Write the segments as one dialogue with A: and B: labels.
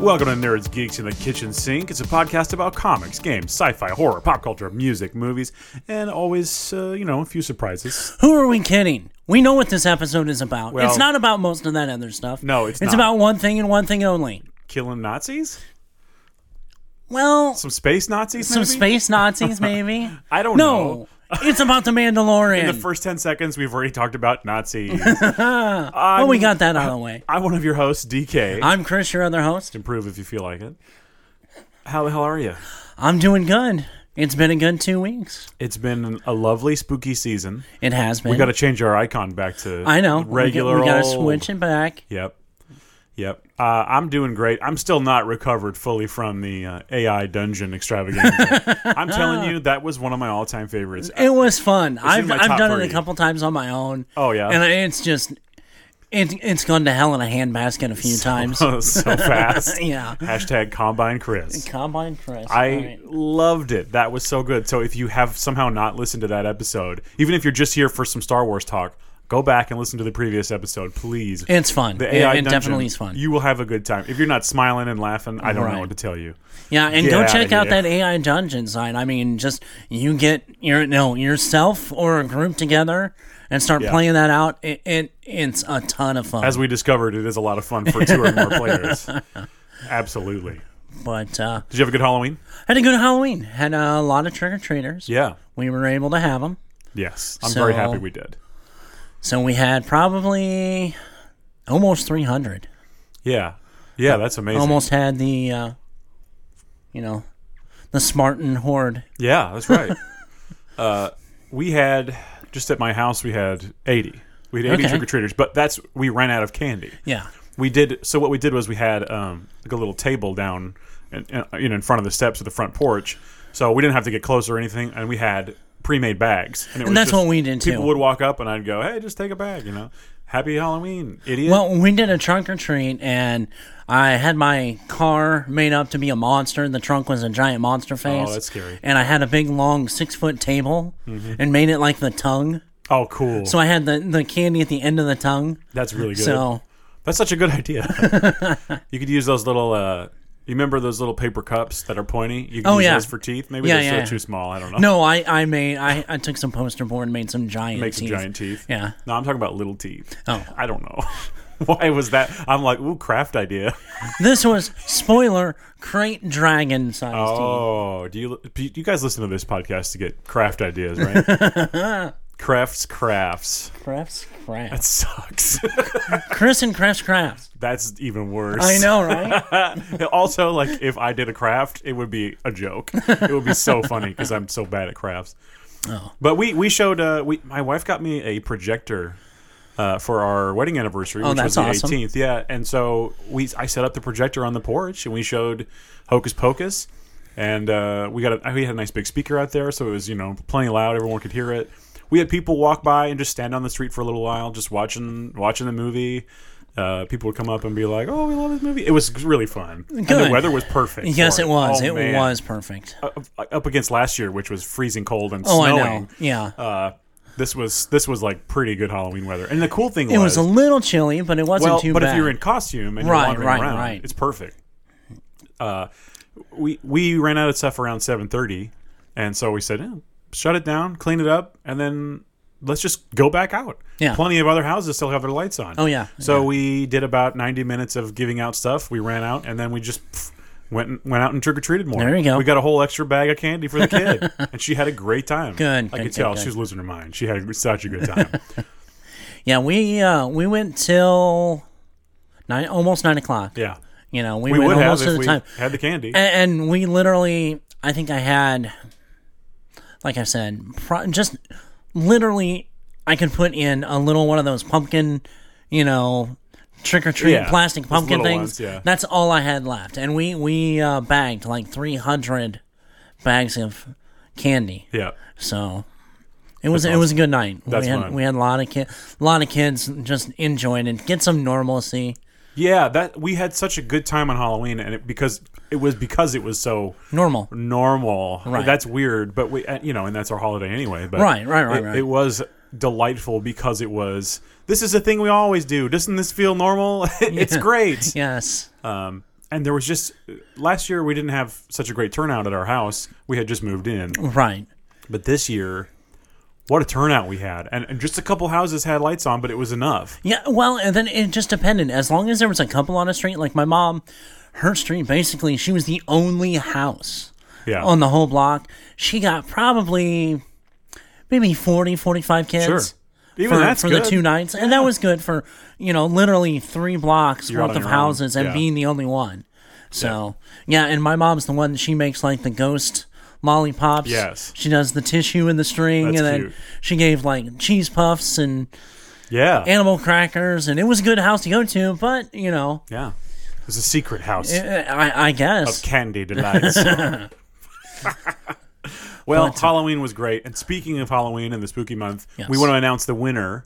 A: Welcome to Nerds, Geeks, and the Kitchen Sink. It's a podcast about comics, games, sci-fi, horror, pop culture, music, movies, and always, uh, you know, a few surprises.
B: Who are we kidding? We know what this episode is about.
A: Well-
B: it's not about most of that other stuff.
A: No, it's
B: It's
A: not.
B: about one thing and one thing only.
A: Killing Nazis,
B: Well,
A: some space Nazis,
B: some
A: maybe?
B: space Nazis, maybe.
A: I don't
B: no, it's about the Mandalorian.
A: In the first ten seconds, we've already talked about Nazis.
B: well, we got that out of the way.
A: I'm one of your hosts, DK.
B: I'm Chris, your other host.
A: Improve if you feel like it. How the hell are you?
B: I'm doing good. It's been a good two weeks.
A: It's been a lovely, spooky season.
B: It has been.
A: We got to change our icon back to
B: I know. We got-
A: regular.
B: We got to
A: old-
B: switch it back.
A: Yep. Yep. Uh, I'm doing great. I'm still not recovered fully from the uh, AI dungeon extravaganza. I'm telling you, that was one of my all time favorites.
B: It was fun. I've
A: my
B: I've
A: top
B: done it
A: 30.
B: a couple times on my own.
A: Oh, yeah?
B: and it's just it, it's gone to hell in a handbasket a few times.
A: so fast.
B: Yeah.
A: Hashtag Combine Chris.
B: Combine Chris.
A: I
B: All right.
A: loved it. That was so good. So if you have somehow not listened to that episode, even if you're just here for some Star Wars talk, go back and listen to the previous episode, please.
B: It's fun.
A: the
B: It-
A: AI
B: it
A: dungeon,
B: definitely is fun.
A: You will have a good time. If you're not smiling and laughing, I don't know
B: Right.
A: what to tell you.
B: yeah, and
A: Get
B: go
A: outta
B: check out
A: here.
B: that AI dungeon sign. I mean, just you get your no yourself or a group together and start
A: Yeah.
B: playing that out. It, it it's a ton of fun.
A: as we discovered, it is a lot of fun for two or more players. Absolutely.
B: but uh,
A: Did you have a good Halloween?
B: had a good Halloween. Had a lot of trick or treaters.
A: Yeah.
B: We were able to have them.
A: Yes. I'm very
B: So-
A: happy we did.
B: So we had probably almost 300.
A: Yeah. Yeah, that's amazing.
B: Almost had the, uh, you know, the Spartan horde.
A: Yeah, that's right. uh, we had just at my house we had 80. We had 80
B: Okay.
A: trick or treaters, but that's we ran out of candy.
B: Yeah.
A: We did so. What we did was we had um, like a little table down, in, in, uh, you know, in front of the steps of the front porch. So we didn't have to get close or anything, and we had pre-made bags. it
B: And that's what we did,
A: People
B: too.
A: would walk up, and I'd go, "Hey, just take a bag," you know. Happy Halloween, idiot!
B: Well, we did a trunk or treat, and I had my car made up to be a monster. The trunk was a giant monster face.
A: Oh, that's scary. Mm-hmm.
B: And I had a big, long, six foot table and made it like the tongue.
A: oh, cool.
B: So I had the, the candy at the end of the tongue.
A: that's really good.
B: So,
A: that's such a good idea. you could use those little. Uh, you remember those little paper cups that are pointy? You could
B: Oh,
A: use
B: yeah.
A: those for teeth. Maybe
B: Yeah,
A: they're still
B: yeah.
A: too small. I don't know.
B: no, I, I made, I, I took some poster board and made some giant
A: Make some
B: teeth.
A: giant teeth.
B: Yeah.
A: No, I'm talking about little teeth.
B: Oh.
A: I don't know. Why was that? I'm like, ooh, craft idea.
B: This was spoiler crate dragon sized teeth.
A: Oh, do you do you guys listen to this podcast to get craft ideas, right? crafts, crafts.
B: Crafts crafts.
A: Sucks.
B: Chris and Crafts crafts.
A: That's even worse.
B: I know, right?
A: also, like if I did a craft, it would be a joke. It would be so funny because I'm so bad at crafts.
B: Oh.
A: But we we showed uh we my wife got me a projector uh, for our wedding anniversary, which was
B: Oh, that's
A: the
B: awesome.
A: 18th. Yeah, and so we I set up the projector on the porch and we showed Hocus Pocus, and uh, we got a, we had a nice big speaker out there, so it was you know plenty loud, everyone could hear it. We had people walk by and just stand on the street for a little while, just watching watching the movie. Uh, people would come up and be like, "Oh, we love this movie." It was really fun. And the
B: Good.
A: weather was perfect.
B: yes,
A: for
B: it was.
A: Oh,
B: it
A: man.
B: was perfect.
A: Uh, up against last year, which was freezing cold and
B: oh,
A: snowing.
B: I know. Yeah.
A: Uh, this was this was like pretty good Halloween weather. And the cool thing
B: it
A: was,
B: was a little chilly, but it wasn't
A: well,
B: too
A: but
B: bad.
A: if you're in costume and you're
B: Right,
A: wandering
B: right,
A: around,
B: right.
A: it's perfect. Uh, we we ran out of stuff around seven thirty, and so we said, "Eh, shut it down, clean it up, and then let's just go back out.
B: Yeah.
A: Plenty of other houses still have their lights on.
B: Oh, yeah.
A: So we did about ninety minutes of giving out stuff. We ran out, and then we just. pff, Went and, went out and trick or treated more.
B: There you go.
A: We got a whole extra bag of candy for the kid, and she had a great time.
B: Good,
A: I
B: good,
A: could tell
B: good,
A: she was losing her mind. She had such a good time.
B: yeah, we uh, we went till nine, almost nine o'clock.
A: yeah,
B: You know, we,
A: we
B: went
A: would have
B: almost to
A: if
B: the
A: we
B: time,
A: had the candy.
B: A- and, we literally, I think I had, like I said, pro- just literally, I could put in a little one of those pumpkin, you know, trick or treat
A: Yeah,
B: plastic
A: those
B: pumpkin
A: little ones,
B: things.
A: yeah.
B: That's all I had left, and we we uh, bagged like three hundred bags of candy.
A: Yeah.
B: So it was it was a good night.
A: That's
B: we had
A: fun.
B: we had a lot of kid, a lot of kids just enjoying it, get some normalcy,
A: Yeah, that we had such a good time on Halloween and it because it was because it was so
B: normal.
A: normal.
B: Right.
A: That's weird, but we and, you know, and that's our holiday anyway, but
B: Right, right, right,
A: it,
B: right.
A: it was delightful because it was this is a thing we always do. Doesn't this feel normal? it's great.
B: Yes,
A: Um and there was just last year we didn't have such a great turnout at our house. We had just moved in,
B: Right.
A: but this year, what a turnout we had! And, and just a couple houses had lights on, but it was enough.
B: Yeah, well, and then it just depended. As long as there was a couple on a street, like my mom, her street basically, she was the only house
A: Yeah,
B: on the whole block. She got probably maybe 40, 45 kids.
A: sure. Even
B: for,
A: that's
B: for
A: good.
B: the two nights, and that was good for you know literally three blocks
A: on
B: worth of
A: your own,
B: houses and
A: yeah.
B: being the only one. So yeah. and my mom's the one that she makes like the ghost lollipops.
A: Yes.
B: she does the tissue and the string,
A: That's
B: and then
A: cute.
B: she gave like cheese puffs and
A: yeah,
B: animal crackers, and it was a good house to go to. But you know,
A: yeah. It was a secret house
B: eh, I, I guess
A: candy delights. well, Halloween was great. And speaking of Halloween and the spooky month, we
B: Yes.
A: want to announce the winner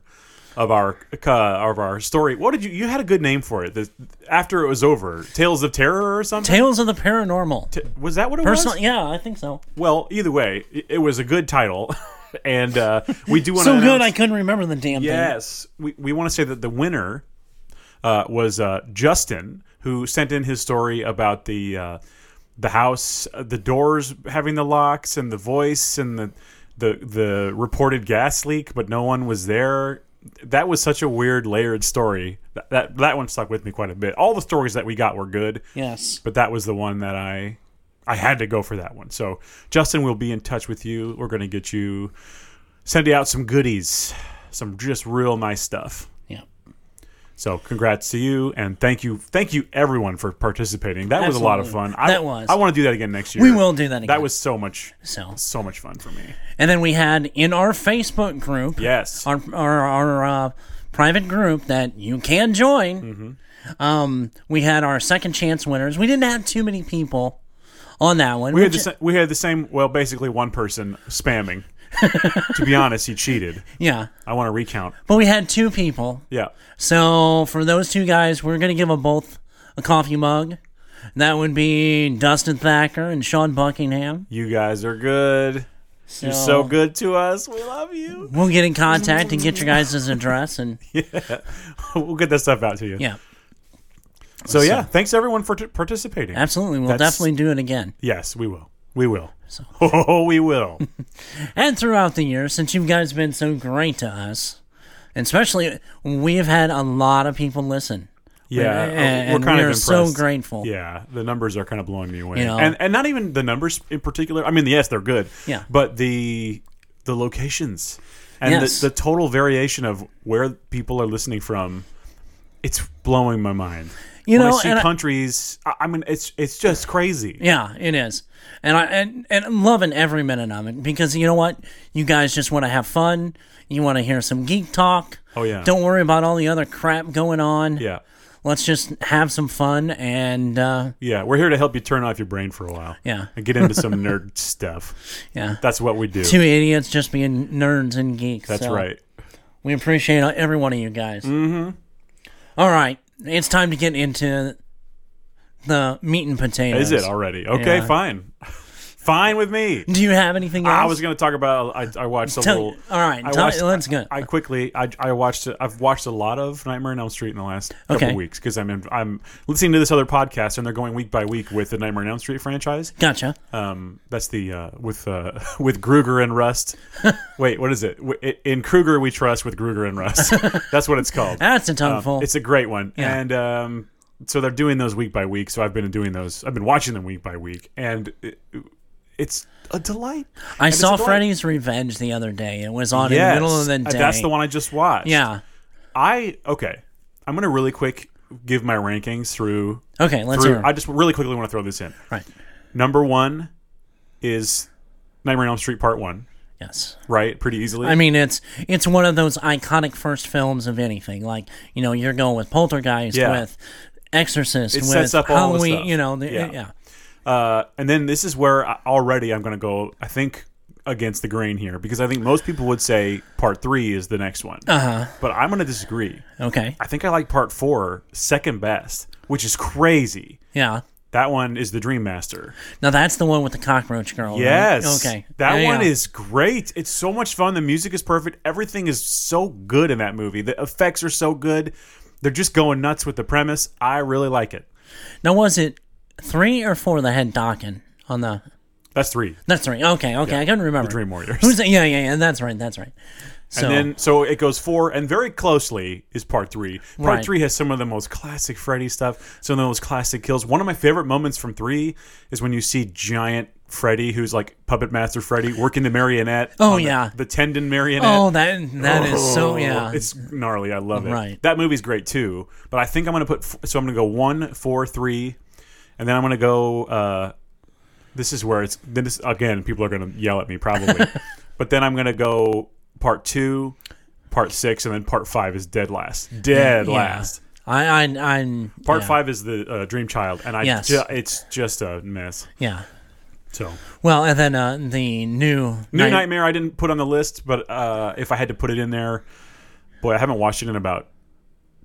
A: of our uh, of our story. What did you you had a good name for it? The, after it was over, Tales of Terror or something.
B: tales of the paranormal.
A: was that what it
B: Personal, E-
A: was?
B: yeah, I think so.
A: Well, either way, it, it was a good title, and uh, we do want to
B: So
A: announce,
B: good, I couldn't remember the damn thing.
A: Yes, we, we want to say that the winner uh, was uh, Justin, who sent in his story about the uh, the house, uh, the doors having the locks, and the voice, and the the the reported gas leak, but no one was there. That was such a weird layered story. That that, that one stuck with me quite a bit. All the stories that we got were good,
B: Yes.
A: but that was the one that I I had to go for that one. So Justin will be in touch with you. We're going to get you send you out some goodies, some just real nice stuff.
B: Yeah.
A: So congrats to you and thank you thank you everyone for participating. That was a lot of fun.
B: Absolutely.
A: I,
B: That was.
A: I want to do that again next year.
B: We will do that again.
A: That was so much
B: so.
A: so much fun for me.
B: And then we had in our Facebook group,
A: Yes.
B: our our, our uh, private group that you can join.
A: Mm-hmm.
B: Um, we had our second chance winners. We didn't have too many people on that one.
A: we had, the,
B: which-
A: sa- we had the same, well, basically one person spamming. to be honest, he cheated.
B: yeah,
A: I want to recount.
B: but we had two people.
A: Yeah.
B: So for those two guys, we're gonna give them both a coffee mug. That would be Dustin Thacker and Sean Buckingham.
A: You guys are good. You're so good to us. We love you.
B: We'll get in contact and get your guys' address and
A: we'll get that stuff out to you.
B: yeah,
A: So yeah, thanks everyone for t- participating.
B: absolutely. We'll
A: That's-
B: definitely do it again.
A: Yes, we will. We will. Oh, we will.
B: And throughout the year, since you guys have been so great to us, and especially we have had a lot of people listen.
A: Yeah, uh,
B: and,
A: we're
B: uh, and
A: kind
B: we
A: of
B: are so
A: impressed.
B: grateful.
A: Yeah, the numbers are kind of blowing me away,
B: You know.
A: and and not even the numbers in particular. I mean, yes, they're good.
B: Yeah.
A: but the the locations and
B: Yes.
A: the, the total variation of where people are listening from, it's blowing my mind.
B: You
A: when
B: know,
A: I see
B: and I-
A: countries. I, I mean, it's it's just crazy.
B: Yeah, it is, and I and, and I'm loving every minute of it because you know what, you guys just want to have fun. You want to hear some geek talk.
A: Oh, yeah.
B: Don't worry about all the other crap going on.
A: Yeah,
B: Let's just have some fun and uh,
A: yeah. We're here to help you turn off your brain for a while.
B: Yeah.
A: and get into some nerd stuff.
B: yeah.
A: That's what we do.
B: Two idiots just being nerds and geeks.
A: That's
B: so.
A: right.
B: We appreciate every one of you guys. Mm-hmm. All right, it's time to get into the meat and
A: Is
B: potatoes.
A: it already? Okay,
B: Yeah.
A: fine. fine with me.
B: Do you have anything else?
A: I was going to talk about. I, I watched a
B: Tell-
A: little.
B: all right,
A: I
B: tell- let's go.
A: I, quickly. I, I watched. I've watched a lot of Nightmare on Elm Street in the last couple
B: Okay.
A: weeks because I'm in, I'm listening to this other podcast and they're going week by week with the Nightmare on Elm Street franchise.
B: Gotcha.
A: Um, that's the uh, with uh, with Gruger and Rust. Wait, what is it? W- i- In Kruger we trust with Gruger and Rust. that's what it's called.
B: That's a tongueful.
A: Um, it's a great one.
B: Yeah.
A: And um, so they're doing those week by week. So I've been doing those. I've been watching them week by week, and it, it's a delight.
B: I
A: And it's
B: saw
A: a delight.
B: Freddy's Revenge the other day. It was on
A: Yes.
B: in the middle of the
A: Uh,
B: day.
A: That's the one I just watched.
B: Yeah.
A: I okay. I'm gonna really quick give my rankings through.
B: Okay, let's
A: Through.
B: hear. it.
A: I just really quickly want to throw this in.
B: right.
A: Number one is Nightmare on Elm Street Part One.
B: Yes.
A: Right, pretty easily.
B: I mean, it's it's one of those iconic first films of anything. Like you know, you're going with Poltergeist,
A: Yeah.
B: with Exorcist,
A: It
B: with
A: sets up all the
B: Halloween.
A: stuff.
B: You know, the,
A: Yeah.
B: yeah.
A: Uh, and then this is where I, already I'm going to go. I think against the grain here because I think most people would say part three is the next one. Uh-huh. But I'm going to disagree.
B: Okay.
A: I think I like part four second best, which is crazy.
B: Yeah.
A: That one is the Dream Master.
B: Now that's the one with the cockroach girl. right?
A: Yes.
B: Okay.
A: That
B: There you
A: one
B: go.
A: is great. It's so much fun. The music is perfect. Everything is so good in that movie. The effects are so good. They're just going nuts with the premise. I really like it.
B: Now, was it three or four that had Dawkins on the?
A: That's three.
B: That's three. Okay, okay, I couldn't remember.
A: Dream Warriors.
B: Who's that? Yeah, yeah, yeah. That's right. That's right. So,
A: And then so it goes four and very closely is part three. Part
B: Right.
A: three has some of the most classic Freddy stuff, some of the most classic kills. One of my favorite moments from three is when you see giant Freddy, who's like puppet master Freddy, working the marionette.
B: Oh,
A: on the-
B: yeah.
A: the, tendon marionette.
B: oh, that that is so
A: Oh,
B: yeah.
A: it's gnarly. I love it.
B: Right.
A: that movie's great too. But I think I'm gonna put f- so I'm gonna go one, four, three, and then I'm gonna go. Uh, this is where it's then this again. People are gonna yell at me probably, but then I'm gonna go part two, part six, and then part five is dead last. Dead
B: Yeah.
A: last.
B: I I I'm
A: Part
B: yeah,
A: five is the uh, Dream Child, and I
B: Yes.
A: ju- it's just a mess.
B: Yeah.
A: So
B: Well, and then uh, the new
A: New
B: night-
A: Nightmare I didn't put on the list, but uh, if I had to put it in there, boy, I haven't watched it in about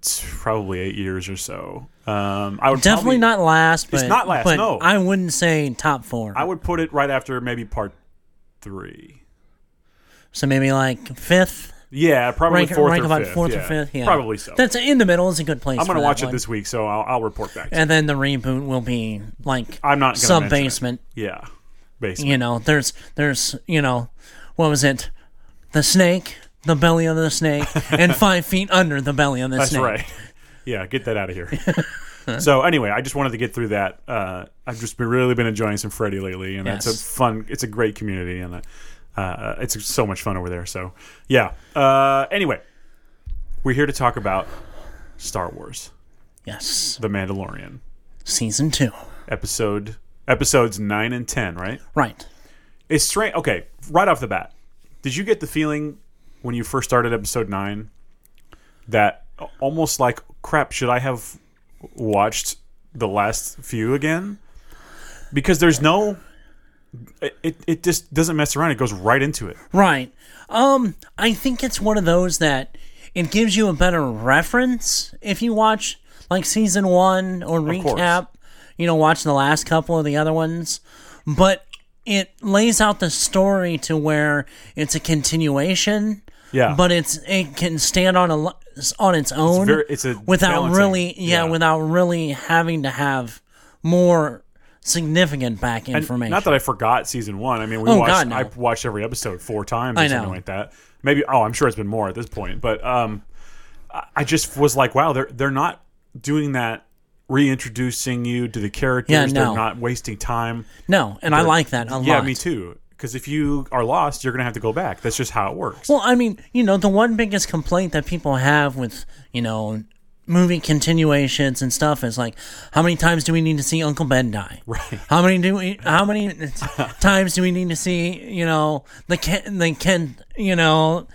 A: t- probably eight years or so. Um, I would probably-
B: Definitely not last, but
A: not last,
B: But
A: no.
B: I wouldn't say top four.
A: I would put it right after maybe part three.
B: so maybe like fifth,
A: Yeah, probably
B: rank,
A: fourth
B: rank
A: or
B: about
A: fifth.
B: fourth
A: yeah.
B: or fifth. Yeah,
A: probably so.
B: That's in the middle is a good place.
A: I'm
B: going
A: gonna
B: to
A: watch it
B: one.
A: this week, so I'll, I'll report back. To you.
B: and then the reboot will be like
A: I'm not gonna
B: sub
A: mention it.
B: basement.
A: Yeah, basically.
B: You know, there's there's you know, what was it? The snake, the belly of the snake, and five feet under the belly of the
A: That's
B: snake.
A: right. Yeah, get that out of here. so anyway, I just wanted to get through that. Uh, I've just been really been enjoying some Freddy lately, and it's
B: Yes.
A: a fun. It's a great community, and uh, uh, it's so much fun over there. So yeah. Uh, anyway, we're here to talk about Star Wars:
B: Yes,
A: The Mandalorian,
B: season two.
A: episode episodes nine and ten. Right?
B: Right.
A: It's strange. Okay, right off the bat, did you get the feeling when you first started episode nine that almost like crap? Should I have watched the last few again? Because there's no, it it, it just doesn't mess around. It goes right into it.
B: Right. Um, I think it's one of those that it gives you a better reference if you watch like season one or
A: course.
B: recap. You know, watch the last couple of the other ones, but it lays out the story to where it's a continuation.
A: Yeah.
B: But it's it can stand on a lo- on its own
A: very- it's a
B: without
A: balancing,
B: really yeah,
A: yeah.
B: without really having to have more significant back information.
A: Not that I forgot season one. I mean, we
B: Oh,
A: watched.
B: God, no.
A: I watched every episode four times or
B: I
A: something
B: know.
A: like that. Maybe. Oh, I'm sure it's been more at this point. But um, I- I just was like, wow, they're they're not doing that, reintroducing you to the characters.
B: Yeah, no.
A: They're not wasting time.
B: no, and I like that a lot.
A: Yeah, me too. Because if you are lost, you're gonna have to go back. That's just how it works.
B: Well, I mean, you know, the one biggest complaint that people have with, you know, movie continuations and stuff is like, how many times do we need to see Uncle Ben die? Right. How many do we? How many times do we need to see, you know, the Ken, the Ken, you know,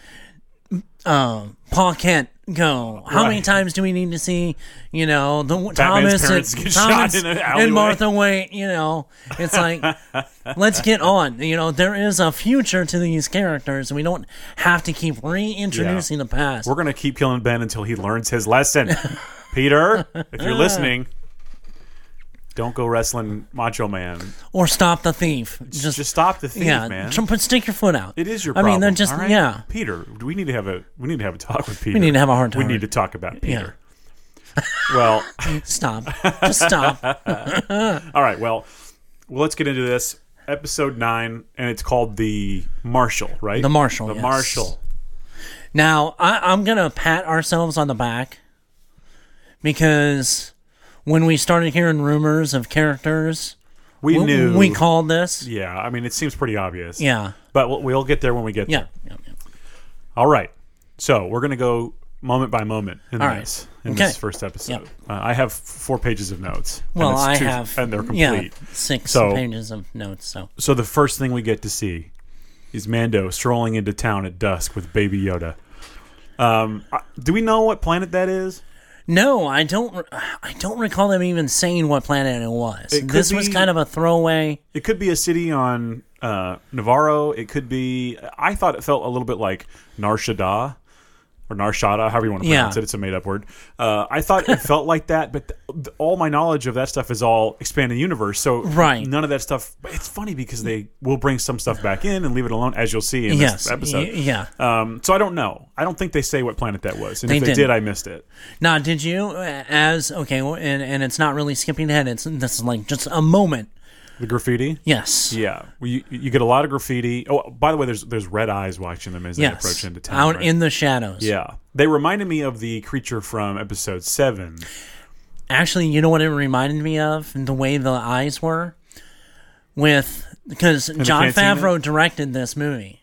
B: um, Paul Kent go? How many
A: Right.
B: times do we need to see, you know, the
A: Batman's
B: Thomas
A: parents
B: and,
A: get shot
B: Thomas
A: in an alleyway.
B: and Martha Wayne? You know, it's like let's get on. You know, there is a future to these characters, and we don't have to keep reintroducing the past.
A: We're gonna keep killing Ben until he learns his lesson. Peter, if
B: Uh.
A: you're listening, don't go wrestling Macho Man.
B: or stop the thief. Just,
A: Just stop the thief,
B: yeah,
A: man.
B: tr- put stick your foot out.
A: It is your
B: I
A: problem.
B: mean, they're just
A: all right?
B: yeah.
A: Peter, we need to have a we need to have a talk with Peter.
B: need to have a hard
A: We
B: time.
A: need to talk about Peter. well,
B: Stop. Just stop.
A: all right. Well, well, let's get into this episode nine, and it's called the Marshal, right?
B: The Marshal,
A: The
B: yes.
A: Marshal.
B: now I, I'm gonna pat ourselves on the back because when we started hearing rumors of characters,
A: We
B: we,
A: knew.
B: we called this. Yeah.
A: yeah, I mean, it seems pretty obvious.
B: Yeah.
A: But we'll, we'll get there when we get
B: Yeah.
A: there. All right. So we're gonna go moment by moment in
B: All right.
A: this in
B: Okay.
A: this first episode. Uh, I have four pages of notes. and
B: Well,
A: it's
B: I
A: two-
B: have
A: and they're complete.
B: yeah six
A: So-
B: pages of notes. So
A: So the first thing we get to see is Mando strolling into town at dusk with Baby Yoda. Um, I- do we know what planet that is?
B: No, I don't. re- I don't recall them even saying what planet it was.
A: could
B: this was
A: be-
B: kind of a throwaway.
A: It could be a city on uh, Navarro. It could be. I thought it felt a little bit like Nar Shaddaa, or Narshada, however you want to
B: Yeah.
A: pronounce it. It's a made up word. Uh, I thought it felt like that, but th- th- all my knowledge of that stuff is all expanded universe. So
B: Right.
A: none of that stuff. But it's funny because they will bring some stuff back in and leave it alone, as you'll see in
B: yes,
A: this
B: y-
A: episode.
B: yeah.
A: Um, so I don't know. I don't think they say what planet that was, and
B: They
A: if they
B: didn't.
A: did, I missed it.
B: Now, did you uh, as okay? well, And and it's not really skipping ahead. It's this is like just a moment.
A: The graffiti.
B: Yes.
A: Yeah, well, you, you get a lot of graffiti. Oh, by the way, there's there's red eyes watching them as they
B: Yes.
A: approach into town.
B: Out
A: right?
B: in the shadows.
A: yeah, they reminded me of the creature from episode seven.
B: Actually, you know what it reminded me of? The way the eyes were. With because John
A: cantina?
B: Favreau directed this movie.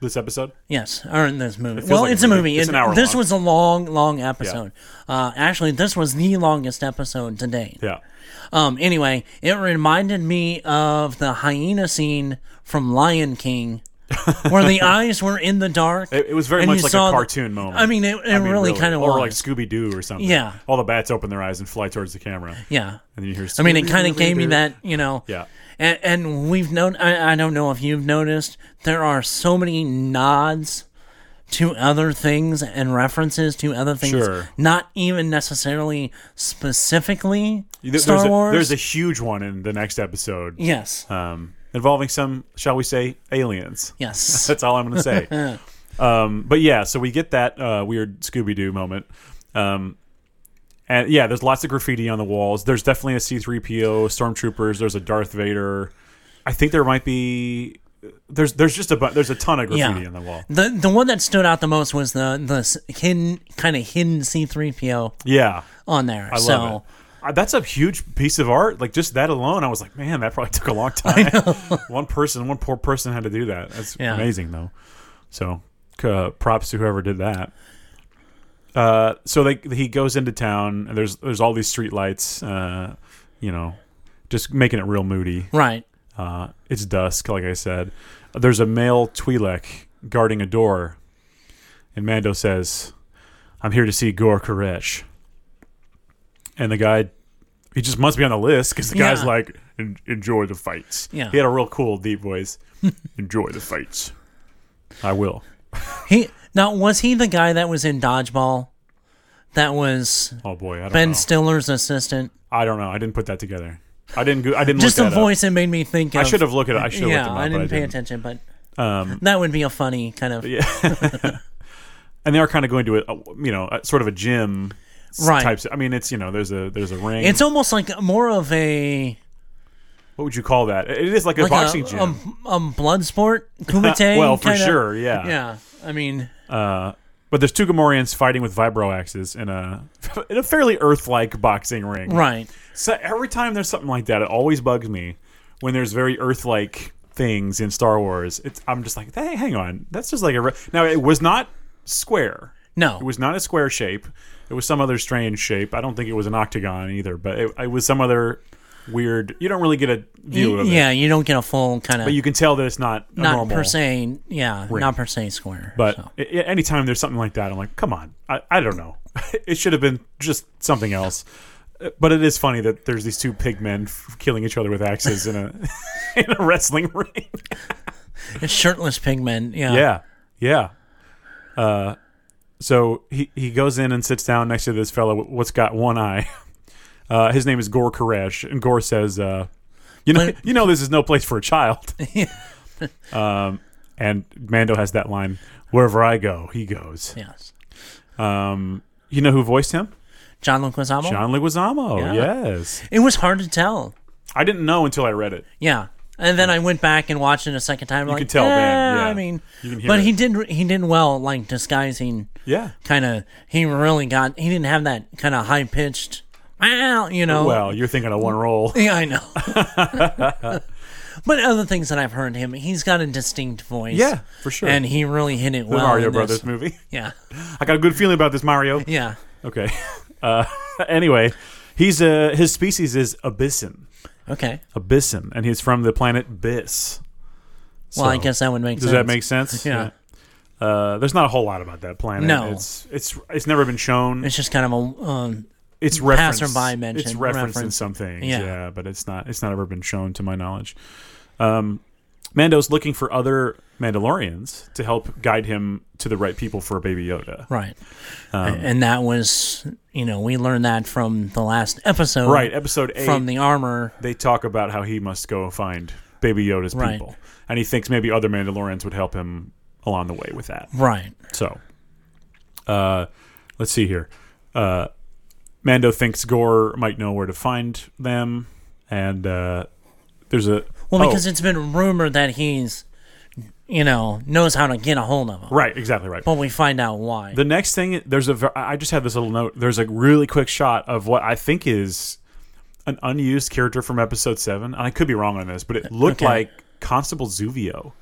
A: This episode,
B: Yes, or in this movie. well,
A: like
B: it's
A: a
B: a
A: movie.
B: movie.
A: It's
B: It-
A: an hour
B: this
A: long.
B: was a long, long episode. Uh, actually, this was the longest episode to date.
A: yeah,
B: Um, anyway, it reminded me of the hyena scene from Lion King, where the eyes were in the dark.
A: it, it was very
B: and
A: much
B: you
A: like
B: saw
A: a
B: the-
A: cartoon moment.
B: I mean, it, it
A: I mean,
B: really, kind of
A: or
B: was.
A: like Scooby Doo or something.
B: Yeah.
A: all the bats open their eyes and fly towards the camera,
B: yeah.
A: and then you hear.
B: I mean, it kind of gave me
A: Scooby-Doo.
B: that, you know.
A: Yeah.
B: And, and we've known. I, I don't know if you've noticed. There are so many nods to other things and references to other things,
A: Sure.
B: not even necessarily specifically
A: There-
B: Star
A: there's a,
B: Wars.
A: There's a huge one in the next episode,
B: yes,
A: um, involving some, shall we say, aliens.
B: yes,
A: That's all I'm going to say. um, but yeah, so we get that uh, weird Scooby Doo moment. Um, and yeah, there's lots of graffiti on the walls. There's definitely a C3PO, stormtroopers. There's a Darth Vader. I think there might be. There's there's just a bu- there's a ton of graffiti
B: Yeah.
A: on the wall.
B: The the one that stood out the most was the the s- hidden kind of hidden C three PO
A: Yeah,
B: on there.
A: I
B: so
A: love it. Uh, That's a huge piece of art. Like just that alone, I was like, man, that probably took a long time. one person, one poor person had to do that. That's
B: Yeah.
A: amazing, though. So uh, props to whoever did that. Uh, so they, he goes into town, and there's there's all these street lights. Uh, you know, just making it real moody.
B: right,
A: Uh, it's dusk, like I said. There's a male Twi'lek guarding a door, and Mando says, "I'm here to see Gore Koresh." And the guy, he just must be on the list because the guy's
B: Yeah.
A: like, "En- "Enjoy the fights."
B: Yeah.
A: he had a real cool deep voice. Enjoy the fights. I will.
B: he now was he the guy that was in dodgeball? That was
A: Oh boy, I don't
B: Ben
A: know.
B: Stiller's assistant.
A: I don't know. I didn't put that together. I didn't. Go- I didn't.
B: Just
A: look
B: the
A: that up.
B: voice it made me think. Of,
A: I should have looked at. I should have
B: Yeah,
A: looked him up.
B: I
A: but
B: didn't pay
A: didn't.
B: attention, but
A: Um,
B: that would be a funny kind of
A: and they are kind of going to a you know a, sort of a gym s-
B: Right.
A: types. I mean, it's you know there's a there's a ring.
B: It's almost like more of a
A: what would you call that? It is like a
B: like
A: boxing
B: a,
A: gym. Uh,
B: a, a blood sport kumite.
A: well, for
B: kinda-
A: sure, yeah.
B: Yeah, I mean,
A: but there's two Gamorreans fighting with vibro axes in a in a fairly earth-like boxing ring.
B: right.
A: So every time there's something like that, it always bugs me when there's very earth-like things in Star Wars. It's I'm just like, hey, hang on, that's just like a. Re-. Now it was not square.
B: No,
A: It was not a square shape. It was some other strange shape. I don't think it was an octagon either, but it, it was some other weird. You don't really get a view of it,
B: yeah, you don't get a full kind of
A: but you can tell that it's not a
B: not
A: normal.
B: per se, yeah, not per se square.
A: but
B: so.
A: i- i- anytime there's something like that, I'm like, come on, I, I don't know. it should have been just something else. Uh, But it is funny that there's these two pig men f- killing each other with axes in a in a wrestling ring.
B: it's shirtless pigmen. Yeah,
A: Yeah, yeah. Uh, so he he goes in and sits down next to this fellow. wh- What's got one eye? Uh, his name is Gore Koresh, and Gore says, uh, "You know,
B: But-
A: you know, this is no place for a child." um, and Mando has that line: "Wherever I go, he goes."
B: yes.
A: Um, you know who voiced him?
B: John Leguizamo.
A: John Leguizamo.
B: Oh. Yeah.
A: Yes,
B: It was hard to tell.
A: I didn't know until I read it.
B: Yeah, and then I went back and watched it a second time. You like,
A: could tell then, yeah.
B: I mean,
A: You can hear
B: but
A: it.
B: he did he did well, like disguising.
A: Yeah.
B: Kind of, he really got. He didn't have that kind of high pitched. Wow, you know.
A: Well, you're thinking of one roll.
B: Yeah, I know. but other things that I've heard him, he's got a distinct voice.
A: Yeah, for sure.
B: And he really hit it
A: The
B: well.
A: Mario
B: in this.
A: Brothers movie.
B: Yeah,
A: I got a good feeling about this Mario.
B: yeah.
A: Okay. Uh, anyway, he's uh, his species is abyssin,
B: Okay.
A: abyssin, and he's from the planet Bis.
B: Well, I
A: So,
B: guess that would make
A: does
B: sense.
A: that make sense?
B: Yeah.
A: Uh, there's not a whole lot about that planet.
B: No.
A: it's it's it's never been shown.
B: It's just kind of a um,
A: It's referenced.
B: passerby mention-
A: It's referenced in
B: reference.
A: some things. Yeah.
B: Yeah.
A: but it's not it's not ever been shown to my knowledge. Um, Mando's looking for other Mandalorians to help guide him to the right people for Baby Yoda.
B: Right.
A: Um,
B: and that was, you know, we learned that from the last episode.
A: Right, episode eight.
B: From the armor.
A: they talk about how he must go find Baby Yoda's
B: Right.
A: people, and he thinks maybe other Mandalorians would help him along the way with that.
B: Right.
A: So, uh, let's see here. Uh, Mando thinks Gore might know where to find them, and uh, there's a
B: Well,
A: oh,
B: because it's been rumored that he's, you know, knows how to get a hold of him.
A: right, exactly right.
B: But we find out why.
A: The next thing, there's a. ver- I I just had this little note. There's a really quick shot of what I think is an unused character from episode seven, and I could be wrong on this, but it looked
B: Okay.
A: like Constable Zuvio,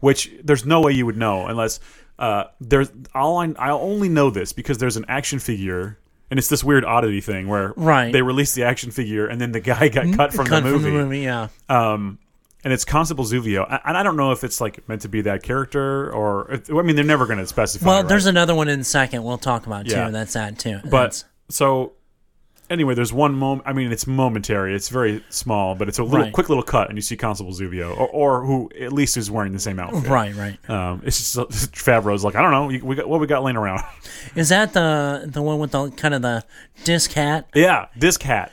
A: which there's no way you would know unless uh, there's. All I I only know this because there's an action figure. And it's this weird oddity thing where
B: Right. Mm-hmm.
A: they released the action figure and then the guy got cut from,
B: Cut
A: the, movie,
B: from the movie, yeah.
A: And it's Constable Zuvio. I- And I don't know if it's like meant to be that character or. if- I mean, they're never going to specify.
B: Well,
A: right?
B: there's another one in a second we'll talk about, too.
A: Yeah.
B: That's that, too.
A: But
B: That's-
A: so anyway, there's one moment. I mean, it's momentary. It's very small, but it's a little
B: Right.
A: quick little cut, and you see Constable Zuvio, or, or who at least is wearing the same outfit.
B: Right, right.
A: Um, it's just Favreau's like, I don't know, you- we got what we got laying around.
B: Is that the the one with the kind of the disc hat?
A: yeah, this cat.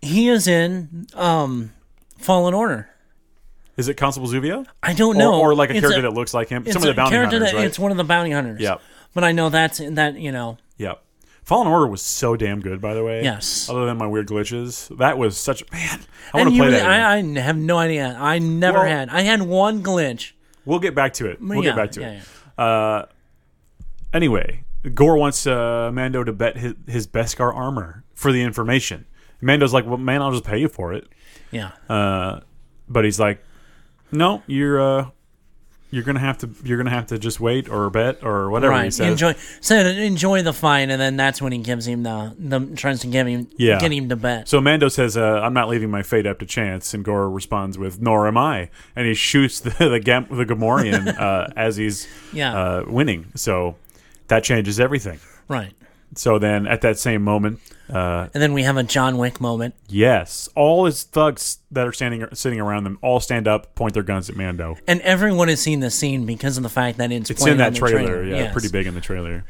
B: He is in um Fallen Order.
A: Is it Constable Zuvio?
B: I don't
A: Or,
B: know.
A: or like a
B: It's
A: character that looks like him?
B: it's
A: Some of the
B: a
A: bounty
B: character
A: hunters,
B: that-
A: right?
B: It's one of the bounty hunters.
A: Yep.
B: But I know that's that you know
A: Yep. Fallen Order was so damn good, by the way.
B: Yes.
A: Other than my weird glitches, that was such man. I want
B: and
A: to
B: you
A: play
B: really,
A: that. again.
B: I, I have no idea. I never
A: Well-
B: had. I had one glitch.
A: We'll get back to it. We'll
B: yeah,
A: get back to
B: yeah,
A: it. Anyway, Gore wants uh, Mando to bet his, his Beskar armor for the information. Mando's like, "Well, man, I'll just pay you for it."
B: Yeah.
A: Uh, but he's like, "No, you're uh, you're gonna have to you're gonna have to just wait or bet or whatever he
B: right.
A: says."
B: Enjoy said enjoy the fight and then that's when he gives him the the tries to give him
A: Yeah.
B: get him to bet.
A: so Mando says, uh, "I'm not leaving my fate up to chance," and Gore responds with, "Nor am I," and he shoots the the, Gam- the Gamorrean uh, as he's
B: Yeah.
A: uh, winning. So that changes everything.
B: right.
A: So then, at that same moment, uh,
B: And then we have a John Wick moment.
A: Yes, all his thugs that are standing sitting around them all stand up, point their guns at Mando.
B: And everyone has seen the scene because of the fact that it's,
A: It's
B: playing
A: in
B: on
A: that
B: the
A: trailer, yeah,
B: Yes.
A: pretty big in the trailer.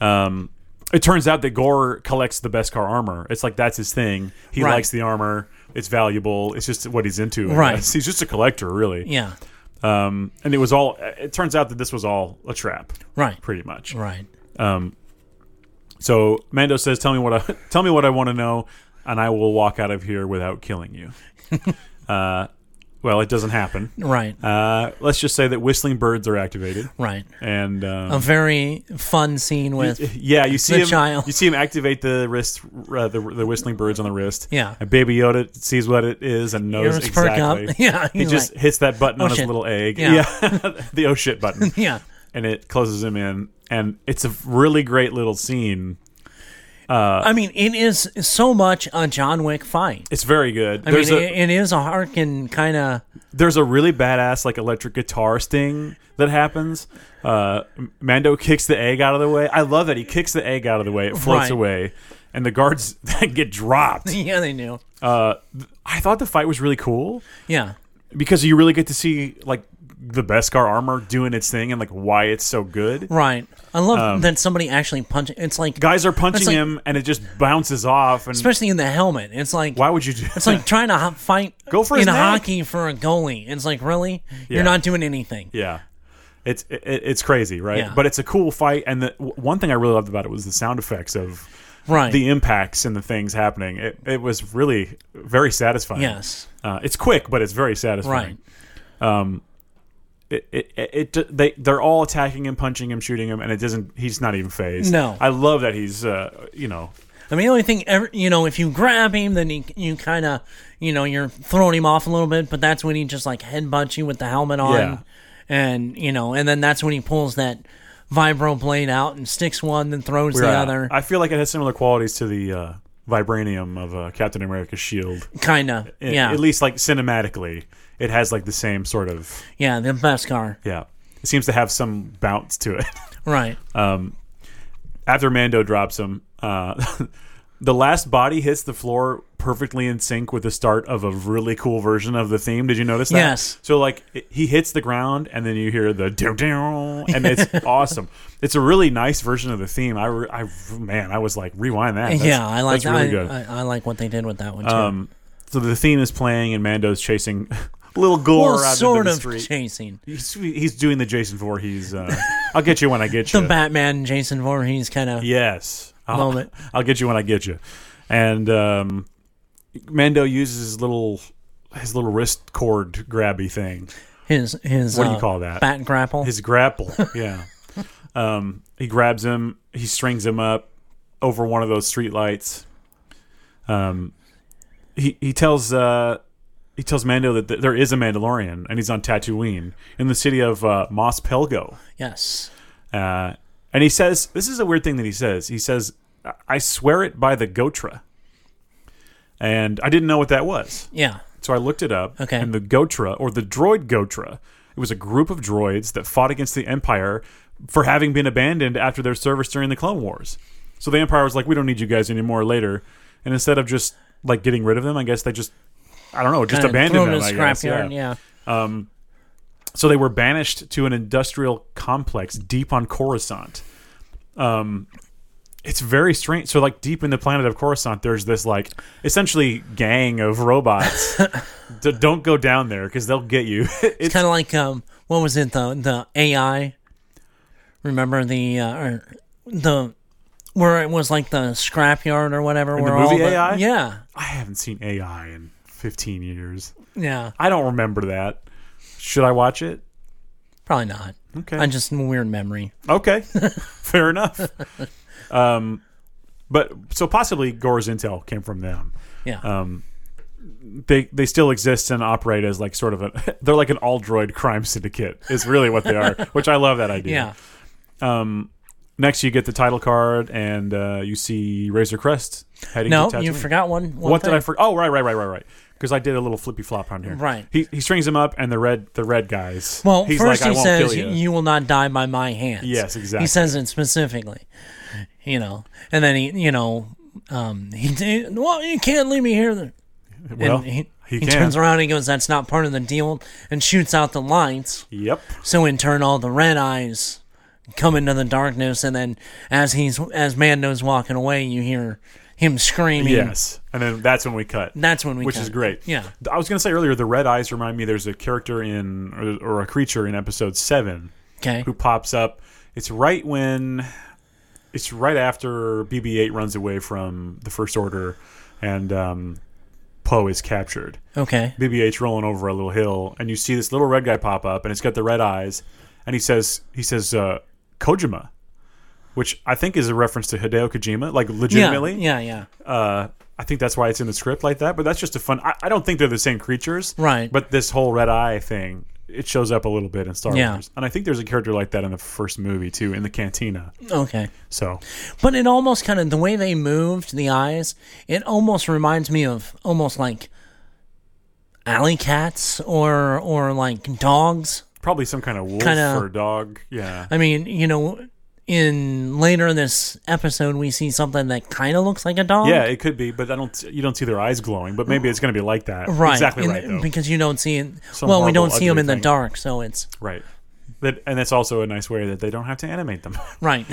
A: um, it turns out that Gore collects the best car armor. It's like that's his thing. He
B: Right.
A: likes the armor. It's valuable. It's just what he's into. I
B: Right.
A: guess. He's just a collector, really.
B: Yeah,
A: Um, and it was all. It turns out that this was all a trap,
B: right,
A: pretty much.
B: right.
A: So Mando says, "Tell me what I tell me what I want to know, and I will walk out of here without killing you." uh, well, it doesn't happen.
B: Right,
A: Uh, let's just say that whistling birds are activated,
B: right.
A: and
B: A
A: um,
B: very fun scene with
A: yeah, you see
B: the
A: him.
B: child.
A: You see him activate the wrist, uh, the, the whistling birds on the wrist.
B: Yeah.
A: and Baby Yoda sees what it is and knows
B: Ears perk up.
A: exactly.
B: Yeah,
A: he
B: he's
A: just
B: like,
A: hits that button
B: "Oh,
A: on his
B: shit."
A: little egg.
B: Yeah.
A: the oh shit button,
B: yeah,
A: and it closes him in. And it's a really great little scene.
B: I mean, it is so much a John Wick fight.
A: It's very good.
B: I
A: there's
B: mean,
A: a
B: it, it is a harkin kind of
A: there's a really badass like electric guitar sting that happens. Uh, Mando kicks the egg out of the way. I love that he kicks the egg out of the way. It floats
B: Right.
A: away, and the guards get dropped.
B: yeah. They knew.
A: Uh, th- I thought the fight was really cool
B: Yeah,
A: because you really get to see like the Beskar armor doing its thing and like why it's so good.
B: right. I love
A: Um,
B: that somebody actually punches. It's like
A: Guys are punching
B: That's like-
A: him, and it just bounces off. And
B: especially in the helmet. It's like
A: why would you do?
B: it's like trying to ho- fight
A: Go for
B: in
A: his neck.
B: hockey for a goalie. It's like really,
A: Yeah.
B: you're not doing anything.
A: Yeah. It's it, it's crazy, right?
B: Yeah.
A: But it's a cool fight, and the w- one thing I really loved about it was the sound effects of
B: Right.
A: the impacts and the things happening. It it was really very satisfying.
B: Yes.
A: uh, it's quick, but it's very satisfying.
B: Right.
A: It, it, it, it they they're all attacking him, punching him, shooting him, and it doesn't. He's not even phased.
B: No.
A: I love that he's uh you know
B: I mean, the only thing, ever, you know, if you grab him, then he, you kind of, you know, you're throwing him off a little bit, but that's when he just like headbutts you with the helmet on.
A: Yeah.
B: And, you know, and then that's when he pulls that vibro blade out and sticks one, then throws the other.
A: I feel like it has similar qualities to the uh, vibranium of uh, Captain America's shield.
B: Kind of.
A: At-
B: Yeah.
A: at least like cinematically, it has like the same sort of
B: yeah. The best car.
A: yeah. It seems to have some bounce to it.
B: Right.
A: after Mando drops him, uh, the last body hits the floor perfectly in sync with the start of a really cool version of the theme. Did you notice that?
B: Yes.
A: So like it, he hits the ground and then you hear the down down and it's awesome. It's a really nice version of the theme. I, re- I man, I was like rewind that. That's-
B: yeah, I like
A: that's really
B: I,
A: good.
B: I, I like what they did with that one too.
A: um, so the theme is playing and Mando's chasing little gore
B: well,
A: out
B: sort
A: into the
B: of
A: street.
B: chasing
A: He's, he's doing the Jason Voorhees. Uh, I'll get you when I get you.
B: the Batman Jason Voorhees kind of.
A: Yes. I'll,
B: Moment.
A: I'll get you when I get you. And um, Mando uses his little his little wrist cord grabby thing.
B: His his
A: What do you
B: uh,
A: call that?
B: Bat grapple.
A: His grapple. Yeah. um, he grabs him. He strings him up over one of those streetlights. Um, he he tells uh, he tells Mando that th- there is a Mandalorian and he's on Tatooine in the city of uh, Mos Pelgo.
B: yes.
A: Uh, and he says, this is a weird thing that he says. He says, "I- I swear it by the Gotra. And I didn't know what that was.
B: Yeah.
A: So I looked it up.
B: Okay.
A: And the Gotra, or the droid Gotra, it was a group of droids that fought against the Empire for having been abandoned after their service during the Clone Wars. So the Empire was like, we don't need you guys anymore later. And instead of just like getting rid of them, I guess they just, I don't know, just
B: Kinda
A: abandoned
B: thrown
A: them.
B: in a
A: I guess.
B: scrapyard,
A: Yeah.
B: yeah.
A: So they were banished to an industrial complex deep on Coruscant. Um, it's very strange. So, like deep in the planet of Coruscant, there's this like essentially gang of robots. D- don't go down there because they'll get you.
B: It's
A: it's
B: kind of like um, what was it the the AI? Remember the uh, or the where it was like the scrapyard or whatever.
A: the
B: where all
A: movie
B: the,
A: AI?
B: Yeah,
A: I haven't seen AI in 15 years.
B: yeah,
A: I don't remember that. Should I watch it?
B: probably not.
A: Okay.
B: I just weird memory.
A: Okay, fair enough. Um, but so possibly Gore's intel came from them.
B: Yeah,
A: Um, they they still exist and operate as like sort of a they're like an all droid crime syndicate is really what they are, which I love that idea.
B: yeah.
A: Next, you get the title card and uh, you see Razor Crest heading.
B: No,
A: to
B: you
A: Tatooine.
B: forgot one. one
A: What
B: thing.
A: did I forget? Oh, right, right, right, right, right. Because I did a little flippy flop on here.
B: Right.
A: He, he strings him up and the red the red guys.
B: Well,
A: he's
B: first
A: like, I
B: he
A: won't
B: says,
A: kill you.
B: "You- "You will not die by my hands."
A: Yes, exactly.
B: He says it specifically, you know. And then he, you know, um, he d- well, you can't leave me here. then."
A: well,
B: and he,
A: he,
B: he
A: can.
B: turns around and goes, "That's not part of the deal," and shoots out the lights.
A: Yep.
B: So in turn, all the red eyes come into the darkness, and then as he's as Mando's walking away, you hear him screaming.
A: Yes. And then that's when we cut.
B: that's when we
A: which
B: cut
A: is
B: it.
A: great.
B: Yeah,
A: I was going to say earlier, the red eyes remind me there's a character in, or, or a creature in episode seven
B: okay,
A: who pops up. It's right when it's right after BB-8 runs away from the First Order, and um, Poe is captured.
B: okay,
A: BB-8's rolling over a little hill, and you see this little red guy pop up, and it's got the red eyes, and he says he says uh, Kojima, which I think is a reference to Hideo Kojima, like legitimately.
B: yeah, yeah, yeah.
A: Uh, I think that's why it's in the script like that. But that's just a fun. I, I don't think they're the same creatures,
B: Right.
A: But this whole red eye thing, it shows up a little bit in Star
B: Yeah.
A: Wars, and I think there's a character like that in the first movie too, in the cantina.
B: okay.
A: So
B: But it almost kind of the way they moved the eyes, it almost reminds me of almost like alley cats or or like dogs.
A: probably some kind of wolf
B: Kinda-
A: or dog. Yeah,
B: I mean, you know, in later in this episode we see something that kind of looks like a dog.
A: yeah, it could be, but I don't. You don't see their eyes glowing, but maybe it's going to be like that.
B: Right.
A: exactly
B: in-
A: right though.
B: Because you don't see it.
A: Some
B: well, we
A: horrible,
B: don't see them
A: ugly
B: in the
A: thing.
B: dark, so it's
A: right. That, and that's also a nice way that they don't have to animate them.
B: right.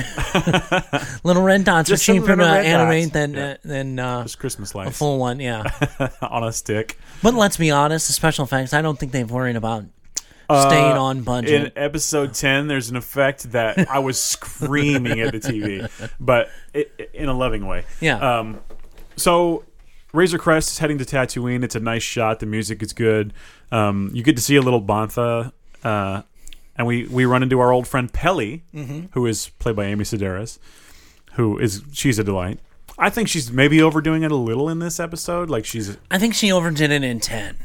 B: little red dots
A: Just
B: are
A: some
B: cheaper to
A: little red
B: animate
A: dots.
B: than
A: Yeah.
B: uh, than uh,
A: It's Christmas
B: a
A: lights
B: full one. Yeah.
A: on a stick.
B: But let's be honest, the special effects, I don't think they've worried about staying on budget.
A: Uh, in episode 10 there's an effect that i was screaming at the tv but it, it- in a loving way
B: yeah.
A: um, so razor crest is heading to tatooine it's a nice shot the music is good um, you get to see a little bantha uh, and we, we run into our old friend pelly
B: Mm-hmm.
A: who is played by amy sedaris who is she's a delight i think she's maybe overdoing it a little in this episode like she's
B: I think she overdid it in 10.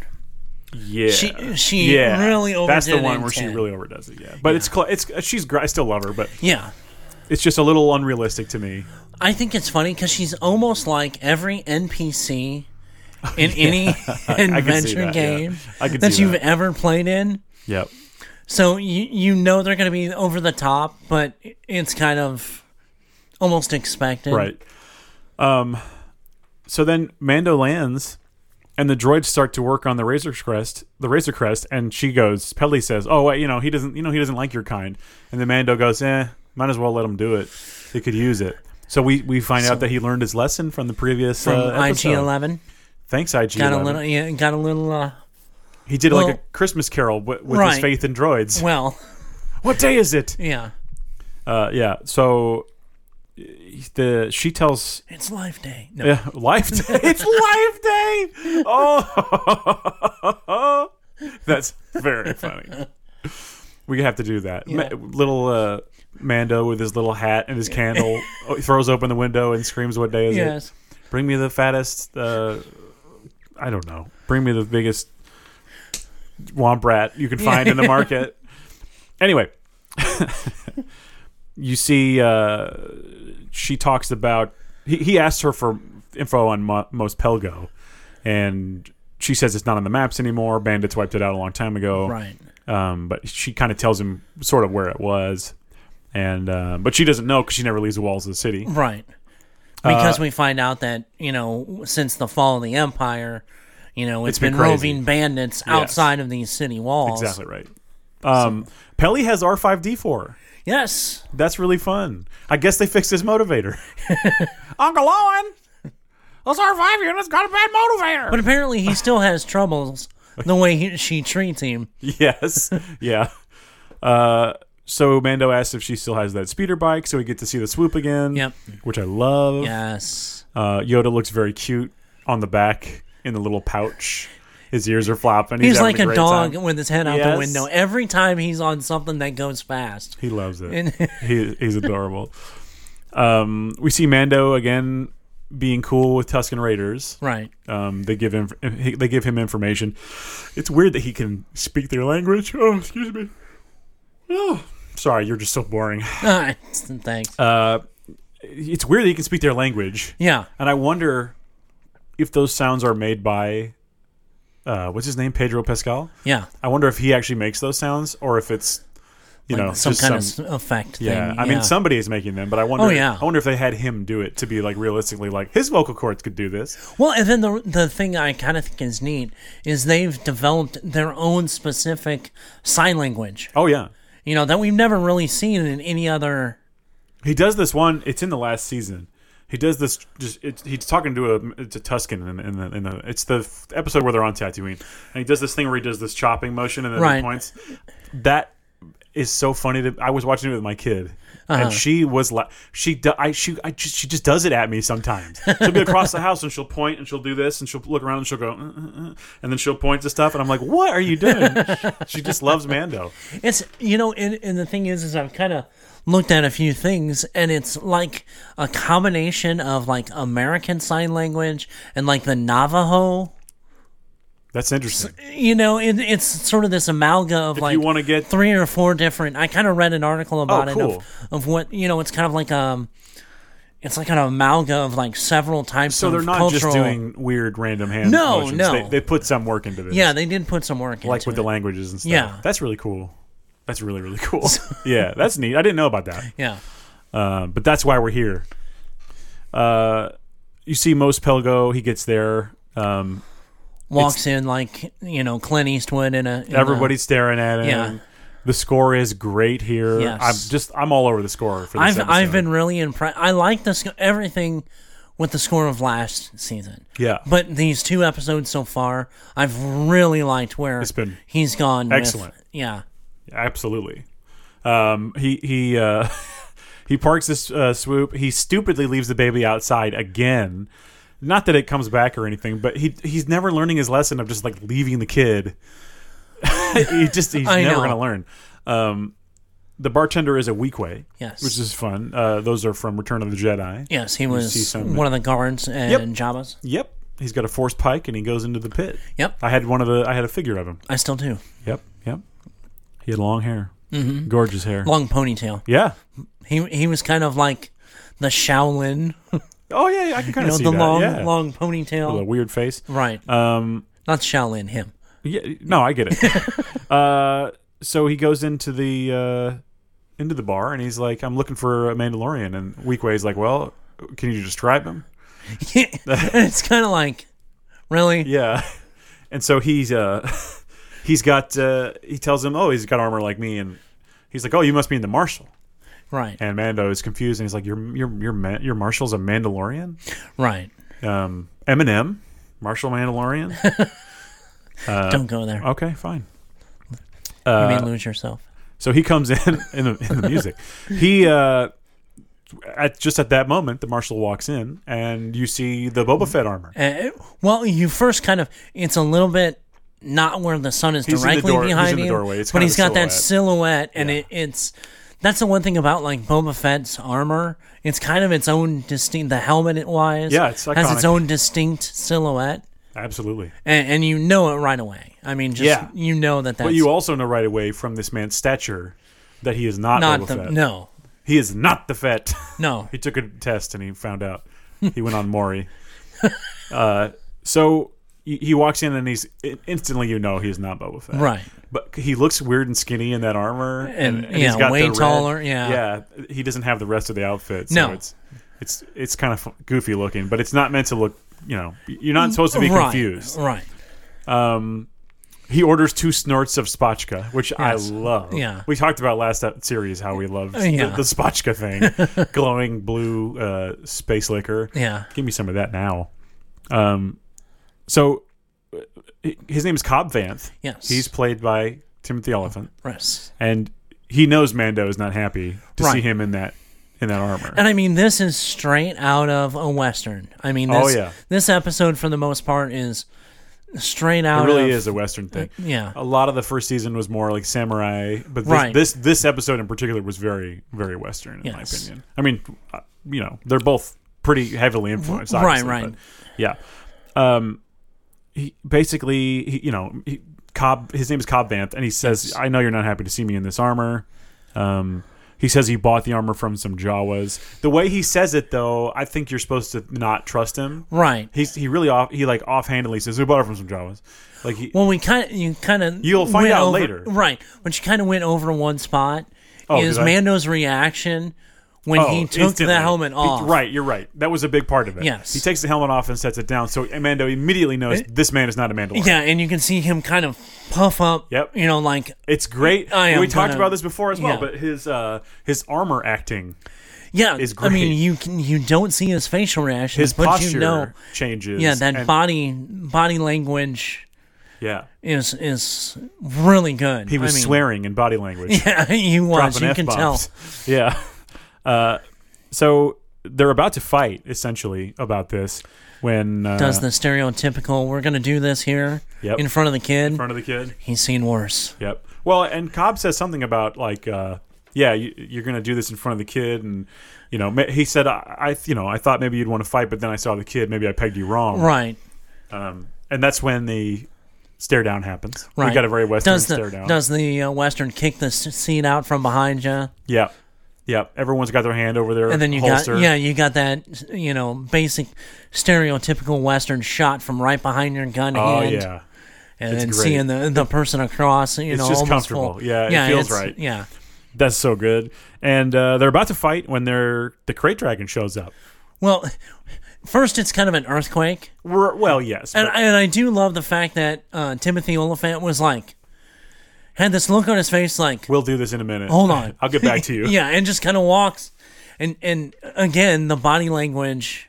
A: yeah,
B: She- she really
A: That's the
B: overdid it
A: one
B: in
A: where she
B: 10.
A: really overdoes it. Yeah, but it's cl- it's she's gr- I still love her, but
B: Yeah.
A: it's just a little unrealistic to me.
B: I think it's funny because she's almost like every NPC in any adventure
A: that,
B: game
A: yeah. I could
B: that
A: see
B: you've
A: that.
B: ever played in.
A: Yep.
B: So you, you know they're going to be over the top, but it's kind of almost expected.
A: Right. Um, So then Mando lands, and the droids start to work on the Razor Crest, the Razor Crest, and she goes. Pedley says, "Oh, wait, you know he doesn't, you know he doesn't like your kind." And then Mando goes, "Eh, might as well let him do it. They could use it." So we we find out that he learned his lesson from the previous
B: from
A: uh,
B: IG
A: episode.
B: Eleven.
A: Thanks, IG.
B: Got a little, yeah, got a little. Uh,
A: He did like
B: well-
A: a Christmas Carol with, with
B: Right.
A: his faith in droids.
B: well,
A: What day is it?
B: yeah,
A: Uh, yeah. So the she tells
B: it's Life Day. No,
A: Yeah, life day. it's life day. Oh, that's very funny. We have to do that. Ma-
B: Yeah.
A: little uh, Mando with his little hat and his candle oh, he throws open the window and screams, "What day is
B: yes,
A: it? Bring me the fattest. Uh, I don't know. Bring me the biggest womp rat you can find in the market." Anyway, you see, uh, she talks about. He, he asks her for info on Mo- Mos Pelgo, and she says it's not on the maps anymore. Bandits wiped it out a long time ago.
B: right.
A: Um, but she kind of tells him sort of where it was, and uh, but she doesn't know because she never leaves the walls of the city.
B: Right. Because we find out that, you know, since the fall of the Empire, you know, it's
A: been
B: been,
A: crazy.
B: roving bandits outside of these city walls.
A: Exactly right. Um, Pelly has R five D four.
B: Yes.
A: That's really fun. I guess they fixed his motivator. Uncle Owen, those R five units got a bad motivator.
B: But apparently he still has troubles the way he, she treats him.
A: Yes. yeah. Uh, so Mando asks if she still has that speeder bike, so we get to see the swoop again.
B: Yep.
A: Which I love.
B: Yes.
A: Uh, Yoda looks very cute on the back in the little pouch. His ears are flopping. He's,
B: He's,
A: having
B: like a,
A: great
B: dog
A: time.
B: with his head out
A: Yes.
B: the window every time he's on something that goes fast.
A: He loves it.
B: And-
A: he, he's adorable. Um, we see Mando again being cool with Tusken Raiders.
B: Right.
A: Um, they give him they give him information. It's weird that he can speak their language. Oh, excuse me. Oh, sorry, you're just so boring.
B: Ah, Thanks.
A: Uh, it's weird that he can speak their language,
B: yeah.
A: and I wonder if those sounds are made by uh, what's his name, Pedro Pascal.
B: Yeah.
A: I wonder if he actually makes those sounds, or if it's you know
B: some
A: just
B: kind
A: some-
B: of s- effect
A: yeah,
B: thing.
A: I mean somebody is making them, but I wonder.
B: Oh, yeah.
A: I wonder if they had him do it to be like realistically like his vocal cords could do this.
B: Well, and then the the thing I kind of think is neat is they've developed their own specific sign language.
A: Oh yeah,
B: You know that we've never really seen in any other.
A: he does this one. It's in the last season. He does this. Just it's, he's talking to a it's a Tuscan in, in the in the it's the f- episode where they're on Tatooine, and he does this thing where he does this chopping motion and then he
B: Right.
A: points. That is so funny. To, I was watching it with my kid,
B: Uh-huh.
A: and she was like, she do, I she I just, she just does it at me sometimes. She'll be across the house and she'll point and she'll do this and she'll look around and she'll go, "Uh, uh, uh," and then she'll point to stuff, and I'm like, what are you doing? she just loves Mando.
B: It's you know, and, and the thing is, is I've kind of looked at a few things, and it's like a combination of like American sign language and like the Navajo.
A: That's interesting.
B: You know, it, it's sort of this amalgam of like
A: you wanna get-
B: three or four different. I kind of read an article about it
A: Oh, cool.
B: of, of what you know. It's kind of like um, it's like an amalgam of like several types.
A: So
B: of
A: they're not
B: cultural,
A: just doing weird random hand
B: No,
A: motions.
B: no.
A: They, they put some work into this.
B: Yeah, they did put some work
A: like
B: into
A: with
B: it.
A: the languages and stuff.
B: Yeah.
A: that's really cool. That's really really cool. yeah, that's neat. I didn't know about that,
B: yeah,
A: uh, but that's why we're here. Uh, you see, Mos Pelgo, he gets there. Um,
B: walks in like you know Clint Eastwood in a in a-
A: everybody's staring at him.
B: Yeah.
A: The score is great here.
B: Yes.
A: I'm just I'm all over the score for this
B: I've I've
A: episode.
B: been really impressed. I like this everything with the score of last season.
A: yeah.
B: But these two episodes so far, I've really liked where
A: It's been
B: he's gone. with-
A: excellent.
B: yeah,
A: Absolutely. Um, he he uh, he parks his uh, swoop. He stupidly leaves the baby outside again. Not that it comes back or anything, but he he's never learning his lesson of just like leaving the kid. he just he's
B: I
A: never
B: know.
A: going to learn. Um, the bartender is a weak way,
B: Yes.
A: which is fun. Uh, those are from Return of the Jedi.
B: yes, he
A: see
B: was
A: some-
B: one of the guards and
A: Yep.
B: Jabba's.
A: Yep, he's got a force pike and he goes into the pit.
B: Yep,
A: I had one of the I had a figure of him.
B: I still do.
A: Yep, yep. He had long hair, mm-hmm. gorgeous hair.
B: Long ponytail.
A: yeah,
B: He he was kind of like the Shaolin,
A: Oh yeah, yeah, I can kind
B: you
A: of see
B: know, the
A: that.
B: long
A: yeah.
B: long
A: With a
B: ponytail.
A: weird face.
B: Right,
A: Um,
B: not Shaolin. Him.
A: yeah, no, I get it. uh, so he goes into the uh, into the bar and he's like, "I'm looking for a Mandalorian," and Weekway's like, "Well, can you describe him?"
B: it's kind of like, really?
A: Yeah. And so he's uh he's got uh he tells him, "Oh, he's got armor like me." And he's like, "Oh, you must be in the marshal."
B: Right,
A: And Mando is confused and he's like, "Your your your Ma- your marshal's a Mandalorian?"
B: right.
A: Um Eminem, Marshal Mandalorian?
B: Don't go there.
A: okay, fine.
B: you
A: Uh,
B: may lose yourself.
A: so he comes in in the, in the music. He uh at just at that moment, the marshal walks in and you see the Boba Fett armor.
B: Uh, well, you first kind of, it's a little bit not where the sun is
A: He's in the
B: directly
A: door- he's
B: behind
A: in the
B: him,
A: doorway. It's
B: but
A: kind of
B: he's
A: a
B: got that silhouette, and it, it's that's the one thing about like Boba Fett's armor. It's kind of its own distinct. The helmet it wise,
A: Yeah, it's
B: has its
A: iconic.
B: own distinct silhouette,
A: Absolutely.
B: and, and you know it right away. I mean, just
A: Yeah.
B: you know that that's
A: But you also know right away from this man's stature that he is not,
B: not
A: Boba
B: the
A: Fett.
B: no,
A: He is not the Fett.
B: no,
A: he took a test and he found out. He went on Maury. uh, so he he walks in and he's instantly you know he is not Boba Fett.
B: right.
A: But he looks weird and skinny in that armor, and,
B: And,
A: and he's
B: yeah,
A: got
B: way
A: the red-
B: taller, yeah.
A: yeah. He doesn't have the rest of the outfit. So
B: No.
A: it's it's it's kind of goofy looking, but it's not meant to look. You know, you're not supposed to be
B: right,
A: confused.
B: Right.
A: He orders two snorts of spotchka, which
B: Yes.
A: I love.
B: Yeah.
A: we talked about last ep- series how we love
B: Yeah.
A: the, the spotchka thing, glowing blue uh, space liquor.
B: Yeah.
A: Give me some of that now. Um, so uh, h- his name is Cobb Vanth.
B: Yes.
A: He's played by Timothy Elephant,
B: Yes.
A: and he knows Mando is not happy to see
B: Right.
A: him in that in that armor.
B: And I mean, this is straight out of a western. I mean, this,
A: Oh, yeah.
B: this episode for the most part is straight out.
A: it really
B: of,
A: is a Western thing.
B: Yeah.
A: A lot of the first season was more like samurai, but this
B: Right.
A: this, this episode in particular was very very Western in my
B: Yes.
A: opinion. I mean, uh, you know, they're both pretty heavily influenced.
B: Right,
A: obviously,
B: right.
A: but yeah. Um, he basically, he, you know, he, Cobb. His name is Cobb Vanth, and he says, "I know you're not happy to see me in this armor." Um, he says he bought the armor from some Jawas. The way he says it, though, I think you're supposed to not trust him.
B: Right.
A: He's he really off he like offhandedly says we bought it from some Jawas, like he
B: Well, we kind of you kind of
A: You'll find out later.
B: right? But you kind of went over one spot.
A: Oh,
B: is
A: did I?
B: Mando's reaction when
A: oh,
B: he took
A: instantly.
B: the helmet
A: He-
B: off?
A: right, you're right. That was a big part of it.
B: Yes.
A: he takes the helmet off and sets it down, so Amando immediately knows this man is not a Mandalorian.
B: Yeah, and you can see him kind of puff up.
A: Yep.
B: You know, like
A: It's great.
B: I am
A: we talked
B: gonna-
A: about this before as well,
B: yeah.
A: but his uh, his armor acting,
B: yeah.
A: It's
B: I mean,
A: great.
B: you can you don't see his facial reactions,
A: his
B: but
A: posture
B: you know,
A: changes.
B: yeah, that
A: and-
B: body body language.
A: yeah,
B: is is really good.
A: he was
B: I mean,
A: swearing in body language.
B: Yeah, he was. You can tell.
A: tell. Yeah. Uh, so they're about to fight essentially about this when uh,
B: Does the stereotypical "we're going to do this here
A: Yep.
B: in front of the kid"?
A: in front of the kid.
B: He's seen worse.
A: Yep. Well, and Cobb says something about like, uh, yeah, you, you're going to do this in front of the kid, and you know, ma- he said, I, I, you know, I thought maybe you'd want to fight, but then I saw the kid, maybe I pegged you wrong.
B: Right,
A: Um, and that's when the stare down happens.
B: right.
A: We got a very western
B: does the,
A: stare down.
B: Does the uh, western kick the s- seat out from behind you,
A: yeah. Yep. Everyone's got their hand over their
B: and then you
A: holster.
B: got yeah, you got that you know basic stereotypical western shot from right behind your gun
A: Oh
B: hand,
A: yeah.
B: and
A: It's
B: then
A: great.
B: seeing the the person across. You
A: It's
B: know,
A: just
B: almost
A: comfortable.
B: full-
A: Yeah, it feels
B: it's-
A: right.
B: Yeah,
A: That's so good. And uh, they're about to fight when they're the crate dragon shows up.
B: well, first it's kind of an earthquake.
A: We're, well, yes.
B: And,
A: but-
B: and I do love the fact that uh, Timothy Oliphant was like, had this look on his face, like,
A: we'll do this in a minute.
B: hold on.
A: I'll get back to you.
B: yeah, and just kind of walks. And, and again, the body language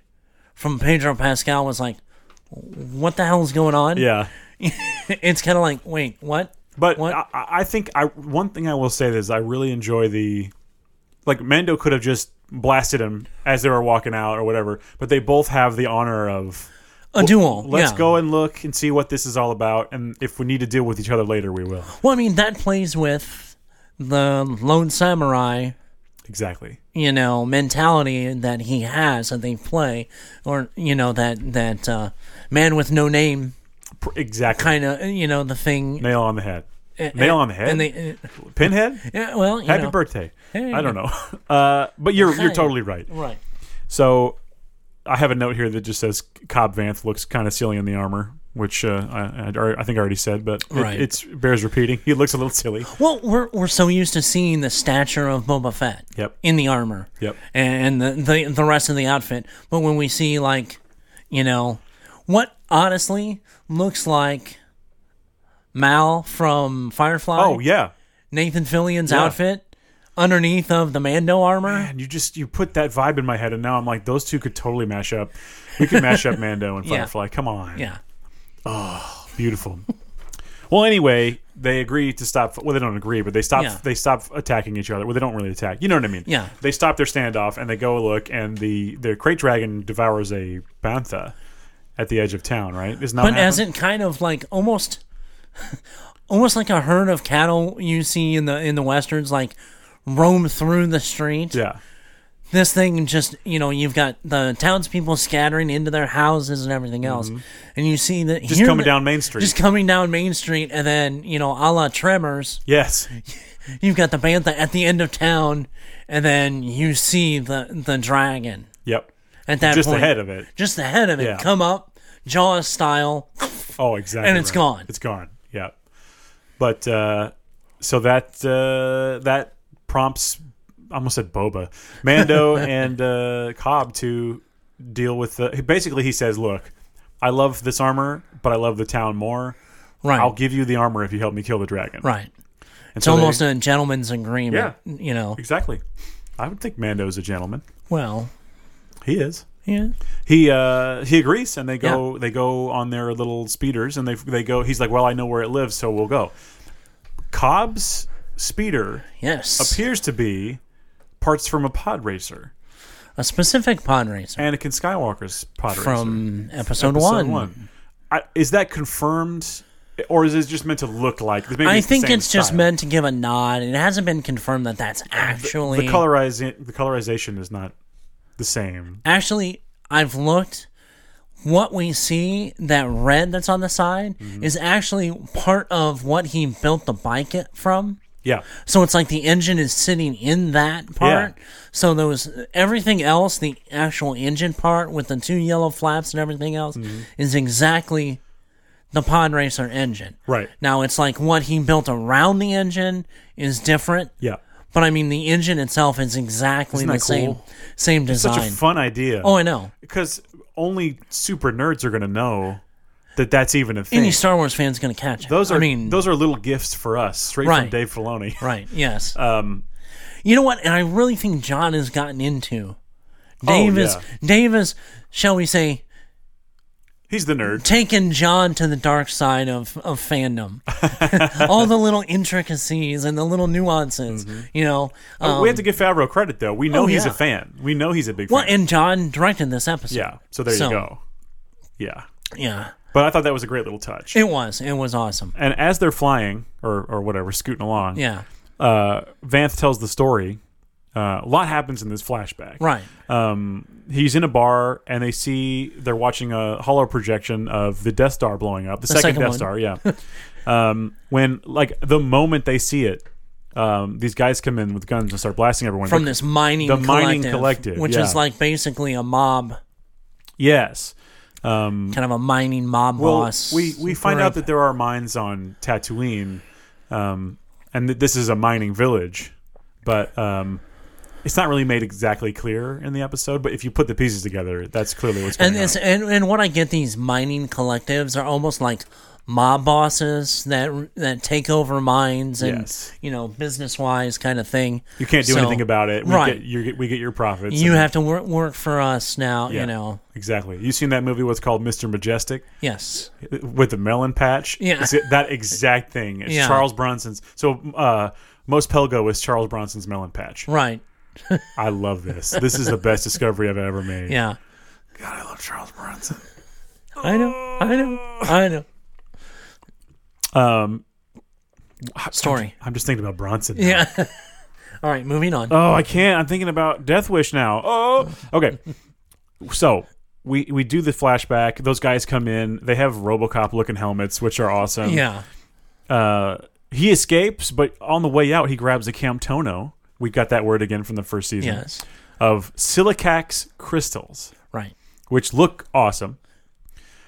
B: from Pedro Pascal was like, what the hell is going on?
A: Yeah.
B: It's kind of like, wait, what?
A: But
B: What?
A: I, I I think I one thing I will say is I really enjoy the like Mando could have just blasted him as they were walking out or whatever, but they both have the honor of
B: A duel.
A: let's
B: yeah.
A: go and look and see what this is all about, and if we need to deal with each other later, we will.
B: Well, I mean, that plays with the lone samurai
A: Exactly.
B: you know mentality that he has that they play or you know that that uh, man with no name
A: Pr- Exactly.
B: kind of you know the thing
A: Nail on the head. Nail on the head.
B: and they uh,
A: Pinhead.
B: yeah, well you
A: Happy
B: know,
A: birthday. I don't know. Uh, but you're you're
B: Hey.
A: totally right.
B: right
A: So I have a note here that just says Cobb Vanth looks kind of silly in the armor, which uh, I, I, I think I already said, but it,
B: Right.
A: it's bears repeating. He looks a little silly.
B: well we're we're so used to seeing the stature of Boba Fett
A: Yep.
B: in the armor
A: Yep.
B: and the, the the rest of the outfit but when we see like you know, what honestly looks like Mal from Firefly.
A: Oh yeah,
B: Nathan Fillion's
A: Yeah.
B: outfit underneath of the Mando armor.
A: and you just you put that vibe in my head, and now I'm like, those two could totally mash up. We could mash up Mando and
B: Yeah.
A: Firefly. Come on,
B: Yeah.
A: beautiful. well, anyway, they agree to stop. Well, they don't agree, but they stop.
B: Yeah.
A: They stop attacking each other. Well, they don't really attack. You know what I mean?
B: Yeah.
A: They stop their standoff and they go look, and the the crate dragon devours a bantha at the edge of town. Right? Isn't that
B: But
A: what
B: as
A: happened?
B: it kind of like almost almost like a herd of cattle you see in the in the westerns like roam through the street.
A: yeah.
B: This thing just you know, you've got the townspeople scattering into their houses and everything else. And you see that
A: Mm-hmm. Just coming down Main Street.
B: Just coming down Main Street and then, you know, a la Tremors,
A: yes.
B: you've got the Bantha at the end of town and then you see the the dragon
A: Yep.
B: at that
A: Just
B: point.
A: ahead of it.
B: Just ahead of it.
A: Yeah.
B: Come up, Jaws style.
A: Oh, exactly.
B: And it's
A: right.
B: gone.
A: It's gone. Yeah. But uh, so that uh, that prompts I almost said Boba, Mando, and uh, Cobb to deal with the. Basically, he says, "Look, I love this armor, but I love the town more.
B: Right.
A: I'll give you the armor if you help me kill the dragon."
B: Right.
A: And
B: It's
A: so they-
B: almost a gentleman's agreement. You know.
A: exactly. I would think Mando's a gentleman.
B: Well.
A: He is.
B: Yeah.
A: he uh, he agrees, and they go they go on their little speeders, and they they go. He's like, "Well, I know where it lives, so we'll go." Cobb's speeder
B: Yes.
A: appears to be parts from a pod racer,
B: A specific pod racer
A: Anakin Skywalker's pod racer
B: from episode,
A: Episode
B: one.
A: I, is that confirmed, or is it just meant to look like? maybe
B: I
A: the
B: think
A: same
B: it's just
A: style.
B: meant to give a nod. It hasn't been confirmed that that's actually
A: the colorizing. The colorization is not the same.
B: Actually, I've looked. What we see that red that's on the side
A: Mm-hmm.
B: is actually part of what he built the bike it from.
A: Yeah,
B: So it's like the engine is sitting in that part. So those everything else, the actual engine part with the two yellow flaps and everything else,
A: Mm-hmm.
B: is exactly the pod racer engine.
A: right.
B: Now it's like what he built around the engine is different,
A: Yeah,
B: but I mean the engine itself is exactly
A: Isn't
B: the
A: that
B: same
A: cool?
B: same
A: such
B: design.
A: a fun idea.
B: oh, I know.
A: because only super nerds are going to know that that's even a thing.
B: Any Star Wars fan's gonna catch it.
A: those are
B: I mean,
A: those are little gifts for us, straight from
B: Right.
A: Dave Filoni.
B: Right. Yes. Um, you know what? And I really think John has gotten into.
A: Oh,
B: Dave is Dave is, shall we say,
A: He's the nerd.
B: taken John to the dark side of of fandom. All the little intricacies and the little nuances,
A: Mm-hmm.
B: you know. Um,
A: Uh, we have to give Favreau credit though. We know
B: oh,
A: he's
B: yeah.
A: a fan. We know he's a big
B: well,
A: fan.
B: and John directed this episode.
A: yeah. So there
B: So-
A: you go. Yeah.
B: Yeah.
A: But I thought that was a great little touch.
B: It was. It was awesome.
A: and as they're flying or or whatever, scooting along,
B: Yeah.
A: uh, Vanth tells the story. Uh, a lot happens in this flashback.
B: Right.
A: um, he's in a bar and they see they're watching a hollow projection of the Death Star blowing up, the, second,
B: second
A: Death
B: one.
A: Star. Yeah. um, when like the moment they see it, um, these guys come in with guns and start blasting everyone.
B: From this mining
A: The
B: collective,
A: mining collective,
B: which
A: yeah.
B: is like basically a mob,
A: yes.
B: kind of a mining mob
A: Mm-hmm. Well,
B: boss.
A: we we find
B: group.
A: out that there are mines on Tatooine, um, and that this is a mining village, but. Um, it's not really made exactly clear in the episode, but if you put the pieces together, that's clearly what's going
B: And
A: on.
B: it's and, and what I get these mining collectives are almost like mob bosses that that take over mines and
A: Yes.
B: you know business wise kind of thing.
A: you can't do
B: So,
A: anything about it. We
B: right.
A: Get your, we get your profits.
B: You
A: and-
B: have to work work for us now.
A: Yeah,
B: You know.
A: exactly. You've seen that movie? What's called Mr. Majestic
B: Yes.
A: with the melon patch?
B: Yeah.
A: it's that exact thing. It's
B: Yeah.
A: Charles Bronson's. So uh, most Pelgo is Charles Bronson's melon patch.
B: Right.
A: I love this. This is the best discovery I've ever made.
B: Yeah.
A: God, I love Charles Bronson.
B: I know. I know. I know.
A: Um,
B: Story.
A: I'm just thinking about Bronson. now.
B: Yeah. All right. Moving on.
A: Oh, I can't. I'm thinking about Death Wish now. Oh, okay. so we we do the flashback. Those guys come in. They have RoboCop looking helmets, which are awesome.
B: yeah.
A: uh, he escapes, but on the way out, he grabs a Camtono. We got that word again from the first season
B: Yes.
A: of silicax crystals,
B: Right.
A: which look awesome.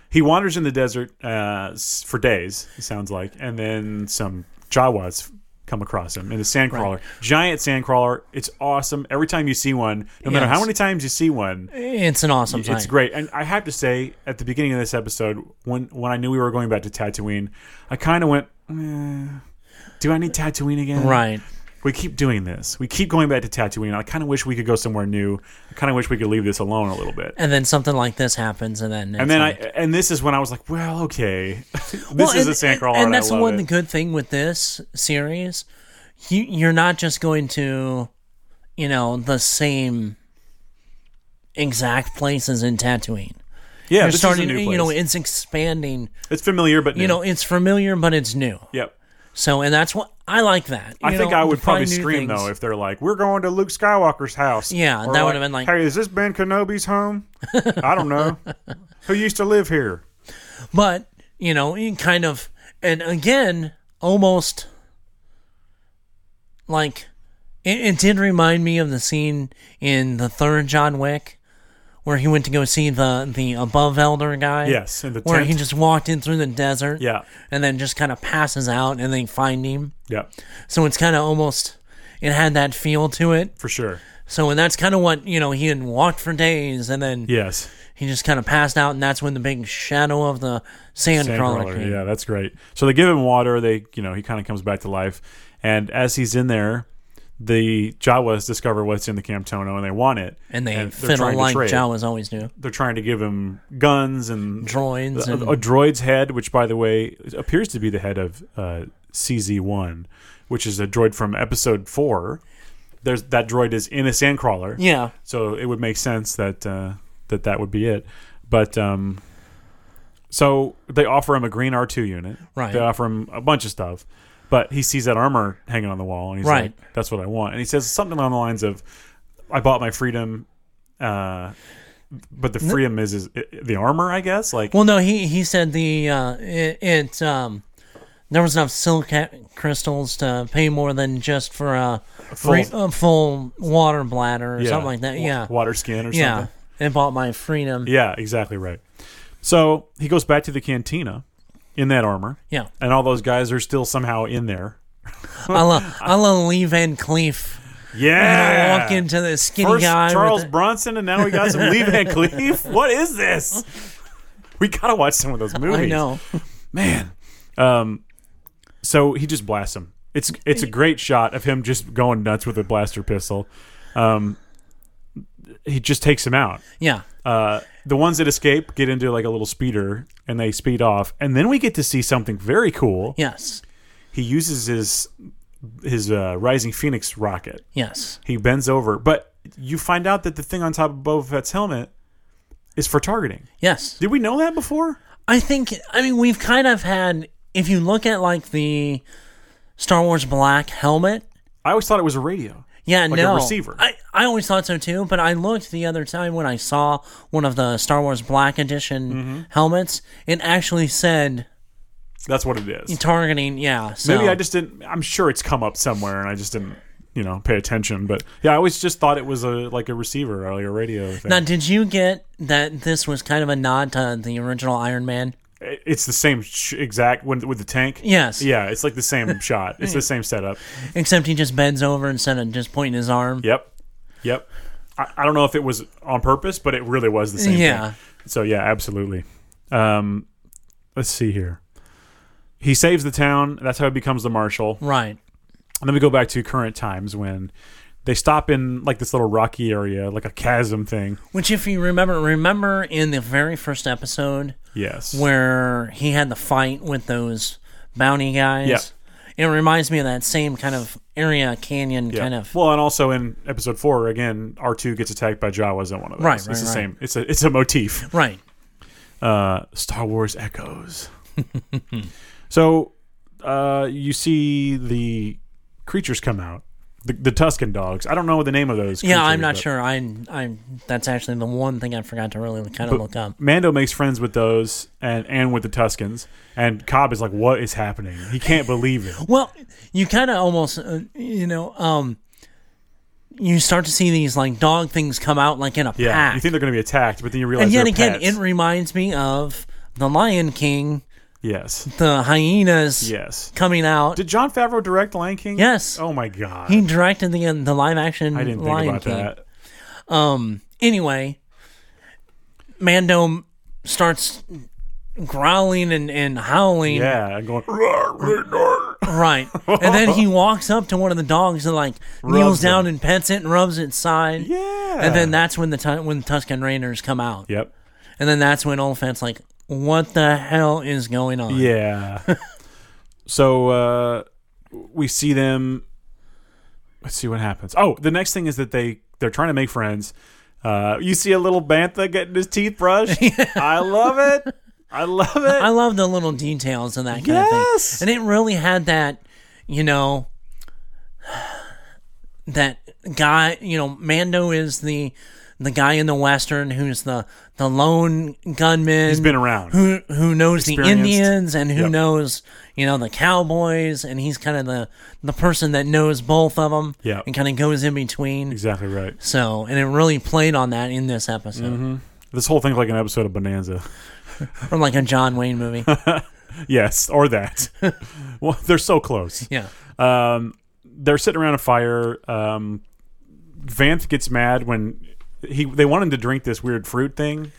A: He wanders in the desert uh, s- for days, it sounds like, and then some Jawas come across him in a sandcrawler, giant sandcrawler. It's awesome. Every time you see one, no matter how
B: Yes.
A: many times you see one,
B: It's an awesome thing.
A: it's great. And I have to say, at the beginning of this episode, when when I knew we were going back to Tatooine, I kind of went, "Eh, "Do I need Tatooine again?"
B: Right.
A: We keep doing this. We keep going back to Tatooine. I kind of wish we could go somewhere new. I kind of wish we could leave this alone a little bit.
B: And then something like this happens, and then
A: And then I and this is when I was like, well, okay, this is a sandcrawler, and,
B: and that's
A: I love
B: one
A: it.
B: good thing with this series. You you're not just going to, you know, the same exact places in Tatooine.
A: yeah,
B: You're
A: this
B: starting,
A: is a new place.
B: you know, it's expanding.
A: it's familiar, but
B: You know, it's familiar, but it's new.
A: yep.
B: So, and that's what I like that.
A: I
B: you
A: think
B: know,
A: I would
B: to find
A: probably
B: new
A: scream
B: things.
A: though if they're like, "We're going to Luke Skywalker's house."
B: Yeah,
A: Or
B: that would've been like-
A: "Hey, is this Ben Kenobi's home? I don't know. Who used to live here?"
B: but you know, in kind of, and again, almost like it, it did remind me of the scene in the third John Wick where he went to go see the the above elder guy.
A: Yes, in the
B: where he
A: tent.
B: just walked in through the desert.
A: Yeah,
B: and then just kind of passes out, and they find him.
A: yeah,
B: So it's kind of almost it had that feel to it.
A: for sure.
B: So and that's kind of what you know he had walked for days, and then
A: Yes,
B: he just kind of passed out, and that's when the big shadow of the sandcrawler.
A: Sandcrawler.
B: came.
A: Yeah, that's great. So they give him water. They, you know, he kind of comes back to life, and as he's in there. The Jawas discover what's in the Camtono and they want it.
B: and they
A: they're
B: fiddle
A: trying to
B: like
A: trade.
B: Jawas always do.
A: they're trying to give him guns and
B: Droids
A: a,
B: and
A: a droid's head, which by the way appears to be the head of uh, CZ1, which is a droid from Episode Four. There's that droid is in a sandcrawler,
B: yeah,
A: so it would make sense that uh, that that would be it. But um, so they offer him a green R2 unit.
B: Right.
A: They offer him a bunch of stuff. But he sees that armor hanging on the wall, and he's
B: Right.
A: like, "That's what I want." And he says something along the lines of, "I bought my freedom, uh, but the freedom is, is the armor, I guess." Like,
B: Well, no, he he said the uh, it, it um there was enough silk ca- crystals to pay more than just for a
A: full-
B: full, a full water bladder or
A: Yeah.
B: something like that.
A: Wa-
B: Yeah,
A: water skin or
B: yeah,
A: something.
B: and bought my freedom. Yeah,
A: Yeah, exactly right. So he goes back to the cantina in that armor, and all those guys are still somehow in there.
B: I love I love Lee Van Cleef.
A: Yeah,
B: I walk into this skinny
A: First
B: guy. with
A: Charles
B: the-
A: Bronson, and now we got some Lee Van Cleef. What is this? We gotta watch some of those movies.
B: I know.
A: man. Um, so he just blasts him. It's it's a great shot of him just going nuts with a blaster pistol. Um, he just takes him out.
B: Yeah.
A: Uh, the ones that escape get into like a little speeder and they speed off, and then we get to see something very cool.
B: Yes.
A: He uses his his uh, rising phoenix rocket.
B: Yes.
A: He bends over, but you find out that the thing on top of Boba Fett's helmet is for targeting.
B: Yes.
A: Did we know that before?
B: I think I mean we've kind of had if you look at like the Star Wars black helmet.
A: I always thought it was a radio.
B: Yeah,
A: Like a
B: no.
A: receiver.
B: I, I always thought so too, but I looked the other time when I saw one of the Star Wars Black Edition
A: Mm-hmm.
B: helmets. It actually said
A: That's what it is.
B: targeting. Yeah, so
A: Maybe I just didn't. I'm sure it's come up somewhere, and I just didn't, you know, pay attention. But yeah, I always just thought it was a like a receiver or like a radio thing.
B: now did you get that this was kind of a nod to the original Iron Man?
A: It- it's the same sh- exact when with the tank.
B: Yes.
A: Yeah, it's like the same shot. It's the same setup.
B: Except he just bends over instead of just pointing his arm.
A: Yep. Yep. I, I don't know if it was on purpose, but it really was the same
B: Yeah.
A: thing. So yeah, absolutely. Um, let's see here. He saves the town. That's how he becomes the marshal.
B: Right.
A: And then we go back to current times when they stop in like this little rocky area, like a chasm thing.
B: Which if you remember remember in the very first episode
A: Yes.
B: where he had the fight with those bounty guys.
A: Yeah.
B: It reminds me of that same kind of area canyon
A: Yeah.
B: kind of
A: well, and also in episode four, again, R two gets attacked by Jawas in one of those.
B: Right,
A: it's
B: right,
A: the
B: right.
A: same. It's a it's a motif.
B: right.
A: Uh, Star Wars echoes. so, uh, you see the creatures come out, the, the Tuscan dogs. I don't know the name of those.
B: Yeah, I'm
A: creatures,
B: not
A: but
B: sure. I I that's actually the one thing I forgot to really kind of look up.
A: Mando makes friends with those and and with the Tuscans, and Cobb is like, "What is happening? He can't believe it."
B: Well, you kind of almost uh, you know um you start to see these like dog things come out like in a
A: Yeah,
B: pack.
A: you think they're going to be attacked, but then you realize
B: and yet
A: they're
B: again,
A: pets.
B: it reminds me of the Lion King
A: Yes.
B: the hyenas
A: Yes.
B: coming out.
A: Did John Favreau direct Lion King?
B: Yes.
A: Oh my god.
B: he directed the the live action
A: I didn't
B: Lion
A: think about
B: King.
A: that.
B: Um. Anyway, Mando starts growling and, and howling.
A: Yeah, going. "Rawr, rawr, rawr."
B: Right. and then he walks up to one of the dogs and like kneels
A: Rubs
B: down and pets it and rubs its side.
A: Yeah.
B: And then that's when the tu- when Tuscan Raiders come out.
A: Yep.
B: And then that's when Oliphant's like, "What the hell is going on?"
A: Yeah. so uh, we see them. Let's see what happens. Oh, the next thing is that they they're trying to make friends. Uh, you see a little bantha getting his teeth brushed. I love it. I love it.
B: I love the little details and that kind
A: Yes!
B: of thing. And it really had that, you know, that guy, you know, Mando is the the guy in the western who's the the lone gunman
A: He's been around.
B: who who knows the
A: Experienced.
B: Indians and who
A: Yep.
B: knows, you know, the cowboys and he's kind of the the person that knows both of them
A: Yep.
B: and kind of goes in between.
A: exactly right.
B: So, and it really played on that in this episode.
A: Mm-hmm. This whole thing's like an episode of Bonanza.
B: Or like a John Wayne movie.
A: yes, or that. well, they're so close.
B: yeah.
A: Um, they're sitting around a fire. Um, Vanth gets mad when he they want him to drink this weird fruit thing,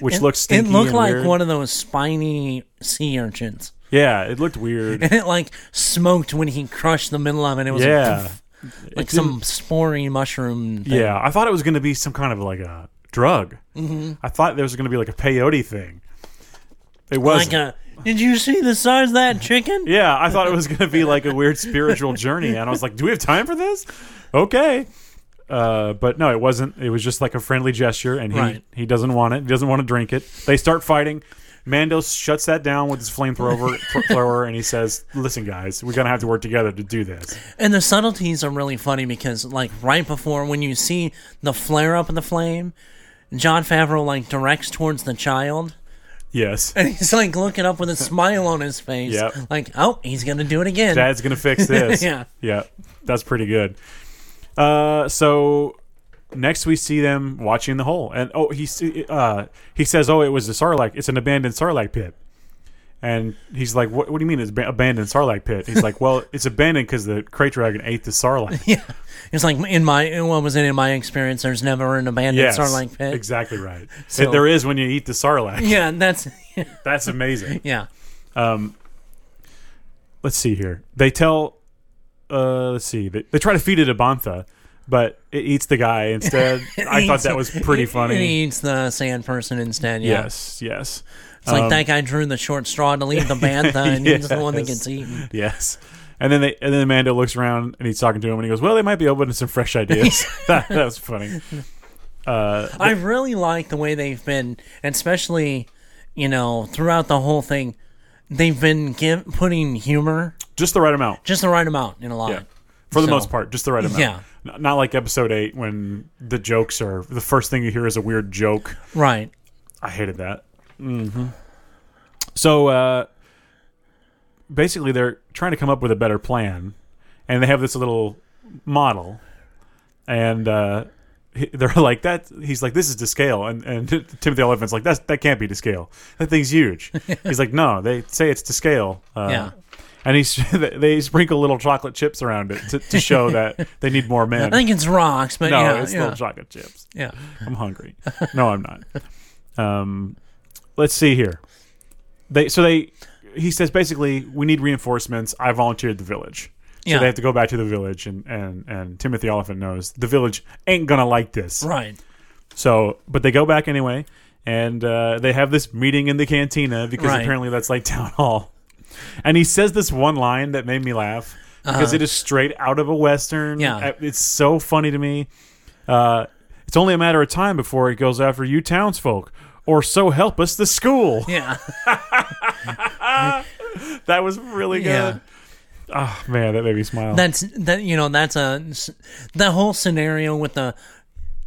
A: which looks stinky
B: It looked
A: and
B: like
A: weird.
B: one of those spiny sea urchins,
A: Yeah, it looked weird.
B: and it like smoked when he crushed the middle of it. It was
A: yeah,
B: like, like some spory mushroom. Thing.
A: yeah. I thought it was going to be some kind of like a drug.
B: Mm-hmm.
A: I thought there was going to be like a peyote thing. It was.
B: like a. Did you see the size of that chicken?
A: yeah, I thought it was going to be like a weird spiritual journey, and I was like, "Do we have time for this?" Okay. Uh, but no, it wasn't. It was just like a friendly gesture, and he
B: Right.
A: he doesn't want it. He doesn't want to drink it. They start fighting. Mando shuts that down with his flamethrower, thrower, and he says, "Listen, guys, we're gonna have to work together to do this."
B: And the subtleties are really funny because, like, right before when you see the flare up of the flame, John Favreau like directs towards the child,
A: Yes,
B: and he's like looking up with a smile on his face,
A: Yep.
B: like, "Oh, he's gonna do it again."
A: Dad's gonna fix this.
B: Yeah.
A: yeah, that's pretty good. Uh, so next we see them watching the hole, and oh, he see- uh, he says, "Oh, it was a sarlacc. It's an abandoned sarlacc pit." And he's like, "What? What do you mean it's ba- abandoned sarlacc pit?" He's like, "Well, it's abandoned because the crate dragon ate the sarlacc."
B: yeah, it's like in my what was it in my experience? There's never an abandoned
A: Yes,
B: Starlight pit.
A: exactly right.
B: So-
A: there is when you eat the sarlacc.
B: Yeah, that's
A: That's amazing.
B: yeah.
A: let's see here. They tell, uh, let's see, they, they try to feed it a bantha, but it eats the guy instead. I thought that was pretty
B: He
A: funny.
B: eats the sand person instead. Yeah.
A: Yes, um, yes,
B: It's like that guy drew the short straw to lead the bantha, and he's the one that
A: Yes.
B: gets eaten.
A: yes. And then they, and then Amanda looks around and he's talking to him and he goes, "Well, they might be open to some fresh ideas." that, that was funny.
B: I really like the way they've been, and especially, you know, throughout the whole thing, they've been give, putting humor
A: Just the right amount.
B: just the right amount in a lot.
A: Yeah. For the
B: So-
A: most part, just the right amount.
B: Yeah.
A: N- Not like episode eight when the jokes are the first thing you hear is a weird joke.
B: Right.
A: I hated that. Mm-hmm. So uh, basically, they're trying to come up with a better plan, and they have this little model, and uh, he- they're like that. He's like, "This is to scale," and and Timothy Elephant's like, "That's that can't be to scale. That thing's huge." he's like, "No, they say it's to scale." Uh,
B: Yeah.
A: And he's, they sprinkle little chocolate chips around it to, to show that they need more men.
B: I think it's rocks, but
A: no,
B: yeah,
A: it's
B: yeah,
A: little chocolate chips.
B: yeah.
A: I'm hungry. No, I'm not. Um, let's see here. They so they he says basically we need reinforcements. I volunteered the village. So
B: Yeah.
A: they have to go back to the village and, and, and Timothy Oliphant knows the village ain't gonna like this.
B: Right.
A: So but they go back anyway and uh, they have this meeting in the cantina because
B: Right.
A: apparently that's like town hall. And he says this one line that made me laugh because it is straight out of a western.
B: Uh-huh. Yeah.
A: I- It's so funny to me. Uh, it's only a matter of time before it goes after you townsfolk, or so help us the school.
B: Yeah.
A: That was really good.
B: Yeah.
A: Oh man, that made me smile.
B: That's that you know that's a the whole scenario with the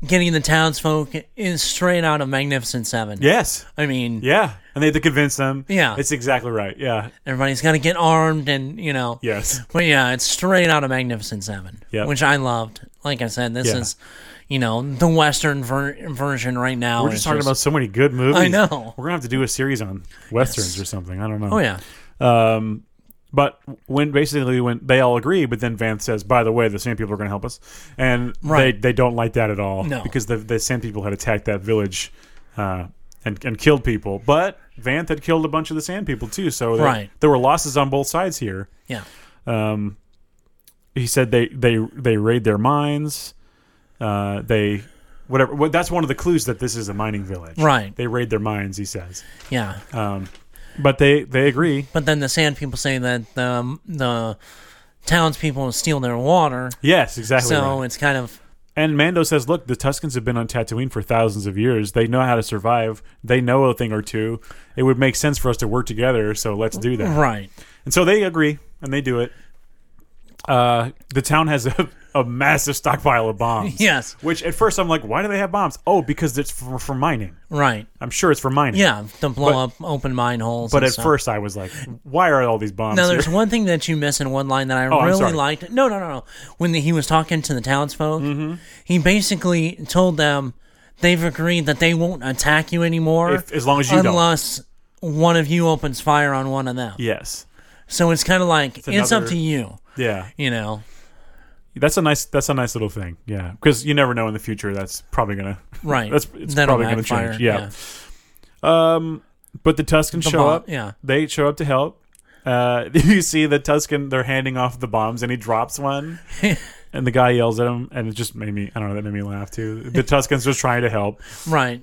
B: getting the townsfolk is straight out of Magnificent Seven.
A: Yes.
B: I mean,
A: Yeah. And they had to convince them.
B: Yeah.
A: It's exactly right. Yeah.
B: everybody's got to get armed and, you know.
A: Yes.
B: But yeah, it's straight out of Magnificent Seven,
A: Yep.
B: which I loved. Like I said, this
A: Yeah.
B: is, you know, the Western ver- version right now.
A: We're just talking about so many good movies.
B: I know.
A: We're gonna have to do a series on westerns or something. I don't know.
B: Oh, yeah.
A: Um, but when basically when they all agree, but then Vance says, "By the way, the sand people are going to help us," and
B: Right.
A: they they don't like that at all
B: No.
A: because the the sand people had attacked that village, uh, and and killed people. But Vance had killed a bunch of the sand people too, so there-
B: Right.
A: there were losses on both sides here.
B: Yeah.
A: Um, he said they they they raid their mines. Uh, they whatever. Well, that's one of the clues that this is a mining village.
B: Right.
A: They raid their mines. He says.
B: Yeah.
A: Um, but they they agree.
B: But then the sand people say that the, the townspeople steal their water.
A: Yes, exactly.
B: So
A: right.
B: it's kind of
A: And Mando says, "Look, the Tuscans have been on Tatooine for thousands of years. They know how to survive. They know a thing or two. It would make sense for us to work together. So let's do that."
B: right.
A: And so they agree, and they do it. Uh, the town has a, a massive stockpile of bombs.
B: Yes.
A: Which at first I'm like, why do they have bombs? Oh, because it's for, for mining.
B: Right.
A: I'm sure it's for mining.
B: Yeah, to blow
A: But-
B: up open mine holes.
A: But
B: and
A: at
B: stuff.
A: first I was like, why are all these bombs?
B: Now,
A: here?
B: there's one thing that you miss in one line that I
A: Oh, I'm
B: really
A: sorry.
B: liked. No, no, no, no. When he was talking to the townsfolk,
A: Mm-hmm.
B: he basically told them they've agreed that they won't attack you anymore
A: If- as long as you don't.
B: unless one of you opens fire on one of them.
A: yes.
B: So it's kind of like it's, up
A: another-
B: to you,
A: Yeah.
B: you know.
A: That's a nice. That's a nice little thing. Yeah. Because you never know in the future. That's probably gonna.
B: Right.
A: That's it's
B: That'll
A: probably going to
B: backfire,
A: change. Yeah. Um, but the Tuscans
B: The
A: show
B: bomb-
A: up.
B: yeah.
A: They show up to help. Uh, you see the Tuscan. They're handing off the bombs, and he drops one. and the guy yells at him, and it just made me. I don't know. That made me laugh too. The Tuscans just trying to help.
B: Right.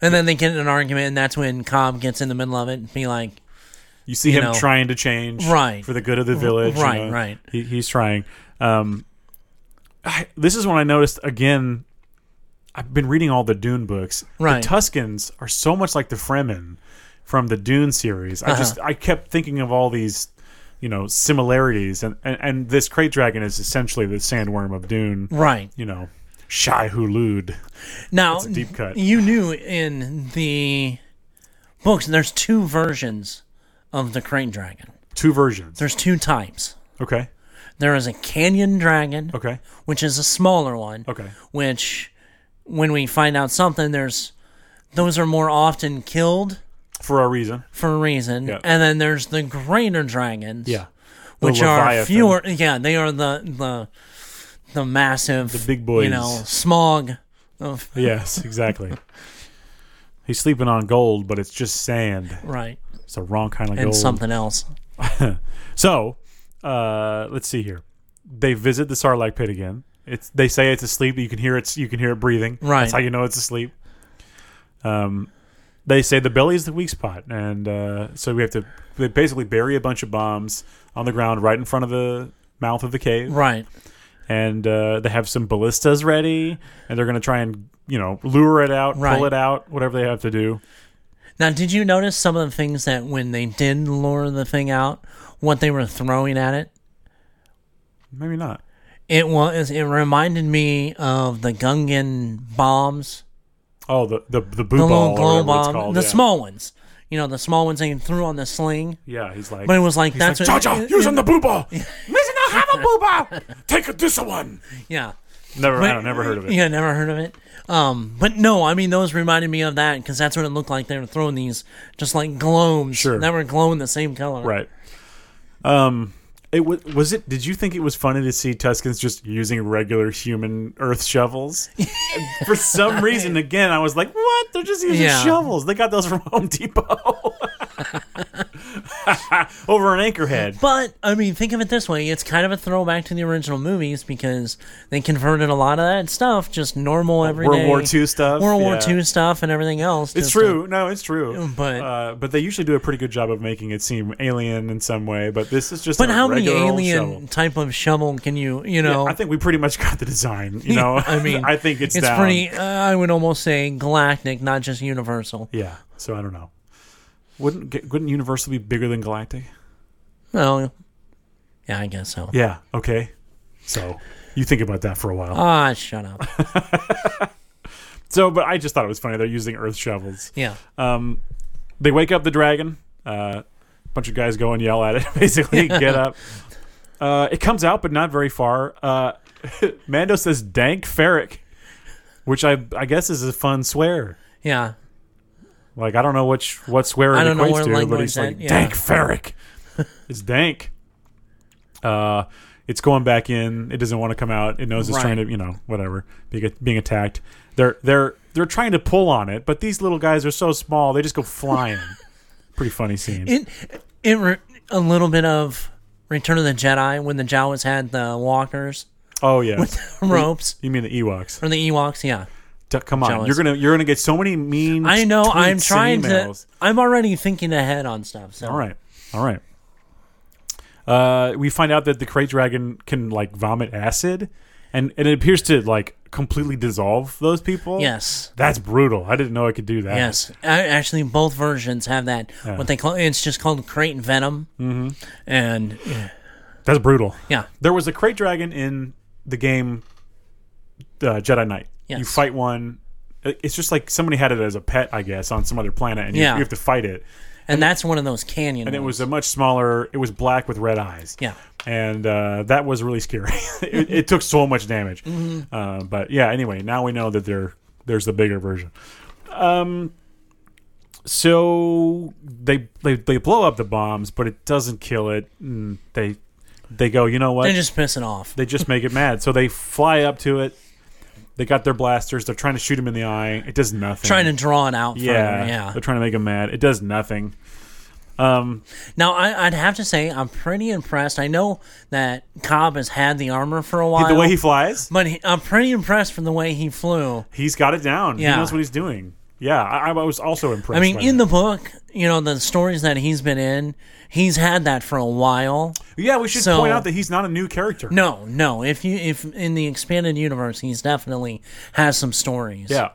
B: And then they get in an argument, and that's when Cobb gets in the middle of it and be like,
A: You see him
B: know.
A: trying to change,
B: Right.
A: for the good of the village. you
B: right,
A: know.
B: right.
A: He, he's trying. Um, I, this is when I noticed again. I've been reading all the Dune books.
B: Right.
A: The Tuscans are so much like the Fremen from the Dune series.
B: Uh-huh.
A: I just I kept thinking of all these, you know, similarities, and and, and this crate dragon is essentially the sandworm of Dune.
B: right.
A: You know, Shai Hulud.
B: Now,
A: a deep cut.
B: You knew in the books there's two versions of the crane dragon.
A: Two versions.
B: There's two types.
A: Okay.
B: There is a canyon dragon,
A: Okay.
B: which is a smaller one.
A: Okay.
B: Which, when we find out something, there's those are more often killed
A: For a reason.
B: for a reason.
A: Yeah.
B: And then there's the greater dragons,
A: Yeah. The
B: which are
A: Leviathan.
B: fewer. Yeah, they are the the the massive, the
A: big boys.
B: you know, smog of
A: Yes, exactly. He's sleeping on gold, but it's just sand.
B: right
A: It's the wrong kind of
B: and
A: gold.
B: something else.
A: So, uh, let's see here. They visit the Sarlacc pit again. It's they say it's asleep. You can hear it's you can hear it breathing.
B: Right.
A: That's how you know it's asleep. Um, they say the belly is the weak spot, and uh, so we have to they basically bury a bunch of bombs on the ground right in front of the mouth of the cave,
B: Right.
A: and uh, they have some ballistas ready, and they're going to try and you know lure it out,
B: Right.
A: pull it out, whatever they have to do.
B: Now, did you notice some of the things that when they did lure the thing out, what they were throwing at it?
A: Maybe not.
B: It was. It reminded me of the Gungan bombs,
A: Oh, the the the boo
B: the
A: ball,
B: little
A: or
B: glow
A: whatever it's
B: bomb,
A: called,
B: the
A: yeah.
B: small ones. You know, the small ones they threw on the sling.
A: Yeah, he's like.
B: But it was like
A: He's
B: that's
A: like,
B: what.
A: Jaja,
B: it-
A: using
B: it-
A: the boo ball. Listen, I have a boo ball. Take this one.
B: yeah.
A: Never, I
B: But-
A: don't, never heard of it.
B: Yeah, never heard of it. Um, but no, I mean those reminded me of that because that's what it looked like. They were throwing these just like glowms
A: Sure.
B: that were glowing the same color.
A: Right. Um, it was. Was it? Did you think it was funny to see Tuscans just using regular human earth shovels? For some reason, again, I was like, "What? They're just using
B: Yeah.
A: shovels. They got those from Home Depot over an Anchorhead."
B: But I mean, think of it this way: it's kind of a throwback to the original movies because they converted a lot of that stuff, just normal everyday
A: World War II stuff,
B: World War
A: yeah.
B: II stuff, and everything else.
A: It's
B: just
A: true. No, it's true.
B: But-
A: uh, but they usually do a pretty good job of making it seem alien in some way. But this is just
B: but
A: a
B: how many
A: regular old
B: alien
A: shovel.
B: type of shovel can you? You know,
A: I think we pretty much got the design. You know,
B: I mean,
A: I think it's
B: it's
A: down.
B: pretty. Uh, I would almost say galactic, not just universal.
A: Yeah. So I don't know. Wouldn't Ga- wouldn't Universal be bigger than Galactic?
B: Well, yeah, I guess so.
A: Yeah. Okay. So you think about that for a while.
B: Ah, shut up.
A: So, but I just thought it was funny. They're using earth shovels.
B: Yeah.
A: Um, they wake up the dragon. A uh, bunch of guys go and yell at it. Basically, get up. Uh, it comes out, but not very far. Uh, Mando says "dank ferric," which I I guess is a fun swear.
B: Yeah.
A: Like I don't know which what swear
B: I
A: it
B: don't know
A: equates
B: where
A: to, but
B: language
A: he's like
B: that- yeah.
A: dank ferric. it's dank. Uh, it's going back in. It doesn't want to come out. It knows it's
B: Right.
A: trying to, you know, whatever, being being attacked. They're they're they're trying to pull on it, but these little guys are so small, they just go flying. Pretty funny scene.
B: It it re- a little bit of Return of the Jedi when the Jawas had the walkers
A: oh yeah,
B: ropes
A: you mean the Ewoks?
B: or the Ewoks. Yeah.
A: D- come on,
B: Jealous.
A: you're gonna you're gonna get so many mean.
B: I know.
A: tweets
B: I'm
A: and
B: trying to.
A: emails.
B: I'm already thinking ahead on stuff. So
A: All right, all right. Uh, we find out that the crate dragon can like vomit acid, and, and it appears to like completely dissolve those people.
B: Yes.
A: that's brutal. I didn't know I could do that.
B: Yes. A- Actually, both versions have that. What they call it's just called Crate and Venom. Mm-hmm. And
A: that's brutal.
B: yeah,
A: There was a crate dragon in the game uh, Jedi Knight.
B: Yes.
A: You fight one. It- It's just like somebody had it as a pet, I guess, on some other planet, and
B: Yeah.
A: you, you have to fight it.
B: and that's one of those canyon.
A: And it
B: ones.
A: was a much smaller. It was black with red eyes.
B: Yeah.
A: and uh, that was really scary. it, it took so much damage.
B: Mm-hmm.
A: Uh, but yeah, anyway, now we know that there there's the bigger version. Um, so they they they blow up the bombs, but it doesn't kill it. Mm, they they go, you know what?
B: They're just pissing off.
A: they just make it mad. So they fly up to it. They got their blasters. They're trying to shoot him in the eye. It does nothing.
B: trying to draw it out.
A: yeah,
B: Further. Yeah.
A: They're trying to make him mad. It does nothing. Um,
B: Now, I, I'd have to say I'm pretty impressed. I know that Cobb has had the armor for a while,
A: the way he flies,
B: but he, I'm pretty impressed from the way he flew.
A: he's got it down.
B: Yeah.
A: He knows what he's doing. Yeah, I, I was also impressed.
B: I mean,
A: by
B: in
A: that.
B: the book, you know, the stories that he's been in, he's had that for a while.
A: Yeah, we should
B: So-
A: point out that he's not a new character.
B: No, no. If you if in the expanded universe, he's definitely has some stories.
A: Yeah.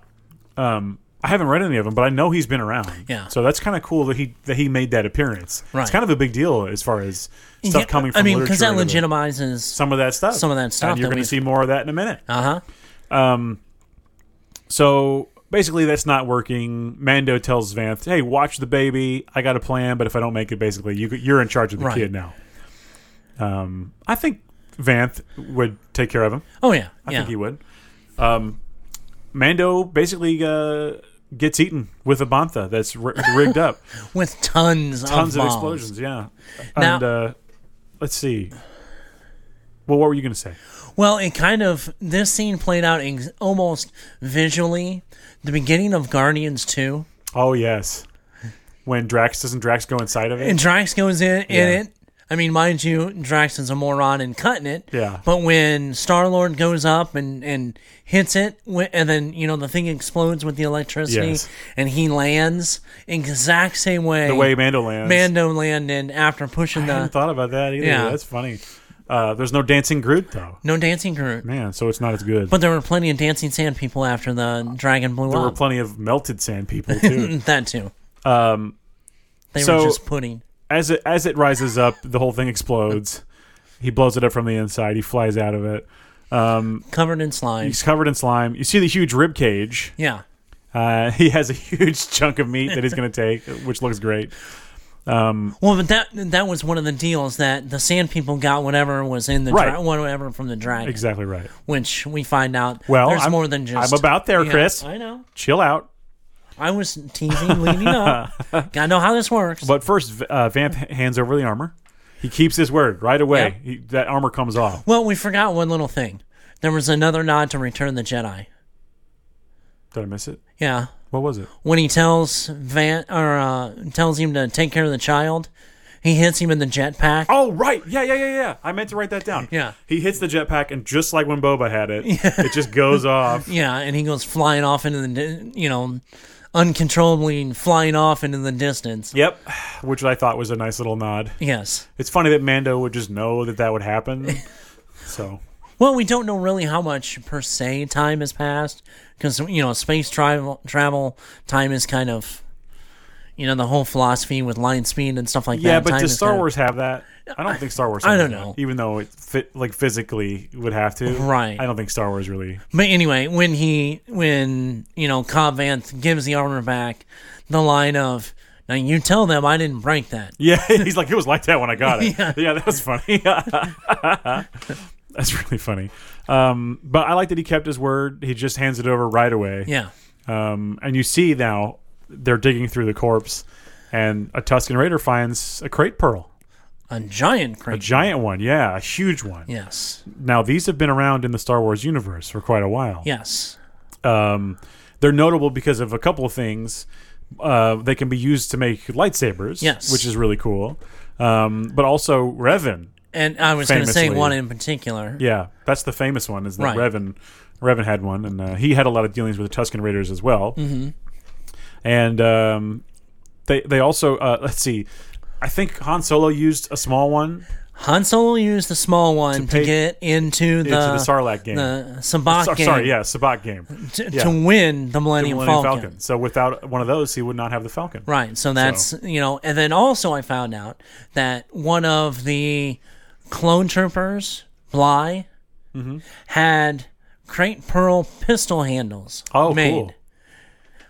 A: Um, I haven't read any of them, but I know he's been around.
B: Yeah.
A: So that's kind of cool that he that he made that appearance.
B: Right.
A: It's kind of a big deal as far as stuff
B: Yeah,
A: coming from
B: I mean,
A: because
B: that legitimizes.
A: some of that stuff.
B: some of that stuff
A: And you're
B: that
A: going
B: we've-
A: to see more of that in a minute.
B: Uh huh.
A: So basically, that's not working. Mando tells Vanth, "Hey, watch the baby. I got a plan, but if I don't make it, basically, you, you're in charge of the
B: Right.
A: kid now." Um, I think Vanth would take care of him.
B: Oh yeah.
A: I
B: yeah.
A: think he would. Um, Mando basically uh, gets eaten with a bantha that's ri rigged up.
B: With tons,
A: Tons
B: of,
A: of
B: bombs.
A: explosions, yeah.
B: Now-
A: and uh, let's see. Well, what were you going to say?
B: Well, it kind of this scene played out ex- almost visually the beginning of Guardians Two,
A: Oh yes, when Drax doesn't Drax go inside of it?
B: and Drax goes in
A: Yeah.
B: in it. I mean, mind you, Drax is a moron and cutting it.
A: Yeah.
B: But when Star Lord goes up and and hits it, wi- and then you know the thing explodes with the electricity,
A: Yes.
B: and he lands exact same way
A: the way Mando lands.
B: Mando landed after pushing
A: I hadn't
B: the
A: thought about that either.
B: Yeah.
A: That's funny. Uh, there's no dancing Groot though,
B: no dancing Groot.
A: man. So it's not as good.
B: But there were plenty of dancing sand people after the dragon blew
A: there were
B: up.
A: plenty of melted sand people too.
B: that too.
A: um,
B: They
A: So-
B: were just pudding.
A: as it as it rises up, the whole thing explodes. He blows it up from the inside. He flies out of it.
B: covered in slime.
A: He's covered in slime. You see the huge rib cage.
B: Yeah.
A: Uh, he has a huge chunk of meat that he's going to take, which looks great.
B: Well, but that that was one of the deals that the sand people got whatever was in the
A: Right.
B: dra- whatever from the dragon,
A: Exactly right.
B: which we find out
A: Well,
B: there's
A: I'm-
B: more than just.
A: I'm about there,
B: Yeah,
A: Chris.
B: I know.
A: Chill out.
B: I was teasing, leading up. Gotta know how this works.
A: But first, uh, Vamp hands over the armor. He keeps his word right away.
B: Yeah.
A: He, that armor comes off.
B: well, we forgot one little thing. There was another nod to Return of the Jedi.
A: Did I miss it?
B: Yeah,
A: What was it?
B: when he tells Van or uh, tells him to take care of the child, he hits him in the jetpack.
A: Oh right, yeah, yeah, yeah, yeah. I meant to write that down.
B: Yeah.
A: He hits the jetpack, and just like when Boba had it, it just goes off.
B: Yeah, and he goes flying off into the di- you know uncontrollably flying off into the distance.
A: Yep, which I thought was a nice little nod.
B: Yes.
A: It's funny that Mando would just know that that would happen. so
B: Well, we don't know really how much per se time has passed because you know space travel travel time is kind of you know the whole philosophy with line speed and stuff like
A: yeah,
B: that.
A: but
B: time
A: does
B: is
A: Star
B: kind of-
A: Wars have that? I don't think Star Wars.
B: I don't
A: does that,
B: know.
A: Even though it fit like physically would have to.
B: Right.
A: I don't think Star Wars really.
B: But anyway, when he, when, you know, Cobb Vanth gives the armor back, the line of, now you tell them I didn't break that.
A: Yeah, he's like it was like that when I got it. yeah. that was funny. That's really funny. Um, but I like that he kept his word. He just hands it over right away.
B: Yeah.
A: Um, and you see now they're digging through the corpse, and a Tuscan Raider finds a crate pearl,
B: A giant crate.
A: a giant one. Yeah, a huge one.
B: yes.
A: Now these have been around in the Star Wars universe for quite a while.
B: Yes.
A: Um, they're notable because of a couple of things. Uh, they can be used to make lightsabers,
B: Yes.
A: which is really cool. Um, but also Revan,
B: And I was going to say
A: Famously.
B: one in particular.
A: yeah, that's the famous one. Is that
B: Right.
A: Revan? Revan had one, and uh, he had a lot of dealings with the Tuscan Raiders as well. Mm-hmm. And um, they they also uh, let's see, I think Han Solo used a small one
B: Han Solo used the small one to,
A: pay-
B: get into the,
A: into the Sarlacc game.
B: Uh, the Sabacc
A: So-
B: game
A: Sorry, yeah, Sabat game.
B: to,
A: yeah.
B: to win the
A: The
B: Millennium,
A: Millennium
B: Falcon.
A: Falcon. So without one of those, he would not have the Falcon.
B: Right. So that's, you know, and then also I found out that one of the clone troopers, Bly,
A: Mm-hmm.
B: had crate pearl pistol handles
A: Oh,
B: made
A: cool.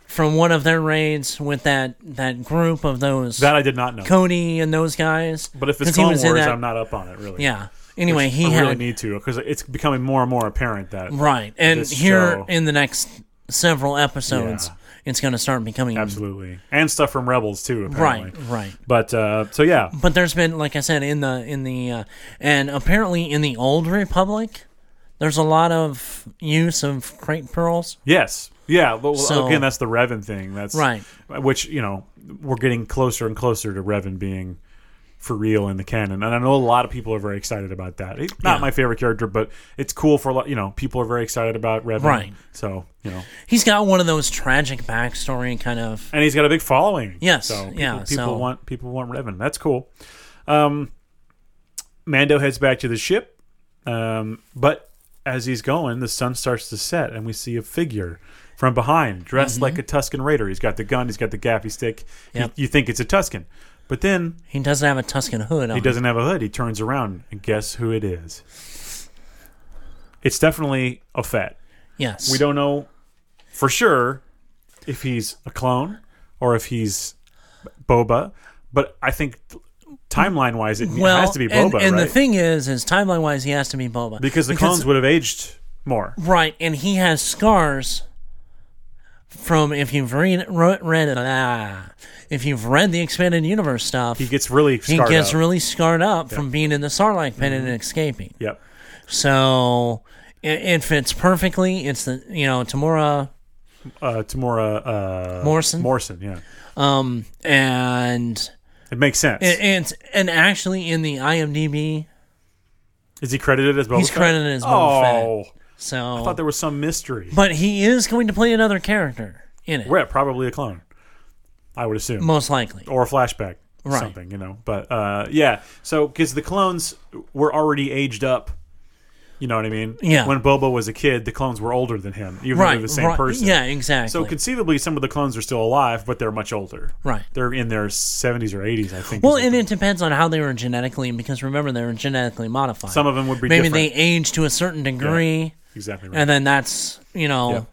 B: from one of their raids with that, that group of those
A: That I did not know.
B: Cody and those guys.
A: But if it's
B: 'Cause he
A: Clone
B: was
A: Wars,
B: in that-
A: I'm not up on it really.
B: Yeah. Anyway, he
A: I
B: had
A: really need to because it's becoming more and more apparent that
B: right, and
A: this
B: here
A: show.
B: in the next several episodes,
A: Yeah.
B: it's going to start becoming
A: absolutely and stuff from Rebels too. Apparently.
B: right, right.
A: But uh, so yeah,
B: But there's been, like I said, in the in the uh, and apparently in the old Republic, there's a lot of use of crate pearls.
A: yes, yeah. Well, well,
B: So-
A: again, that's the Revan thing. That's
B: Right.
A: Which you know we're getting closer and closer to Revan being for real in the canon, and I know a lot of people are very excited about that. He's not
B: Yeah.
A: my favorite character, but it's cool for a lot. You know, people are very excited about Revan.
B: Right.
A: So you know,
B: He's got one of those tragic backstory kind of.
A: and he's got a big following.
B: Yes,
A: so people,
B: yeah,
A: People
B: so-
A: want people want Revan. That's cool. Um, Mando heads back to the ship, um, but as he's going, the sun starts to set, and we see a figure from behind, dressed like a Tuscan Raider. He's got the gun. He's got the gaffy stick. He-
B: Mm-hmm. Yep.
A: you think it's a Tuscan, but then
B: He doesn't have a Tuscan hood on.
A: he doesn't have a hood. He turns around, and guess who it is? It's definitely a fat.
B: Yes.
A: We don't know for sure if he's a clone or if he's Boba, but I think timeline wise, it
B: Well,
A: has to be
B: and,
A: Boba,
B: and
A: right?
B: the thing is, is timeline wise, he has to be Boba
A: because the clones would have aged more.
B: Right, and he has scars from if you've read read, read ah, if you've read the expanded universe stuff,
A: He gets really
B: he
A: scarred
B: gets
A: up. Mm-hmm.
B: really scarred up from being in the Sarlacc pit and escaping.
A: yep.
B: So it, it fits perfectly. It's the you know Tamura,
A: Uh, Tamora uh,
B: Morrison?
A: Morrison, yeah.
B: um, and
A: It makes sense.
B: it, it's and actually in the IMDb,
A: Is he credited as Boba?
B: He's
A: Fett?
B: credited as Boba Fett.
A: Oh,
B: so
A: I thought there was some mystery.
B: but he is going to play another character in it,
A: We're probably a clone, I would assume.
B: most likely.
A: or a flashback or
B: Right.
A: something you know but uh yeah so because the clones were already aged up you know what i mean
B: Yeah.
A: when boba was a kid the clones were older than him even though
B: Right,
A: they're the same
B: right,
A: person
B: Yeah, exactly.
A: so conceivably some of the clones are still alive but they're much older
B: Right.
A: they're in their 70s or 80s i think is
B: Well,
A: what
B: and
A: the-
B: it depends on how they were genetically, because remember they were genetically modified.
A: some of them would be
B: maybe
A: different.
B: they age to a certain degree,
A: exactly right
B: and then that's you know
A: Yep.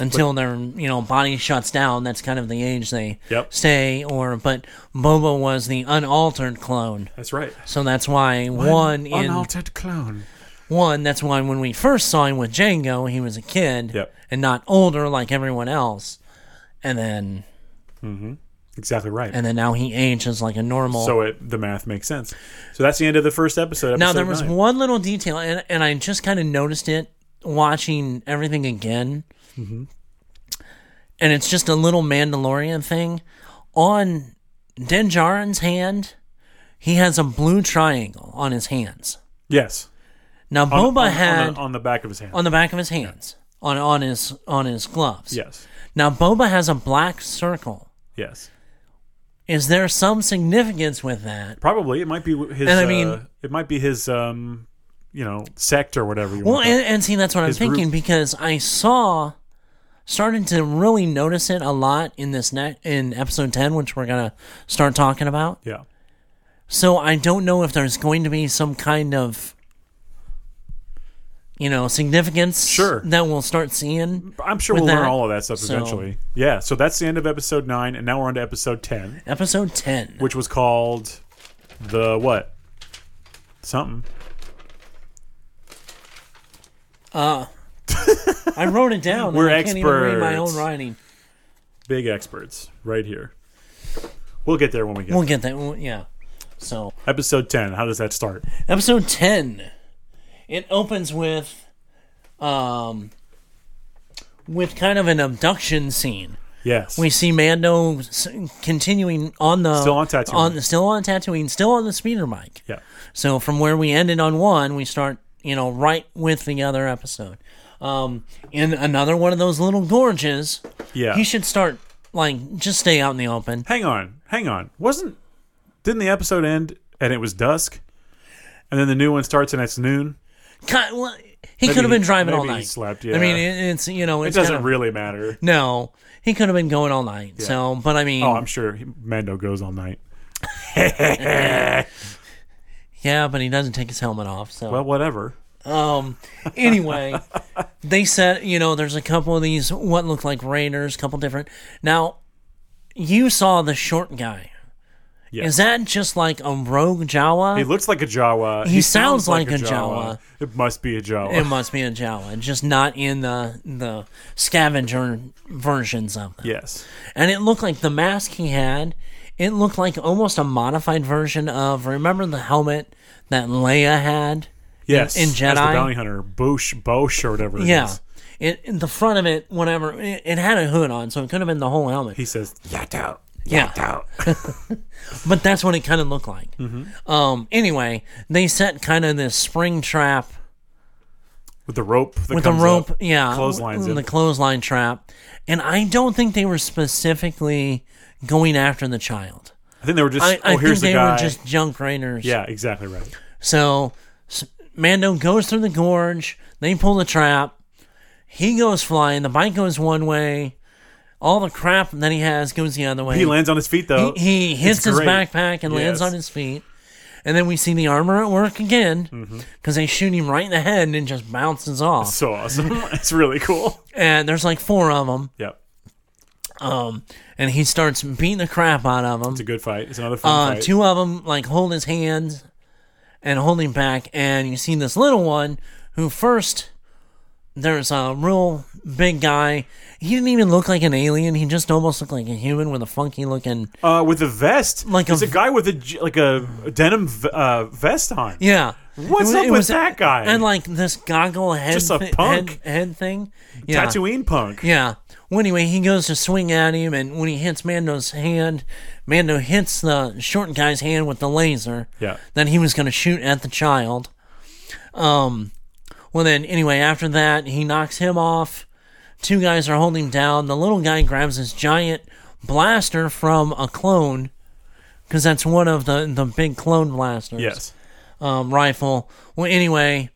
B: until their you know body shuts down. That's kind of the age they
A: Yep.
B: stay. Or but Boba was the unaltered clone,
A: that's right
B: so that's why one in
A: unaltered clone
B: one. That's why when we first saw him with Django, he was a kid
A: Yep.
B: and not older like everyone else, and then
A: exactly right
B: and then now he ages like a normal.
A: so it the math makes sense so that's the end of the first episode,
B: Now
A: episode
B: there was
A: nine.
B: one little detail, and, and I just kind of noticed it watching everything again,
A: Mm-hmm.
B: and it's just a little Mandalorian thing. On Din Djarin's hand, he has a blue triangle on his hands.
A: yes
B: Now
A: On-
B: Boba
A: on, on
B: had on
A: the,
B: the,
A: on the back of his hand
B: back of his hands, on on his on his gloves.
A: yes
B: Now Boba has a black circle.
A: yes
B: Is there some significance with that?
A: Probably it might be his.
B: And I
A: uh,
B: mean-
A: it might be his, um, you know, sect or whatever you
B: Well,
A: want. to
B: and, and see, that's what I'm
A: his group.
B: thinking because I saw, started to really notice it a lot in this net in episode ten, which we're gonna start talking about.
A: call it. yeah,
B: So I don't know if there's going to be some kind of you know significance
A: Sure.
B: that we'll start seeing.
A: I'm sure
B: With
A: we'll learn
B: that,
A: all of that stuff
B: so-
A: eventually. Yeah. So that's the end of episode nine, and now we're on to episode ten,
B: Episode ten.
A: which was called the what? Something.
B: I wrote it down. and
A: We're
B: I can't even read my
A: experts.
B: own writing.
A: Big experts right here. We'll get there when we get
B: We'll get that. we'll- yeah. So
A: episode ten. How does that start?
B: episode 10 it opens with um with kind of an abduction scene
A: Yes.
B: we see mando s- continuing on the
A: Still on Tatooine.
B: on still on Tatooine still on the speeder mic
A: yeah.
B: so from where we ended on one we start you know right with the other episode um in another one of those little gorges
A: Yeah.
B: he should start like just stay out in the open
A: hang on, hang on. Wasn't didn't the episode end and it was dusk, and then the new one starts and it's noon?
B: Ki- well, he could have
A: he-
B: been driving all
A: maybe he
B: night
A: slept,
B: i mean
A: yeah.
B: it, it's you know
A: It
B: it's
A: doesn't
B: kinda-
A: really matter.
B: No, he could have been going all night. So, but I mean,
A: Oh, I'm sure he- Mando goes all night.
B: yeah, but he doesn't take his helmet off. So,
A: Well, whatever.
B: um, anyway, they said you know there's a couple of these what look like raiders, couple different. Now, you saw the short guy.
A: Yes.
B: Is that just like a rogue Jawa?
A: He looks like a Jawa. He,
B: sounds like a Jawa.
A: It must be a Jawa.
B: it must be a Jawa, just not in the the scavenger versions of them.
A: yes.
B: And it looked like the mask he had, it looked like almost a modified version of remember the helmet that Leia had?
A: Yes.
B: in
A: That's the
B: Jedi?
A: bounty hunter, Bosch, Bosch or whatever. it
B: Yeah.
A: is.
B: It, in the front of it, whatever, it, it had a hood on, so it could have been the whole helmet.
A: He says, "Yato,
B: Yeah.
A: yato."
B: But that's what it kind of looked like.
A: Mm-hmm.
B: Um, anyway, they set kind of this spring trap
A: With the rope. That
B: with a
A: comes
B: rope.
A: up,
B: yeah.
A: Clotheslines
B: w-
A: him.
B: The clothesline trap. And I don't think they were specifically going after the child.
A: I think they were just.
B: I, I
A: oh, here's
B: think they
A: the guy.
B: were just junk raiders.
A: yeah, exactly right.
B: So S- Mando goes through the gorge. They pull the trap. He goes flying. The bike goes one way. All the crap that he has goes the other way.
A: He lands on his feet though.
B: He hits
A: It's
B: his
A: great.
B: backpack and lands
A: Yes.
B: on his feet. And then we see the armor at work again because they shoot him right in the head and just bounces off.
A: So awesome. Mm-hmm. it's really cool.
B: And there's like four of them.
A: Yep.
B: And he starts beating the crap out of them.
A: It's a good fight. It's another fun
B: Uh,
A: fight.
B: two of them like hold his hands and hold him back, and you see this little one who first there's a real big guy. He didn't even look like an alien. He just almost looked like a human with a funky looking.
A: uh, with a vest.
B: Like a
A: There's a,
B: v-
A: guy with a j- like a denim v- uh, vest on.
B: Yeah.
A: What's
B: It
A: up
B: it
A: with that guy?
B: And like this goggle head,
A: Just a
B: thi-
A: punk.
B: head, head thing. Yeah.
A: Tatooine punk.
B: Yeah. Well, anyway, he goes to swing at him, and when he hits Mando's hand, Mando hits the short guy's hand with the laser.
A: Yeah.
B: That he was going to shoot at the child. Um. Well, then, anyway, after that, he knocks him off. Two guys are holding him down. The little guy grabs his giant blaster from a clone, because that's one of the the big clone blasters
A: Yes.
B: um, rifle. Well, anyway,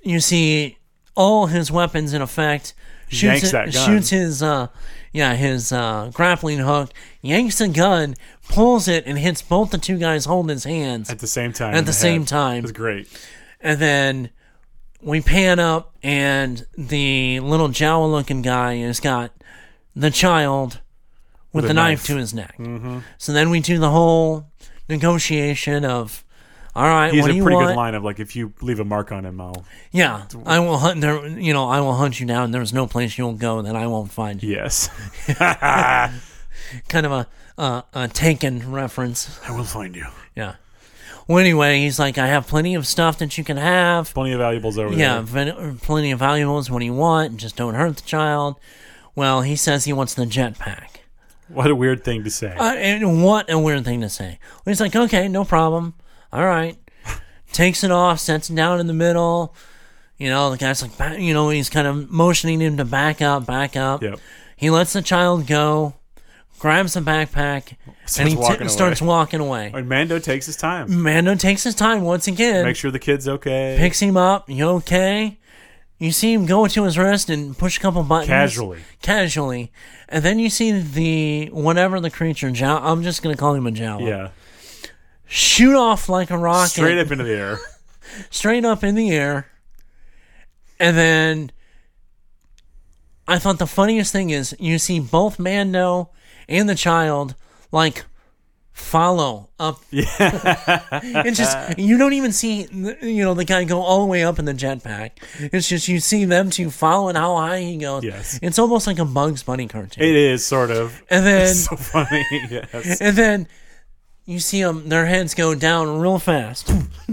B: you see all his weapons in effect. Shoots,
A: Yanks
B: it-
A: that gun.
B: shoots his, uh, yeah, his uh, grappling hook. Yanks the gun, pulls it, and hits both the two guys holding his hands.
A: At the same time.
B: At
A: in
B: the same
A: head.
B: time.
A: It's great.
B: And then we pan up, and the little Jawa looking guy has got the child with,
A: a
B: the knife.
A: knife.
B: to his neck. Mm-hmm. So then we do the whole negotiation of, all right,
A: He has
B: what
A: a
B: do you
A: pretty
B: want?
A: good line of like, if you leave a mark on him, I'll.
B: Yeah, I will hunt there. You know, I will hunt you down. There's no place you'll go that I won't find you.
A: Yes.
B: Kind of a uh, a Taken reference.
A: I will find you.
B: Yeah. Well, anyway, he's like, I have plenty of stuff that you can have.
A: Plenty of valuables over
B: Yeah,
A: there.
B: ven- uh, plenty of valuables when you want. Just don't hurt the child. Well, he says he wants the jetpack.
A: What a weird thing to say.
B: Uh, and what a weird thing to say. He's like, okay, no problem. All right. Takes it off, sets it down in the middle. You know, the guy's like, back, you know, he's kind of motioning him to back up, back up.
A: Yep.
B: He lets the child go, grabs the backpack, and he
A: walking
B: t- starts
A: away.
B: walking away.
A: And Mando takes his time.
B: Mando takes his time once again,
A: Make sure the kid's okay.
B: picks him up. You okay? You see him go to his wrist and push a couple buttons
A: Casually.
B: casually, and then you see the whatever the creature. Jaw- I'm just gonna call him a Jawa.
A: Yeah.
B: shoot off like a rocket
A: straight up into the air.
B: straight up in the air. And then I thought the funniest thing is you see both Mando and the child like follow up. Yeah. it's just you don't even see you know the guy go all the way up in the jetpack. It's just you see them two following how high he goes.
A: Yes.
B: It's almost like a Bugs Bunny cartoon.
A: It is sort of.
B: and then
A: It's so funny. Yes.
B: and then you see them, their heads go down real fast,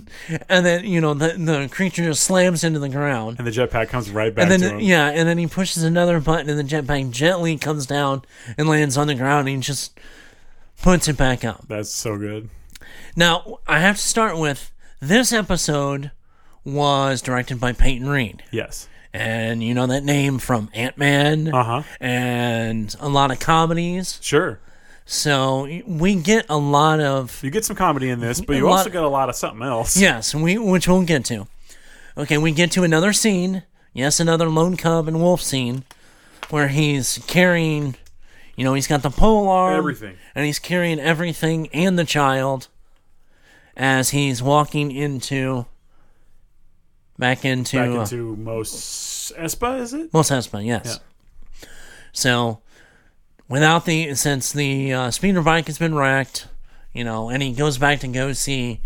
B: and then you know the the creature just slams into the ground,
A: And the jetpack comes right back
B: and
A: to him.
B: then yeah, and then he pushes another button, and the jetpack gently comes down and lands on the ground, and he just puts it back up.
A: That's so good.
B: Now I have to start with this episode was directed by Peyton Reed,
A: Yes.
B: and you know that name from Ant Man.
A: Uh huh.
B: And a lot of comedies.
A: Sure.
B: So we get a lot of
A: You get some comedy in this, but you
B: A lot-
A: also get a lot of something else.
B: Yes, we which we'll get to. Okay, we get to another scene. Yes, another lone cub and wolf scene where he's carrying, you know, he's got the pole arm,
A: Everything.
B: and he's carrying everything and the child as he's walking into back into,
A: Back
B: uh,
A: into Mos Espa, is it?
B: Mos Espa, yes. So, without the since the uh, speeder bike has been wrecked, you know, and he goes back to go see,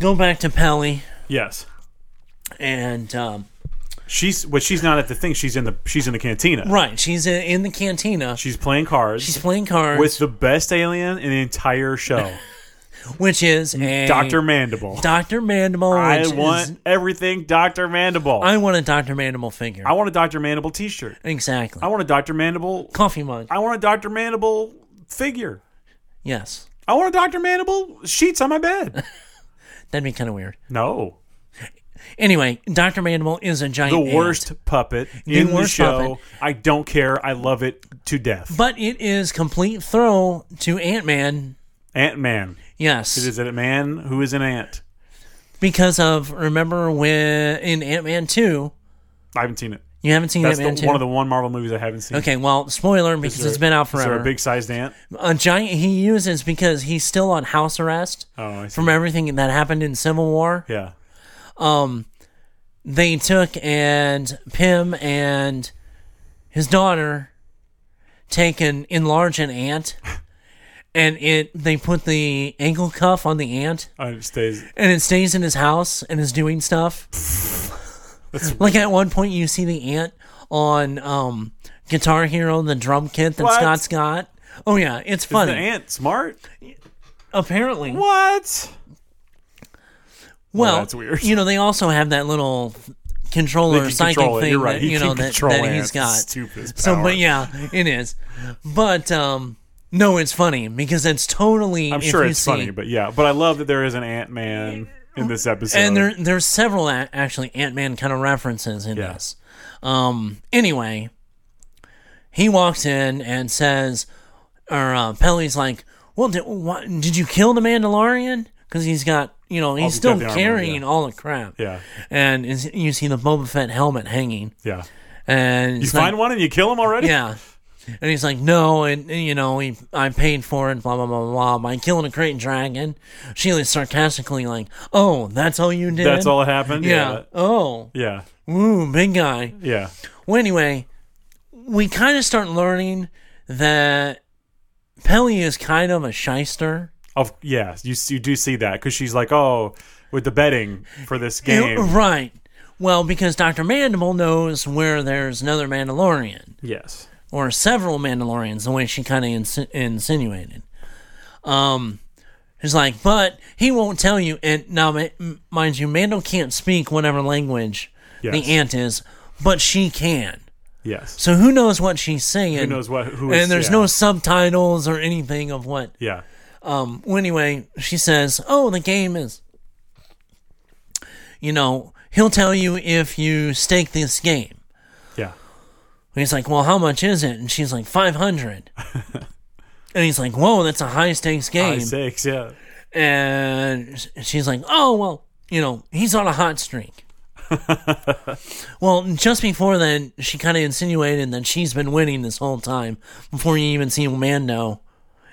B: go back to Pelly,
A: Yes.
B: and um,
A: She's but she's not at the thing. She's in the she's in the cantina.
B: right, she's in, in the cantina.
A: She's playing cards
B: She's playing cards,
A: with the best alien in the entire show,
B: which is a
A: Doctor Mandible.
B: Doctor Mandible.
A: I
B: which is-
A: want everything Doctor Mandible.
B: I want a Doctor Mandible figure.
A: I want a Doctor Mandible T-shirt.
B: exactly.
A: I want a Doctor Mandible.
B: Coffee mug.
A: I want a Doctor Mandible figure.
B: yes,
A: I want a Doctor Mandible sheets on my bed.
B: that'd be kind of weird.
A: No,
B: Anyway, Doctor Mandible is a giant.
A: the
B: ant.
A: worst puppet in the
B: worst
A: show. I don't care. I love it to death.
B: But it is complete throw to Ant Man.
A: Ant Man
B: Yes.
A: is it a man who is an ant?
B: because of remember when in Ant Man two
A: I haven't seen it.
B: you haven't seen
A: That's
B: Ant
A: the,
B: Man two.
A: one of the one Marvel movies I haven't seen.
B: okay, well, spoiler because
A: there-
B: it's been out
A: Is there
B: forever.
A: a big sized ant?
B: A giant he uses because he's still on house arrest
A: Oh, I see.
B: from everything that happened in Civil War.
A: yeah.
B: They took and Pym and his daughter take and enlarge an ant. And it, they put the ankle cuff on the ant,
A: Uh, it stays.
B: and it stays in his house and is doing stuff. like at one point, you see the ant on um, Guitar Hero, the drum kit that
A: What?
B: Scott's got. Oh yeah, it's
A: The
B: funny.
A: ant smart?
B: Apparently,
A: What?
B: well,
A: Oh, that's weird.
B: You know, they also have that little controller
A: He can
B: psychic
A: control it.
B: thing
A: You're right.
B: that
A: He
B: you know
A: can
B: that,
A: control
B: that
A: ants.
B: he's got.
A: Stupid
B: So,
A: power.
B: but yeah, it is. But um, no, it's funny because it's totally.
A: I'm sure it's funny, but yeah. But I love that there is an Ant Man in this episode.
B: and there there's several a- actually Ant Man kind of references in
A: uh, Yeah.
B: this. Um, anyway, he walks in and says, or uh, Pelly's like, "Well, did, what, did you kill the Mandalorian? Because he's got you know he's
A: he's
B: still
A: got the armor,
B: carrying
A: yeah.
B: all the crap."
A: yeah,
B: and is, you see the Boba Fett helmet hanging,
A: yeah.
B: and
A: You find one and you kill him already.
B: yeah. And he's like, no, and and, you know, he, I paid for it, blah blah blah blah. By killing a Kraton dragon, Sheila's sarcastically like, "Oh, that's all you did."
A: That's all that happened.
B: Yeah. Oh.
A: yeah,
B: Ooh, big guy.
A: yeah. yeah.
B: Well, anyway, we kind of start learning that Pelly is kind of a shyster.
A: Of yeah, you you do see that because she's like, oh, with the betting for this game.
B: Right. Well, because Dr. Mandible knows where there's another Mandalorian,
A: yes,
B: or several Mandalorians, the way she kind of insi- insinuated. Um, he's like, but he won't tell you. And now, ma- m- mind you, Mando can't speak whatever language
A: Yes.
B: the ant is, but she can.
A: yes.
B: So who knows what she's saying?
A: Who knows what? Who is?
B: and there's
A: yeah.
B: no subtitles or anything of what.
A: Yeah,
B: Um. Well, anyway, she says, "Oh, the game is, you know, he'll tell you if you stake this game."
A: yeah.
B: And he's like, "Well, how much is it?" And she's like, 500 And he's like, "Whoa, that's a high stakes
A: High
B: game."
A: stakes. Yeah.
B: And she's like, "Oh, well, you know, he's on a hot streak." well, just before then, she kind of insinuated that she's been winning this whole time before you even see Mando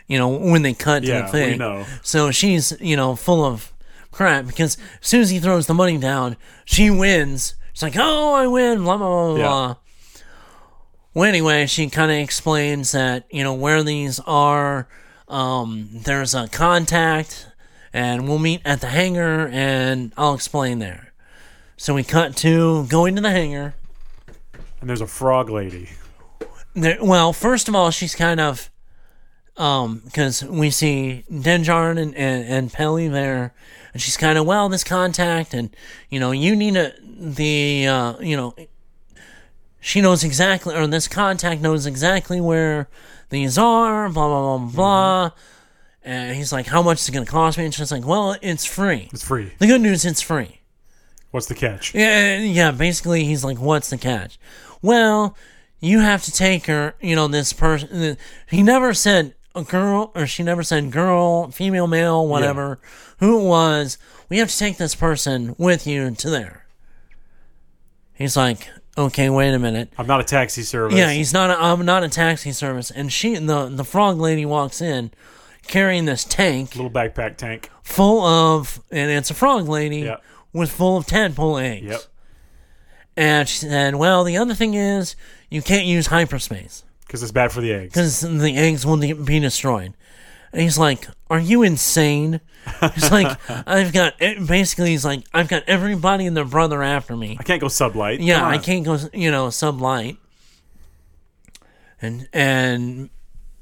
B: you know, when they cut to
A: Yeah, we
B: the thing.
A: know.
B: So she's, you know, full of crap because as soon as he throws the money down, she wins. She's like, oh, I win, blah, blah, blah, blah,
A: Yeah.
B: blah. Well, anyway, she kind of explains that, you know, where these are, um, there's a contact, and we'll meet at the hangar, and I'll explain there. So we cut to going to the hangar.
A: And there's a frog lady.
B: There, well, first of all, she's kind of, um, because we see Denjarn and, and and Pelly there, and she's kind of well, this contact, and you know, you need a the uh, you know, she knows exactly, or this contact knows exactly where these are, blah blah blah blah. And he's like, "How much is it going to cost me?" And she's like, "Well, it's free.
A: It's free.
B: The good news, it's free."
A: What's the catch?
B: Yeah, yeah. Basically, he's like, "What's the catch?" Well, you have to take her. You know, this person. He never said a girl, or she never said girl, female, male, whatever. Who it was? We have to take this person with you to there. He's like, "Okay, wait a minute."
A: I'm not a taxi service.
B: Yeah, he's not. A, I'm not a taxi service, and she, the the frog lady, walks in carrying this tank
A: little backpack tank.
B: full of, and it's a frog lady
A: Yeah.
B: with full of tadpole eggs.
A: Yep.
B: And she said, well, the other thing is, you can't use hyperspace
A: Because it's bad for the eggs.
B: because the eggs will de- be destroyed. And he's like, are you insane? He's like, I've got, it- basically, he's like, I've got everybody and their brother after me.
A: I can't go sublight.
B: Yeah,
A: Come
B: I
A: on.
B: can't go, you know, sublight. And, and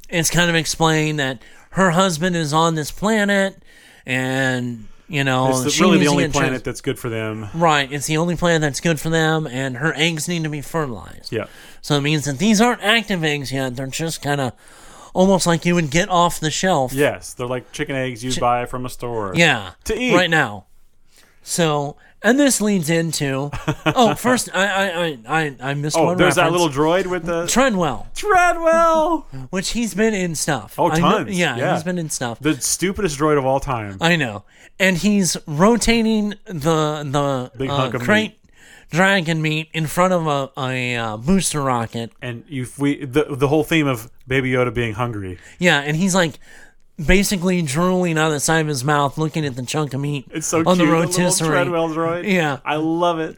B: it's kind of explained that her husband is on this planet and, you know,
A: It's the-
B: she
A: really the
B: needs to
A: only
B: get trans-
A: planet that's good for them.
B: Right, it's the only planet that's good for them, and her eggs need to be fertilized.
A: Yeah.
B: So it means that these aren't active eggs yet. They're just kind of almost like you would get off the shelf.
A: Yes, they're like chicken eggs you buy from a store.
B: Yeah.
A: To eat.
B: Right now. So, and this leads into. oh, first, I, I, I, I, I missed
A: Oh,
B: one
A: there's that
B: reference.
A: little droid with the
B: Treadwell,
A: Treadwell.
B: which he's been in stuff.
A: Oh,
B: I know-
A: tons.
B: yeah,
A: Yeah.
B: he's been in stuff.
A: the stupidest droid of all time.
B: I know. And he's rotating the the
A: Big
B: uh,
A: hunk of
B: crate dragon meat in front of a, a uh, booster rocket.
A: And you, we, the the whole theme of Baby Yoda being hungry.
B: Yeah, and he's like basically drooling out of the side of his mouth, looking at the chunk of meat
A: It's so
B: on
A: cute.
B: the
A: little
B: rotisserie.
A: Treadwell droid.
B: Yeah.
A: I love it.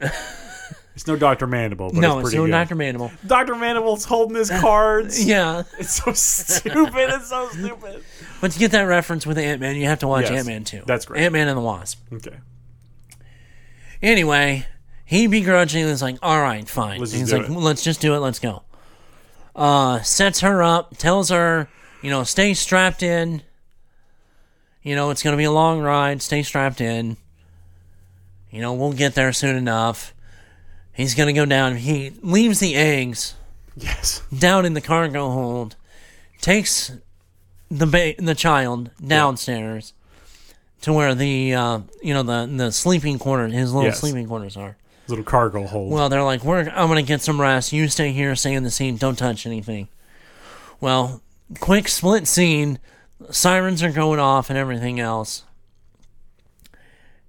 A: it's no Doctor Mandible, but
B: no,
A: it's
B: it's,
A: pretty
B: no
A: good.
B: Dr. Manimal.
A: Doctor Mandible's holding his cards.
B: Yeah,
A: It's so stupid. It's so stupid.
B: but to get that reference with Ant Man, you have to watch
A: Yes,
B: Ant Man too.
A: that's great.
B: Ant Man and the Wasp.
A: Okay,
B: Anyway, he begrudgingly is like, "All right, fine."
A: Let's just
B: He's
A: do
B: like,
A: it.
B: "Let's just do it. Let's go." Uh, sets her up, tells her, you know, stay strapped in. You know, it's gonna be a long ride. Stay strapped in. You know, we'll get there soon enough. He's gonna go down. He leaves the eggs
A: yes,
B: down in the cargo hold, takes the ba- the child downstairs to where the uh, you know the the sleeping quarter his little
A: Yes.
B: sleeping quarters are.
A: little cargo hold.
B: Well, they're like, "We're I'm gonna get some rest. You stay here, stay in the scene. Don't touch anything." Well, quick split scene. Sirens are going off and everything else.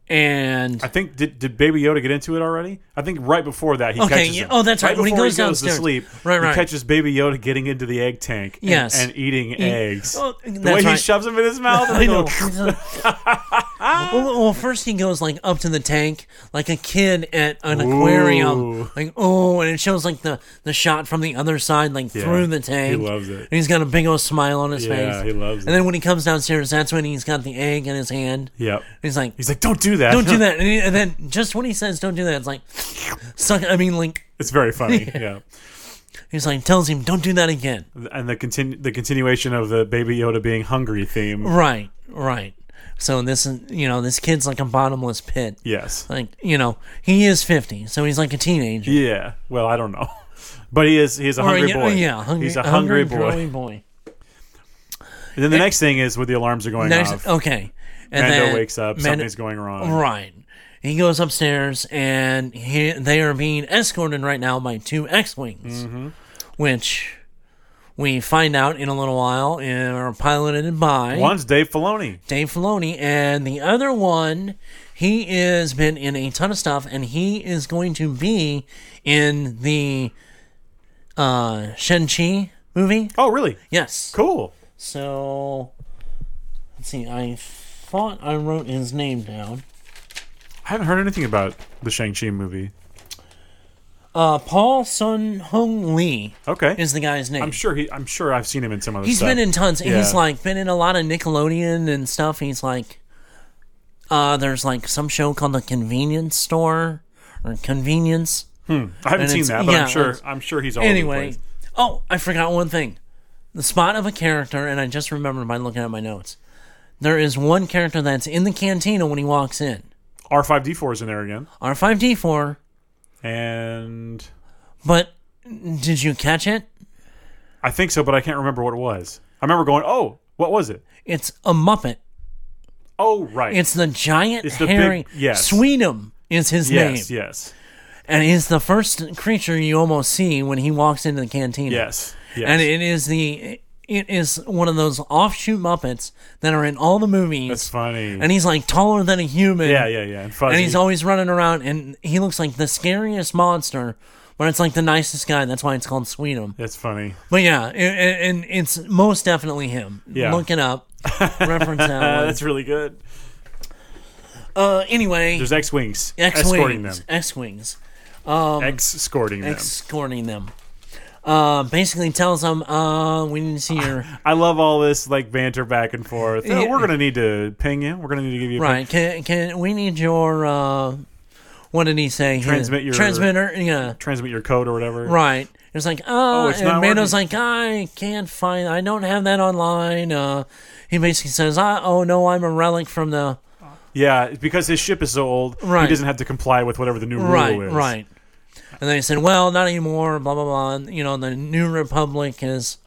B: And
A: I think did, did Baby Yoda get into it already? I think right before that he
B: Okay,
A: catches
B: yeah.
A: him.
B: Oh, that's right. When he
A: before
B: goes downstairs.
A: to sleep,
B: Right, right.
A: He catches Baby Yoda getting into the egg tank. and-
B: Yes.
A: and, eating eggs.
B: Oh,
A: the way
B: that's
A: he
B: right.
A: shoves them in his mouth. And
B: I
A: they
B: know.
A: go,
B: well, well, first he goes like up to the tank, like a kid at an aquarium,
A: Ooh.
B: like oh, and it shows like the the shot from the other side, like through the
A: He
B: tank.
A: loves it.
B: And he's got a big old smile on his
A: Yeah, he
B: face.
A: loves
B: And
A: it.
B: then when he comes downstairs, that's when he's got the egg in his hand.
A: Yep.
B: He's like,
A: He's like, don't do that.
B: don't do that. And, he- and then just when he says, don't do that, it's like, suck. I mean, like,
A: It's very funny. yeah.
B: he's like, tells him, don't do that again.
A: And the continu- the continuation of the Baby Yoda being hungry theme.
B: Right, right. So this is, you know, this kid's like a bottomless pit.
A: Yes.
B: Like, you know, he is 50, so he's like a teenager.
A: Yeah. Well, I don't know, but he is he is a
B: Or,
A: hungry
B: yeah,
A: boy.
B: Yeah, hungry,
A: He's a hungry, boy.
B: growing boy.
A: And then the next thing is where the alarms are going
B: Next,
A: off.
B: okay. And
A: Mando
B: then
A: wakes up.
B: Mando-
A: something's going wrong.
B: Right. He goes upstairs, and he, they are being escorted right now by two X Wings,
A: Mm-hmm.
B: which we find out in a little while eh, are piloted by
A: One's Dave Filoni.
B: Dave Filoni, and the other one, he has been in a ton of stuff, and he is going to be in the uh, Shen Chi movie.
A: Oh, really?
B: Yes.
A: Cool.
B: So let's see. I thought I wrote his name down.
A: I haven't heard anything about the Shang Chi movie.
B: Uh, Paul Sun Hung Lee
A: Okay,
B: is the guy's name.
A: I'm sure he. I'm sure I've seen him in some other.
B: He's
A: stuff.
B: been in tons.
A: Yeah.
B: He's like been in a lot of Nickelodeon and stuff. He's like, uh, there's like some show called The Convenience Store or Convenience.
A: I haven't
B: and
A: seen
B: it's-
A: that, but
B: yeah,
A: I'm sure.
B: it's-
A: I'm sure he's all Over the
B: Anyway,
A: place.
B: oh, I forgot one thing: the spot of a character, and I just remembered by looking at my notes. There is one character that's in the cantina when he walks in.
A: R5D4 is in there again,
B: R five D four,
A: and
B: but did you catch it?
A: I think so, but I can't remember what it was. I remember going, "Oh, what was it?"
B: It's a Muppet.
A: Oh, right.
B: It's the giant
A: It's the big-
B: hairy
A: yes.
B: Sweenum is his name.
A: yes, yes,
B: And he's the first creature you almost see when he walks into the cantina.
A: yes, yes.
B: And it is the it is one of those offshoot Muppets that are in all the movies.
A: That's funny.
B: And he's like taller than a human.
A: yeah, yeah, yeah. And fuzzy.
B: And he's always running around and he looks like the scariest monster, but it's like the nicest guy. That's why it's called Sweetum.
A: That's funny.
B: But yeah, a- a- and it's most definitely him.
A: Yeah.
B: Look it up. Reference that
A: Uh,
B: one.
A: that's really good.
B: Uh, anyway,
A: There's X-wings
B: X
A: escorting them.
B: Wings. Um, X Wings.
A: Escorting them.
B: escorting them. Uh, basically tells them, uh, we need to see your
A: I love all this like banter back and forth. Oh,
B: Yeah.
A: we're gonna need to ping you. We're gonna need to give you a ping.
B: right. Can can we need your uh, what did he say?
A: Transmit your-
B: transmitter. Yeah,
A: transmit your code or whatever.
B: right. It was like, uh,
A: Oh, it's
B: and
A: not
B: Mando's like, I can't find. I don't have that online. Uh, he basically says, I, oh no, I'm a relic from the
A: Yeah, it's because his ship is so old, he
B: Right.
A: doesn't have to comply with whatever the new
B: right,
A: rule is.
B: right. And then he said, well, not anymore. Blah blah blah. And, you know, the New Republic is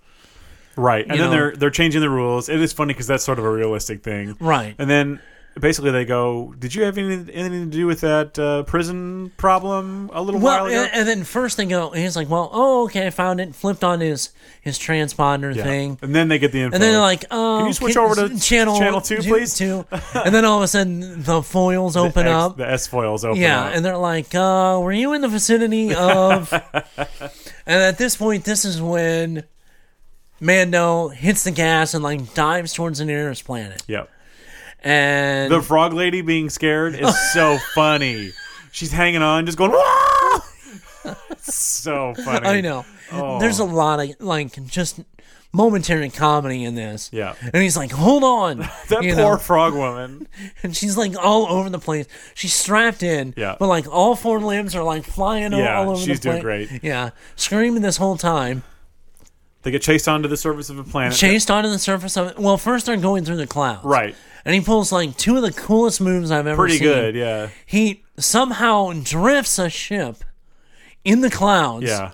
A: Right, and
B: You
A: then
B: know.
A: they're they're changing the rules. It is funny because that's sort of a realistic thing,
B: right.
A: And then basically they go, "Did you have any, anything to do with that uh, prison problem a little
B: Well,
A: while ago?"
B: and, and then first they go, he's like, well, oh, okay, I found it. Flipped on his his transponder
A: Yeah.
B: thing.
A: And then they get the info.
B: And then they're like, oh,
A: you switch over to
B: channel
A: channel two, please?
B: Two. and then all of a sudden, the foils
A: the
B: open
A: X-
B: up.
A: the S foils open
B: yeah,
A: up.
B: and they're like, uh, were you in the vicinity of? and at this point, this is when Mando hits the gas and like dives towards the nearest planet.
A: yep.
B: And
A: The frog lady being scared is so funny. She's hanging on, just going. Wah! It's so funny.
B: I know.
A: Oh.
B: There's a lot of like just momentary comedy in this.
A: Yeah.
B: And he's like, hold on.
A: That
B: you
A: poor
B: know?
A: frog woman.
B: And she's like all over the place. She's strapped in.
A: Yeah.
B: But like all four limbs are like flying o-
A: Yeah,
B: all over
A: she's
B: the
A: doing
B: place.
A: great.
B: Yeah. Screaming this whole time.
A: They get chased onto the surface of a planet.
B: Chased onto the surface of it. Well, first they're going through the clouds.
A: right.
B: And he pulls like two of the coolest moves I've ever
A: Pretty
B: seen.
A: good. Yeah.
B: He somehow drifts a ship in the clouds
A: Yeah.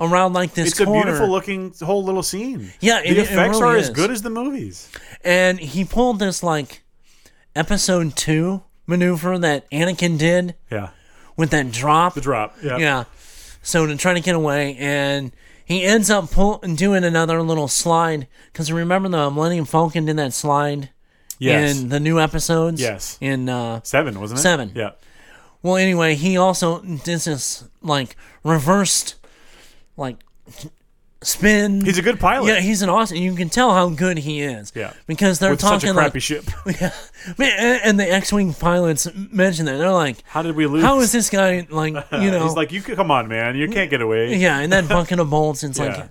B: around like this
A: It's a
B: corner.
A: beautiful looking whole little scene.
B: Yeah,
A: the
B: it- it
A: effects
B: really
A: are
B: is.
A: as good as the movies.
B: and he pulled this like episode two maneuver that Anakin did
A: Yeah,
B: with that drop.
A: the drop. Yeah,
B: Yeah. So to try to get away, and he ends up pull- doing another little slide because remember the Millennium Falcon did that slide
A: yes.
B: in the new episodes.
A: Yes.
B: In uh,
A: seven wasn't it?
B: Seven.
A: Yeah,
B: well, anyway, he also did this like reversed, like spin.
A: he's a good pilot.
B: yeah, he's an awesome. You can tell how good he is.
A: Yeah.
B: because they're
A: with
B: talking
A: such a
B: like
A: crappy ship.
B: Yeah, Man, and- and the X-wing pilots mentioned that they're like,
A: How did we lose? Uh,
B: "How is this guy like, you know?"
A: He's like, you could come on, man. You can't get away.
B: yeah, and then bucket of bolts. It's
A: Yeah.
B: like,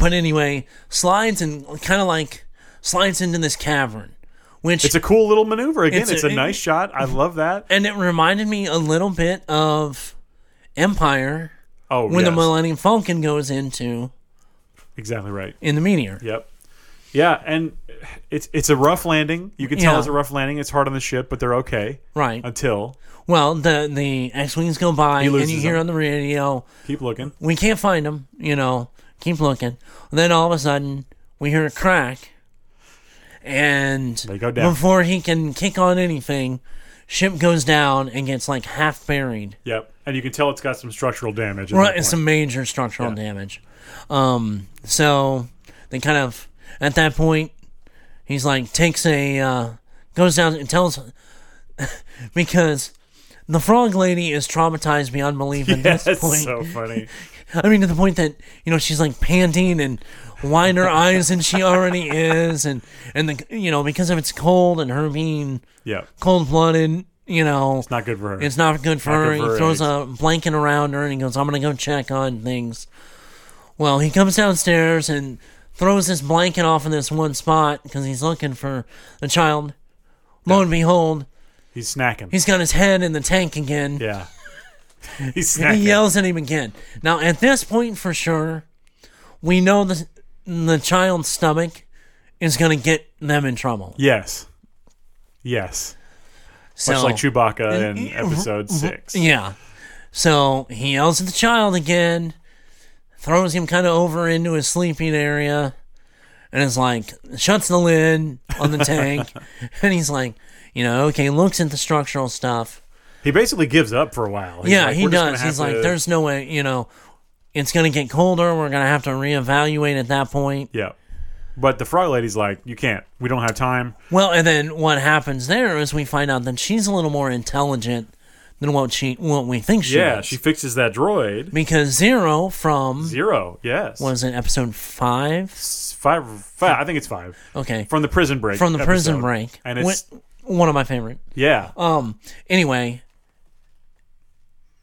B: but anyway, slides and kind of like slides into this cavern, which
A: It's a cool little maneuver. Again, it's
B: It's
A: a,
B: a-
A: nice shot. I love that.
B: and it reminded me a little bit of Empire
A: Oh,
B: when the
A: yes.
B: Millennium Falcon goes into
A: exactly right.
B: in the meteor.
A: Yep. Yeah, and it's it's a rough landing. You can tell
B: Yeah.
A: it's a rough landing. It's hard on the ship, but they're okay
B: Right.
A: until
B: Well, the the X-wings go by, and
A: loses
B: you hear
A: them.
B: on the radio,
A: keep looking.
B: we can't find them, you know, keep looking. then all of a sudden, we hear a crack. And
A: They go down.
B: before he can kick on anything, ship goes down and gets like half buried.
A: Yep, and you can tell it's got some structural damage. at that
B: Right,
A: point.
B: some major structural
A: Yeah.
B: damage. Um, so they kind of at that point, he's like takes a uh, goes down and tells because the frog lady is traumatized beyond belief at
A: That's
B: this point.
A: so funny.
B: I mean, to the point that you know she's like panting and widen her eyes than she already is, and and the you know because of it's cold and her being
A: Yeah,
B: cold blooded, you know,
A: not good for her.
B: it's not good for
A: Not
B: her.
A: good for
B: he
A: her
B: throws a blanket around her and he goes, I'm going to go check on things. Well, he comes downstairs and throws his blanket off in this one spot because he's looking for the child. Lo and behold,
A: he's snacking.
B: he's got his head in the tank again.
A: yeah, he's
B: He
A: snacking.
B: yells at him again. Now, at this point, for sure, we know the, the child's stomach is going to get them in trouble.
A: Yes, yes.
B: So,
A: Much like Chewbacca in Episode Six.
B: Yeah. So he yells at the child again, throws him kind of over into his sleeping area, and is like, shuts the lid on the tank. and he's like, you know, okay, looks at the structural stuff.
A: He basically gives up for a while. He's
B: yeah,
A: like,
B: he
A: "We're just gonna
B: does.
A: have
B: He's like,
A: to-"
B: there's no way, you know, it's going to get colder. We're going to have to reevaluate at that point.
A: yeah. But the frog lady's like, you can't. We don't have time.
B: Well, and then what happens there is we find out that she's a little more intelligent than what she what we think she
A: yeah,
B: is.
A: she fixes that droid.
B: because Zero from
A: Zero. Yes.
B: was it episode five?
A: It's Five, five. I think it's five
B: Okay,
A: from the prison break.
B: from the prison
A: episode.
B: break,
A: And it's
B: Wh- one of my favorite.
A: yeah,
B: Um, anyway,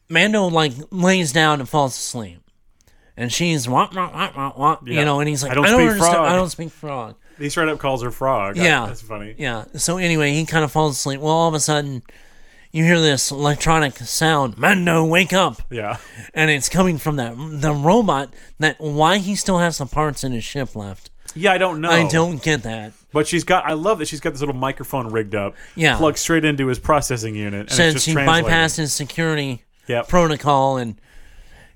B: Mando like lays down and falls asleep, and she's wah, wah, wah, wah, wah,
A: Yeah.
B: you know, and he's like,
A: I
B: I
A: don't
B: don't,
A: speak
B: understand.
A: frog."
B: I don't speak frog.
A: he straight up calls her frog. I-
B: Yeah.
A: that's funny.
B: Yeah. So anyway, he kind of falls asleep. Well, all of a sudden, you hear this electronic sound. Mando, wake up!
A: Yeah,
B: And it's coming from that the robot. That why he still has the parts in his ship left.
A: yeah. I don't know.
B: I don't get that.
A: But she's got. I love that she's got this little microphone rigged up.
B: Yeah.
A: plugged straight into his processing unit. And
B: said
A: it's just
B: she
A: translating.
B: bypassed his security
A: Yep.
B: protocol and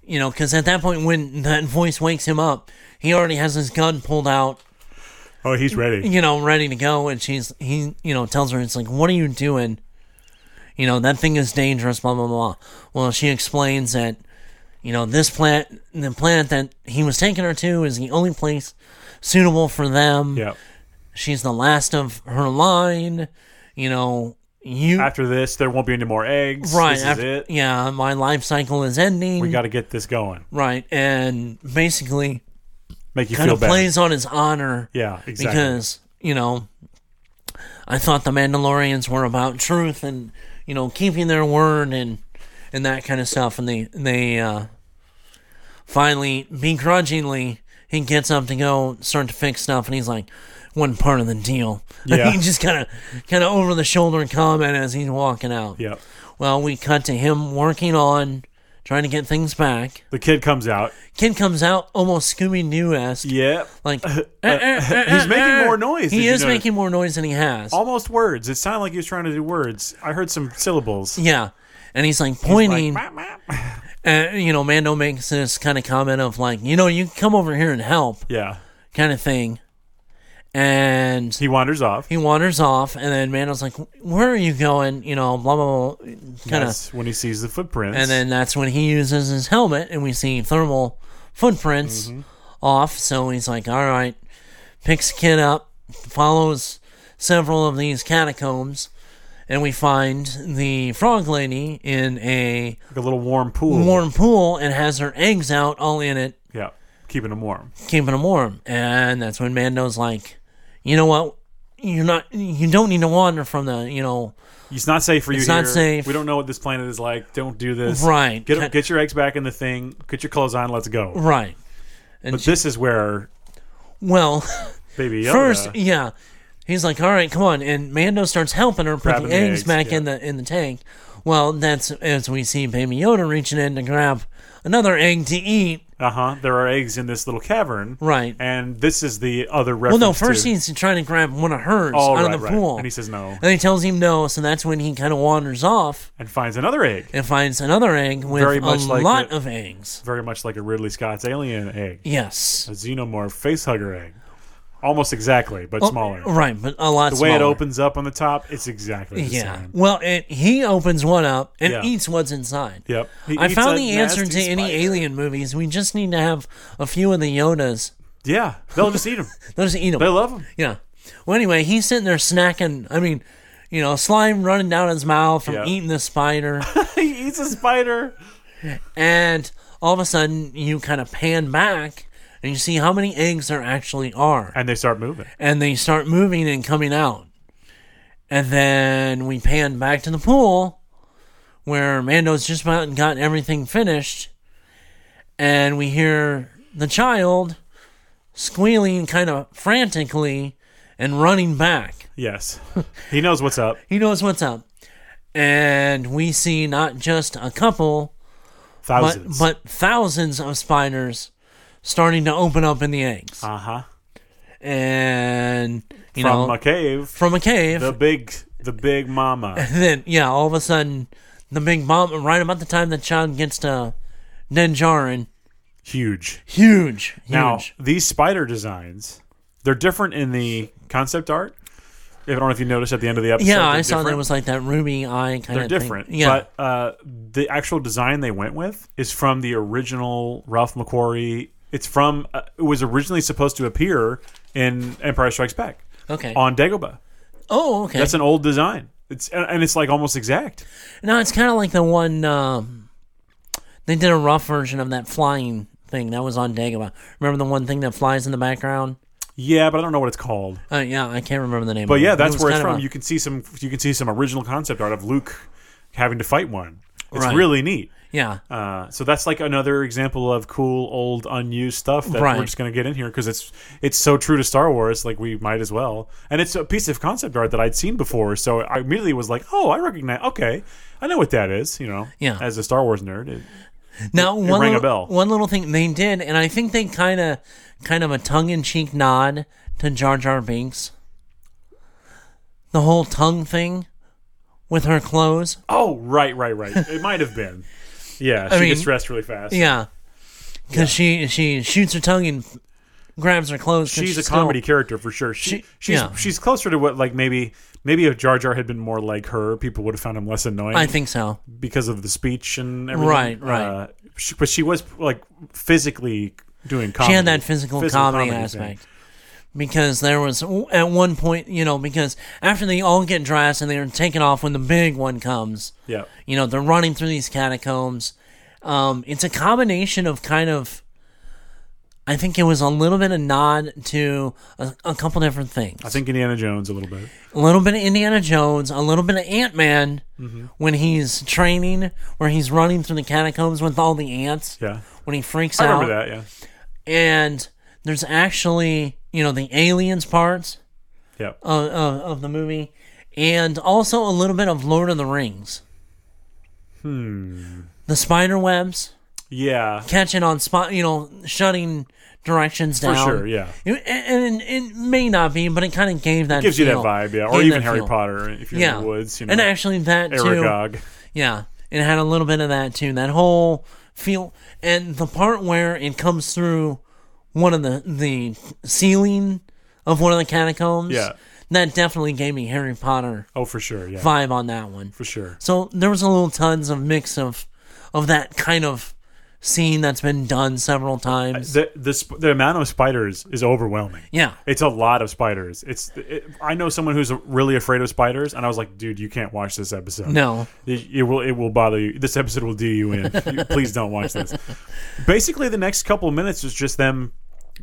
B: you know because at that point when that voice wakes him up he already has his gun pulled out
A: Oh, he's ready.
B: you know ready to go and she's he you know tells her it's like what are you doing you know that thing is dangerous blah blah blah well she explains that you know this planet the planet that he was taking her to is the only place suitable for them
A: Yeah.
B: she's the last of her line you know you
A: After this, there won't be any more eggs.
B: right
A: This
B: after- Mm.
A: is it.
B: yeah my life cycle is ending
A: We got to get this going.
B: right and basically
A: Make you
B: kind
A: feel
B: of
A: better.
B: plays on his honor
A: yeah, exactly.
B: because you know i thought the mandalorians were about truth and you know keeping their word and and that kind of stuff and they they uh finally begrudgingly he gets up to go start to fix stuff and he's like one part of the deal
A: Yeah.
B: he just kind of kind of over the shoulder comment as he's walking out
A: yep.
B: well, we cut to him working on trying to get things back.
A: The kid comes out.
B: Kid comes out almost Scooby Doo esque.
A: Yep.
B: Like
A: He's making more noise. did
B: Eh, he
A: you
B: is
A: notice?
B: making more noise than he has.
A: almost words. It sounded like he was trying to do words. I heard some syllables.
B: yeah, and he's like pointing.
A: Like, "Wah, wah."
B: and, you know, Mando makes this kind of comment of like, you know, you can come over here and help,
A: yeah.
B: kind of thing. And
A: He wanders off.
B: he wanders off, and then Mando's like, "Where are you going?" You know, blah blah blah, kind of.
A: That's when he sees the footprints.
B: And then that's when he uses his helmet, and we see thermal footprints
A: Mm-hmm.
B: off. So he's like, all right, picks Kid up, follows several of these catacombs, and we find the frog lady in a
A: like a little warm pool.
B: warm pool and has her eggs out all in it,
A: Yeah. Keeping him warm.
B: keeping them warm. And that's when Mando's like, you know what? You're not. You don't need to wander from the. You know,
A: It's not safe for you.
B: It's not
A: here.
B: safe.
A: We don't know what this planet is like. Don't do this.
B: Right.
A: Get get your eggs back in the thing. Get your clothes on. Let's go.
B: right?
A: But this is where
B: Well,
A: Baby Yoda.
B: First, yeah, he's like, "All right, come on," and Mando starts helping her put
A: Grabbing
B: the
A: the
B: eggs
A: eggs,
B: back
A: yeah.
B: in the in the tank. Well, that's as we see Baby Yoda reaching in to grab another egg to eat.
A: uh huh. There are eggs in this little cavern.
B: Right.
A: And this is the other
B: Well,
A: reference.
B: no, first
A: to,
B: he's trying to grab one of hers
A: Oh,
B: out
A: right,
B: of the
A: right.
B: pool,
A: And he says no,
B: And he tells him no. So that's when he kind of wanders off
A: and finds another egg,
B: and finds another egg with
A: Very much
B: a
A: like
B: lot
A: the-
B: of eggs.
A: very much like a Ridley Scott's alien egg,
B: Yes,
A: a xenomorph facehugger egg, almost exactly, but smaller.
B: right, but a lot
A: The way it
B: Oh, smaller.
A: opens up on the top, it's exactly the
B: Yeah.
A: same.
B: Well, it, he opens one up and
A: Yeah.
B: eats what's inside.
A: Yep. He
B: I
A: eats
B: found
A: a
B: the answer to
A: nasty
B: any
A: spider.
B: alien movies. We just need to have a few of the Yodas.
A: Yeah, they'll just eat him.
B: They'll just eat them.
A: They love him.
B: yeah. Well, anyway, he's sitting there snacking. I mean, you know, slime running down his mouth from
A: Yeah.
B: eating the spider.
A: he eats a spider.
B: and all of a sudden, you kind of pan back and you see how many eggs there actually are
A: and they start moving.
B: and they start moving and coming out. And then we pan back to the pool where Mando's just about got everything finished. And we hear the child squealing kind of frantically and running back.
A: Yes, he knows what's up.
B: He knows what's up. And we see not just a couple, but,
A: Thousands.
B: but thousands of spiders starting to open up in the eggs.
A: uh huh.
B: And, you
A: From
B: know,
A: a cave,
B: from a cave.
A: the big, the big mama.
B: And then yeah, all of a sudden the big mom right about the time the child gets to Ninjarin,
A: Huge.
B: huge, huge.
A: Now these spider designs, they're different in the concept art. If I don't know if you noticed at the end of the episode,
B: yeah,
A: they're
B: I saw
A: different.
B: that it was like that ruby eye kind
A: They're
B: of
A: different,
B: Thing. Yeah,
A: but uh, the actual design they went with is from the original Ralph McQuarrie. It's from uh, it was originally supposed to appear in Empire Strikes Back
B: okay.
A: on Dagobah.
B: oh, okay.
A: That's an old design. It's and and it's like almost exact.
B: no, it's kind of like the one um, they did a rough version of that flying thing that was on Dagobah. Remember the one thing that flies in the background?
A: Yeah, but I don't know what it's called.
B: Uh, yeah, I can't remember the name.
A: But
B: of it.
A: yeah,
B: It
A: that's
B: was
A: where it's
B: kind of
A: from.
B: a-
A: You can see some you can see some original concept art of Luke having to fight one. It's
B: Right.
A: really neat.
B: yeah,
A: Uh, so that's like another example of cool old unused stuff that
B: Right.
A: we're just gonna get in here because it's it's so true to Star Wars. Like we might as well, and it's a piece of concept art that I'd seen before. So I immediately was like, oh, I recognize. Okay, I know what that is. You know,
B: Yeah.
A: As a Star Wars nerd, it,
B: Now one
A: rang a
B: little,
A: bell.
B: one little thing they did, and I think they kind of, kind of a tongue in cheek nod to Jar Jar Binks. The whole tongue thing, with her clothes.
A: oh, right, right, right. it might have been. Yeah, she
B: mean-
A: gets dressed really fast.
B: Yeah, because she she shoots her tongue and grabs her clothes. 'cause
A: she's, a
B: still-
A: comedy character for sure. She,
B: She-
A: she's
B: yeah.
A: she's closer to what like maybe maybe if Jar Jar had been more like her, people would have found him less annoying
B: I think so.
A: because of the speech and everything.
B: Right, right.
A: Uh, she, but she was like physically doing comedy.
B: She had that physical, comedy, aspect.
A: thing.
B: Because there was at one point, you know, because after they all get dressed and they're taken off when the big one comes,
A: Yeah,
B: You know, they're running through these catacombs. Um, it's a combination of kind of, I think it was a little bit of nod to a, a couple different things.
A: I think Indiana Jones a little bit.
B: A little bit of Indiana Jones, a little bit of Ant Man
A: Mm-hmm.
B: when he's training, where he's running through the catacombs with all the ants.
A: Yeah,
B: When he freaks
A: I
B: out,
A: remember that. Yeah,
B: and there's actually you know the aliens parts
A: yeah.
B: of, of, of the movie, and also a little bit of Lord of the Rings. Hmm. The spider webs
A: yeah,
B: catching on spot, you know, shutting directions
A: for
B: down.
A: sure. Yeah,
B: It- And, and it may not be, but it kind of gave that
A: gives you that
B: feel.
A: vibe. Yeah, or
B: Gave
A: even
B: that
A: Harry
B: feel.
A: Potter if you're
B: Yeah,
A: in the woods. You know,
B: and actually that too.
A: Aragog.
B: Yeah, it had a little bit of that too. That whole feel, and the part where it comes through one of the the ceiling of one of the catacombs.
A: Yeah.
B: that definitely gave me Harry Potter
A: Oh, for sure. Yeah,
B: vibe on that one.
A: for sure.
B: So there was a little tons of mix of of that kind of scene that's been done several times.
A: The, the sp- the amount of spiders is overwhelming.
B: yeah.
A: It's a lot of spiders. It's it, I know someone who's really afraid of spiders, and I was like, dude, you can't watch this episode.
B: No.
A: it, it will it will bother you. This episode will do you in. You- Please don't watch this. Basically, the next couple of minutes is just them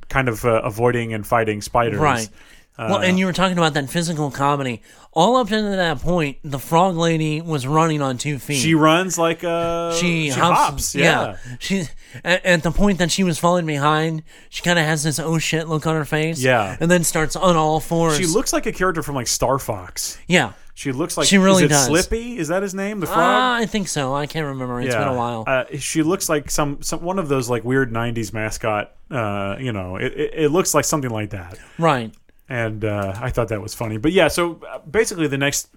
A: kind of uh, avoiding and fighting spiders.
B: Right. well, and you were talking about that physical comedy. All up to that point, the frog lady was running on two feet.
A: She runs like uh
B: she,
A: hops.
B: hops,
A: Yeah.
B: She at, at the point that she was falling behind, she kind of has this oh shit look on her face.
A: Yeah.
B: and then starts on all fours.
A: She looks like a character from like Star Fox.
B: yeah.
A: She looks like
B: She really
A: is it
B: does.
A: Slippy is that his name? The frog.
B: Ah, I think so. I can't remember. It's been a while.
A: Uh, she looks like some, some one of those like weird '90s mascot. Uh, you know, it, it, it looks like something like that.
B: right.
A: and uh, I thought that was funny. But yeah, so uh, basically, the next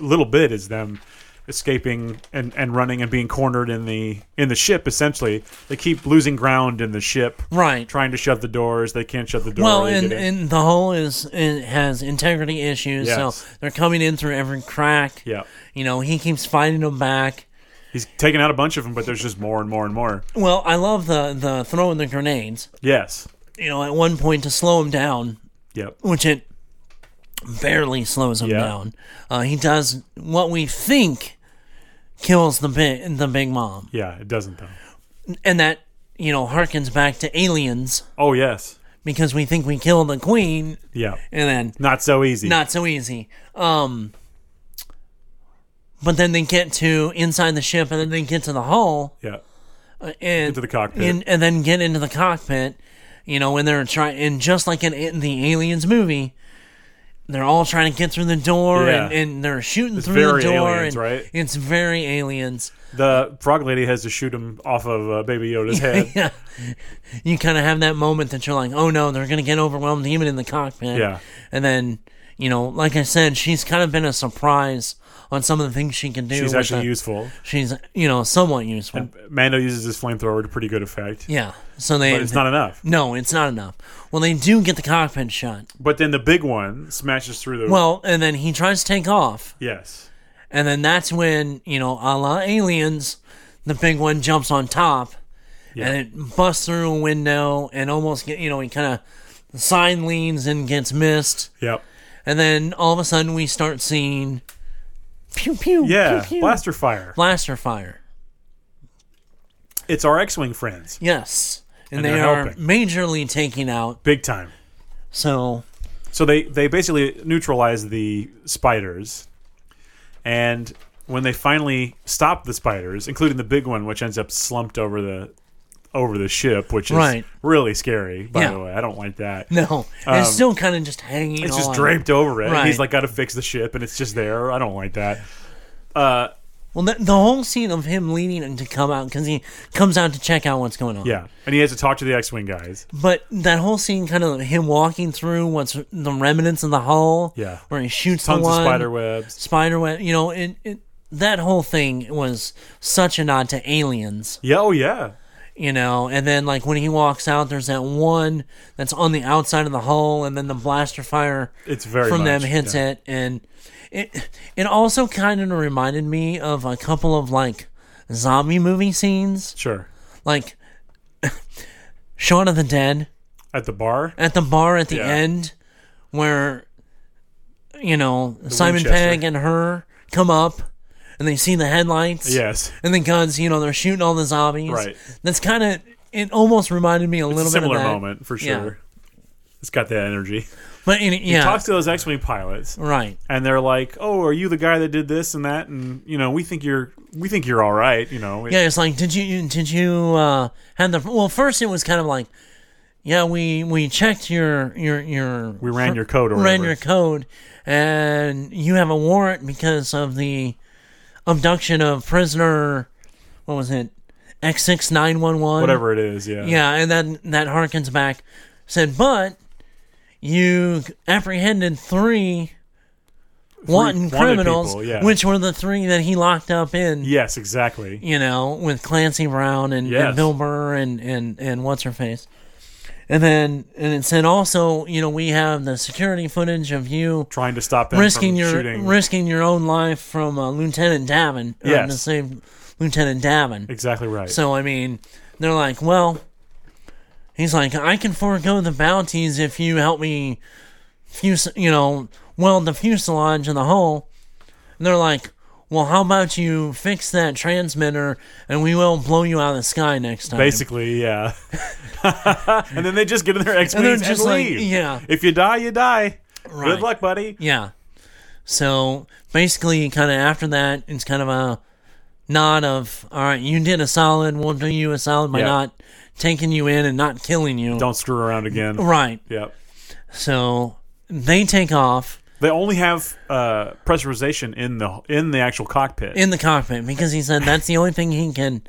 A: little bit is them escaping and, and running and being cornered in the in the ship. Essentially, they keep losing ground in the ship,
B: Right.
A: Trying to shut the doors, they can't shut the door.
B: Well,
A: they
B: and,
A: get in.
B: and the hole is it has integrity issues,
A: Yes.
B: so they're coming in through every crack.
A: yeah,
B: You know, he keeps fighting them back.
A: he's taking out a bunch of them, but there's just more and more and more.
B: Well, I love the the throwing the grenades.
A: Yes,
B: You know, at one point to slow him down,
A: yep,
B: which it barely slows him
A: Yeah.
B: down. Uh, he does what we think kills the big the big mom,
A: yeah. It doesn't though.
B: and that you know, harkens back to aliens
A: Oh yes,
B: because we think we killed the queen
A: yeah,
B: and then
A: not so easy.
B: not so easy. Um, but then they get to inside the ship, and then they get to the hull,
A: yeah,
B: uh, and
A: Into the cockpit.
B: in, and then get into the cockpit. You know, when they're trying, and just like in, in the Aliens movie, they're all trying to get through the door,
A: Yeah.
B: and, and they're shooting through
A: very
B: the door,
A: Aliens,
B: and
A: right?
B: it's very aliens.
A: the frog lady has to shoot him off of uh, Baby Yoda's head.
B: Yeah, you kind of have that moment that you're like, oh no, they're gonna get overwhelmed even in the cockpit.
A: Yeah.
B: and then you know, like I said, she's kind of been a surprise on some of the things she can do.
A: She's
B: with
A: actually
B: the-
A: useful.
B: She's you know somewhat useful.
A: Mando uses his flamethrower to pretty good effect,
B: yeah, so they.
A: but it's not enough.
B: no, it's not enough. Well, they do get the cockpit shot.
A: But then the big one smashes through the.
B: Well, and then he tries to take off,
A: yes.
B: and then that's when you know, a la aliens, the big one jumps on top, and it busts through a window and almost get you know he kind of sign leans and gets missed,
A: Yep.
B: and then all of a sudden we start seeing pew pew
A: Yeah.
B: pew, pew,
A: Blaster fire.
B: blaster fire.
A: It's our X-wing friends,
B: Yes, and,
A: And
B: they
A: they're
B: are
A: helping.
B: majorly taking out.
A: big time.
B: So
A: So they they basically neutralize the spiders, and when they finally stop the spiders, including the big one, which ends up slumped over the over the ship, which is
B: Right.
A: really scary. By
B: Yeah.
A: the way, I don't like that.
B: No, it's still kind of just hanging.
A: Um, It's just
B: on.
A: draped over it.
B: Right.
A: He's like, got to fix the ship, and it's just there. I don't like that. Uh,
B: Well, the, the whole scene of him leaning in to come out because he comes out to check out what's going on.
A: yeah, and he has to talk to the X-wing guys.
B: But that whole scene, kind of him walking through what's the remnants of the hull.
A: Yeah.
B: Where he shoots
A: Tons
B: the one
A: of spider webs.
B: spider web. You know, it, it, that whole thing was such a nod to aliens.
A: Yeah. Oh yeah.
B: You know, and then like when he walks out, there's that one that's on the outside of the hull, and then the blaster fire.
A: It's very
B: from them
A: much,
B: hits
A: yeah.
B: it and it it also kind of reminded me of a couple of like zombie movie scenes
A: Sure.
B: like Shaun of the Dead
A: At the bar.
B: at the bar at the
A: Yeah.
B: end where you know Simon
A: Winchester.
B: Pegg and her come up and they see the headlights
A: Yes.
B: and the guns you know they're shooting all the zombies
A: Right.
B: that's kind of it almost reminded me a little bit
A: Similar
B: of that
A: moment for
B: Yeah.
A: sure. It's got that energy.
B: but in, yeah
A: Talks to those X-wing pilots,
B: right
A: and they're like, "Oh, are you the guy that did this and that?" And you know, we think you're, we think you're all right. You know,
B: Yeah, it's like, did you did you uh, have the? Well, first it was kind of like, yeah, we we checked your your your
A: we ran your code or
B: ran
A: whatever.
B: your code, and you have a warrant because of the abduction of prisoner. What was it? X six nine one one.
A: whatever it is. Yeah,
B: Yeah, and then that harkens back. Said, but you apprehended three.
A: wanted
B: Wanton criminals,
A: people, yeah.
B: which were the three that he locked up in
A: Yes, exactly.
B: you know, with Clancy Brown and,
A: Yes.
B: and Bill Burr and, and, and what's her face. And then and it said also, you know, we have the security footage of you
A: Trying to stop them
B: risking
A: from
B: your
A: shooting.
B: risking your own life from uh, Lieutenant Davin. or
A: Yes.
B: to save Lieutenant Davin.
A: exactly right.
B: So I mean, they're like, well, he's like, I can forego the bounties if you help me, fuse, you know, weld the fuselage in the hull. And they're like, well, how about you fix that transmitter and we will blow you out of the sky next time.
A: Basically, yeah. and then they just get in their X-wings
B: they're
A: and,
B: just like,
A: leave.
B: yeah.
A: If you die, you die.
B: Right.
A: Good luck, buddy.
B: Yeah. So basically, kind of after that, it's kind of a nod of, all right, you did a solid. We'll do you a solid by
A: Yeah.
B: not taking you in and not killing you.
A: Don't screw around again.
B: Right.
A: Yep.
B: So they take off
A: They only have uh, pressurization in the in the actual cockpit.
B: in the cockpit because he said that's the only thing he can.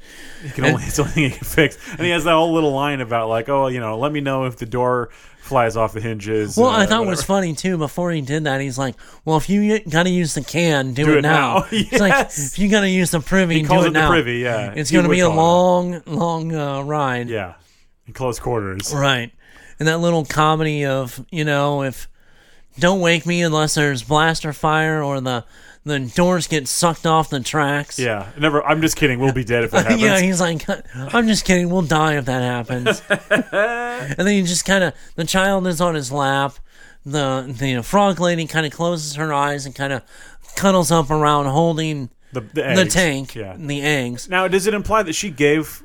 A: He can only, it's the only thing he can fix. And he has that whole little line about like, oh, you know, let me know if the door flies off the hinges.
B: Well,
A: uh,
B: I thought
A: whatever.
B: was funny too. Before he did that, he's like, "Well, if you got to use the can, do, it,
A: it
B: now."
A: now.
B: It's like
A: Yes.
B: if you got to use the privy, do
A: calls
B: it,
A: it the
B: now.
A: privy, yeah.
B: it's
A: He
B: going to
A: would
B: be a
A: call it.
B: long, long uh, ride.
A: yeah, in close quarters.
B: Right. And that little comedy of you know if don't wake me unless there's blaster fire or the the doors get sucked off the tracks.
A: Yeah, never. I'm just kidding. We'll be dead if that happens.
B: Yeah, he's like, I'm just kidding. We'll die if that happens. and then he just kind of, the child is on his lap. The the frog lady kind of closes her eyes and kind of cuddles up around holding
A: the the,
B: the
A: eggs.
B: tank,
A: Yeah.
B: the eggs.
A: Now, does it imply that she gave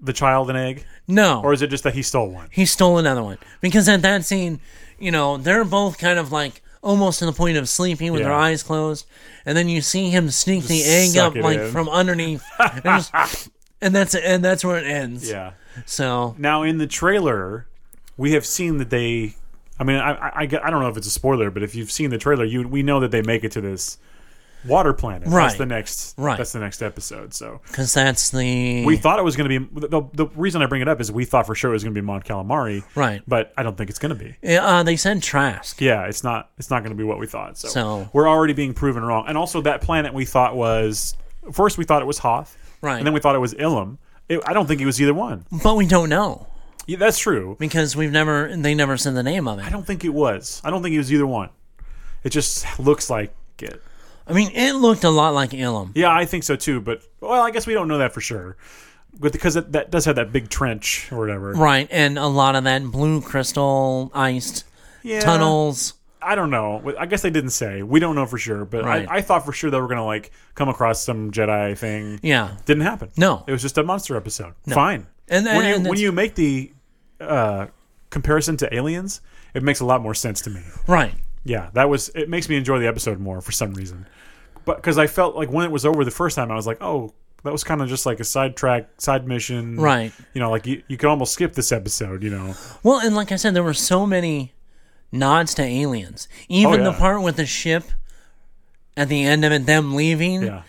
A: the child an egg,
B: No.
A: or is it just that he stole one?
B: he stole another one because at that scene, you know, they're both kind of like almost to the point of sleeping with their
A: Yeah.
B: eyes closed, and then you see him sneak the egg
A: suck
B: up
A: it
B: like
A: in.
B: from underneath, and, just- and that's and that's where it ends.
A: Yeah.
B: So
A: Now in the trailer, we have seen that they. I mean, I, I, I gu- I don't know if it's a spoiler, but if you've seen the trailer, you we know that they make it to this water planet. That's
B: Right.
A: the next.
B: Right.
A: That's the next episode. So
B: because that's the
A: we thought it was going to be. The, the reason I bring it up is we thought for sure it was going to be Mon Calamari,
B: right.
A: but I don't think it's going to be.
B: Uh, they said Trask.
A: Yeah, it's not. It's not going to be what we thought. So,
B: So-
A: we're already being proven wrong. And also, that planet we thought was first we thought it was Hoth,
B: Right.
A: And then we thought it was Ilum. It, I don't think it was either one.
B: but we don't know
A: Yeah, that's true.
B: because we've never they never said the name of
A: I
B: it.
A: don't think it was. I don't think it was either one. It just looks like it.
B: I mean, it looked a lot like Ilum.
A: Yeah, I think so too. But well, I guess we don't know that for sure. But because it, that does have that big trench or whatever
B: Right, and a lot of that blue crystal iced
A: yeah,
B: tunnels.
A: I don't know. I guess they didn't say. We don't know for sure. But
B: Right.
A: I, I thought for sure they were gonna like come across some Jedi thing.
B: Yeah.
A: Didn't happen.
B: No.
A: it was just a monster episode. Fine.
B: And-
A: when you
B: and
A: when
B: it's-
A: you make the uh, comparison to Aliens, it makes a lot more sense to me.
B: Right.
A: Yeah, that was. It makes me enjoy the episode more for some reason, but because I felt like when it was over the first time, I was like, oh, that was kind of just like a sidetrack, side mission,
B: Right.
A: You know, like you, you could almost skip this episode. You know,
B: Well, and like I said, there were so many nods to aliens. Even
A: Oh,
B: the
A: yeah.
B: part with the ship at the end of it, them leaving,
A: yeah,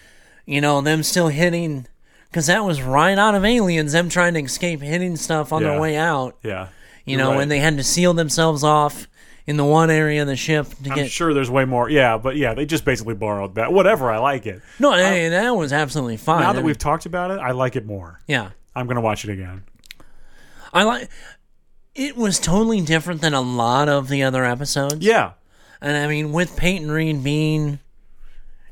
B: you know, them still hitting, because that was right out of aliens, them trying to escape, hitting stuff on
A: Yeah.
B: their way out,
A: yeah.
B: you know,
A: right.
B: and they had to seal themselves off in the one area of the ship to
A: I'm
B: get.
A: sure there's way more. Yeah, but yeah, they just basically borrowed that. Whatever, I like it.
B: no, hey, that was absolutely fine.
A: Now that we've talked about it, I like it more.
B: yeah.
A: I'm gonna watch it again.
B: I like. It was totally different than a lot of the other episodes.
A: Yeah,
B: And I mean, with Peyton Reed being,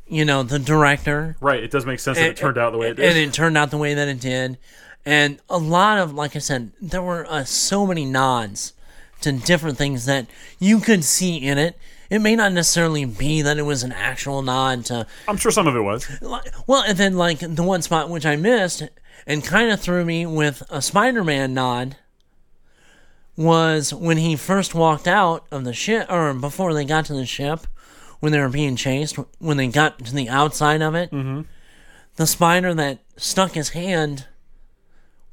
B: you know, the director,
A: right. It does make sense that it turned out the way it
B: and
A: did.
B: it turned out the way that it did. And a lot of, like I said, there were uh, so many nods to different things that you could see in it. It may not necessarily be that it was an actual nod to,
A: I'm sure some of it was.
B: like, well, and then like the one spot which I missed and kind of threw me with a Spider-Man nod was when he first walked out of the ship, or before they got to the ship, when they were being chased, when they got to the outside of it,
A: Mm-hmm.
B: the spider that stuck his hand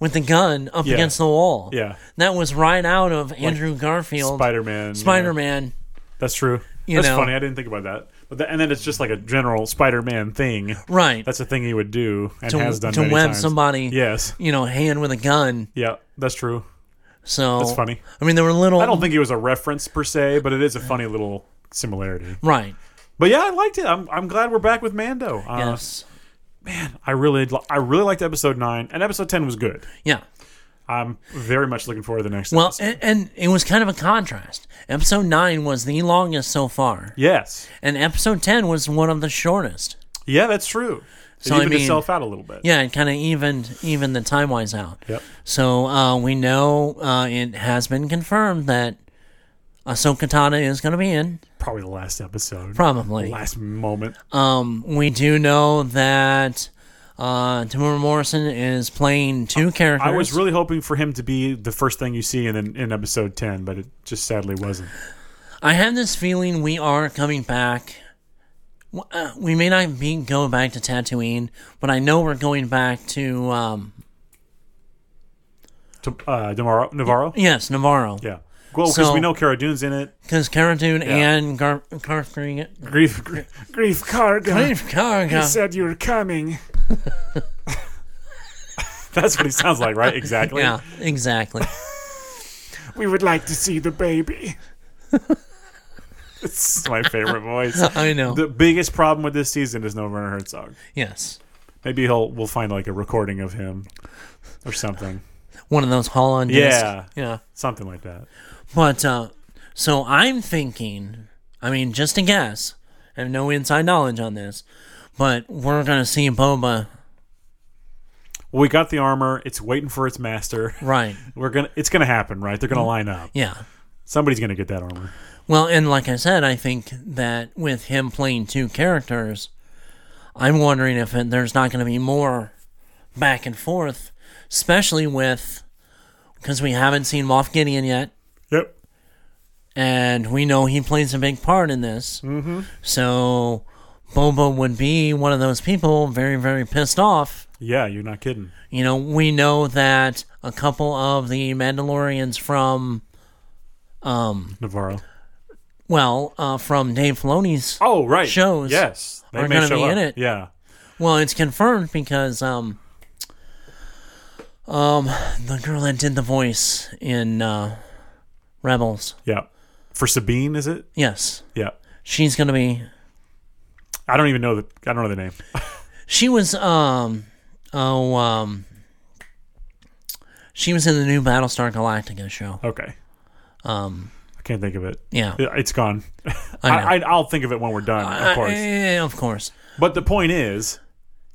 B: with the gun up
A: Yeah.
B: against the wall.
A: Yeah,
B: That was right out of Andrew Garfield
A: Spider-Man.
B: Spider
A: Man.
B: Man.
A: That's true.
B: You
A: That's
B: know.
A: funny. I didn't think about that. But that, and then it's just like a general Spider-Man thing.
B: Right.
A: That's a thing he would do and
B: to
A: has done
B: to
A: many
B: web
A: times.
B: somebody
A: Yes.
B: you know, hand with a gun.
A: Yeah. That's true.
B: So
A: That's funny.
B: I mean there were little
A: I don't think it was a reference per se, but it is a funny little similarity.
B: Right.
A: But yeah, I liked it. I'm, I'm glad we're back with Mando. Uh,
B: Yes.
A: I really li- I really liked episode nine, and episode ten was good.
B: Yeah.
A: I'm very much looking forward to the next.
B: Well,
A: episode.
B: and, and it was kind of a contrast. Episode 9 was the longest so far,
A: yes,
B: and episode 10 was one of the shortest.
A: yeah, that's true. It
B: So, I
A: evened
B: mean-
A: itself out a little bit.
B: Yeah, it kind of evened, evened the time wise out.
A: Yep.
B: So uh, we know uh, it has been confirmed that Ahsoka Tana is going to be in,
A: Probably the last episode.
B: probably.
A: Last moment.
B: Um, we do know that uh, Tamura Morrison is playing two characters.
A: I was really hoping for him to be the first thing you see in in episode ten, but it just sadly wasn't.
B: I have this feeling we are coming back. W- uh, We may not be going back to Tatooine, but I know we're going back to um,
A: To, uh, Navarro, Navarro.
B: yes, Navarro
A: Yeah. Well, because
B: So-
A: we know Cara Dune's in it.
B: because Cara Dune and Gar- Gar- Gar-
A: Grief, grief, grief Karga
B: Carga.
A: said you were coming. That's what he sounds like, right? Exactly.
B: Yeah, exactly.
A: We would like to see the baby. it's my favorite voice.
B: I know.
A: The biggest problem with this season is no Werner Herzog.
B: yes,
A: Maybe he'll we'll find like a recording of him or something,
B: one of those Holland.
A: Yeah.
B: yeah.
A: something like that.
B: But uh, so I'm thinking. I mean, just a guess. I have no inside knowledge on this, but we're gonna see Boba.
A: Well, we got the armor. It's waiting for its master.
B: Right.
A: We're gonna. It's gonna happen, right? They're gonna line up.
B: Yeah.
A: Somebody's gonna get that armor.
B: Well, and like I said, I think that with him playing two characters, I'm wondering if it, there's not going to be more back and forth, especially with because we haven't seen Moff Gideon yet,
A: Yep.
B: and we know he plays a big part in this. Mm-hmm. So Boba would be one of those people very, very pissed off.
A: Yeah, you're not kidding.
B: You know, we know that a couple of the Mandalorians from
A: Navarro.
B: well, uh, from Dave Filoni's
A: Oh, right.
B: Shows
A: Yes. They
B: are
A: may
B: gonna
A: show
B: be
A: up.
B: in it.
A: Yeah.
B: Well, it's confirmed because um um the girl that did the voice in uh Rebels.
A: Yeah. For Sabine, is it?
B: Yes.
A: Yeah.
B: She's going to be
A: I don't even know the. I don't know the name.
B: she was um oh um she was in the new Battlestar Galactica show.
A: Okay. Um,
B: Um,
A: I can't think of it.
B: Yeah.
A: Yeah, It's gone. I, I, I'll think of it when we're done, of course.
B: Eh, of course.
A: But the point is,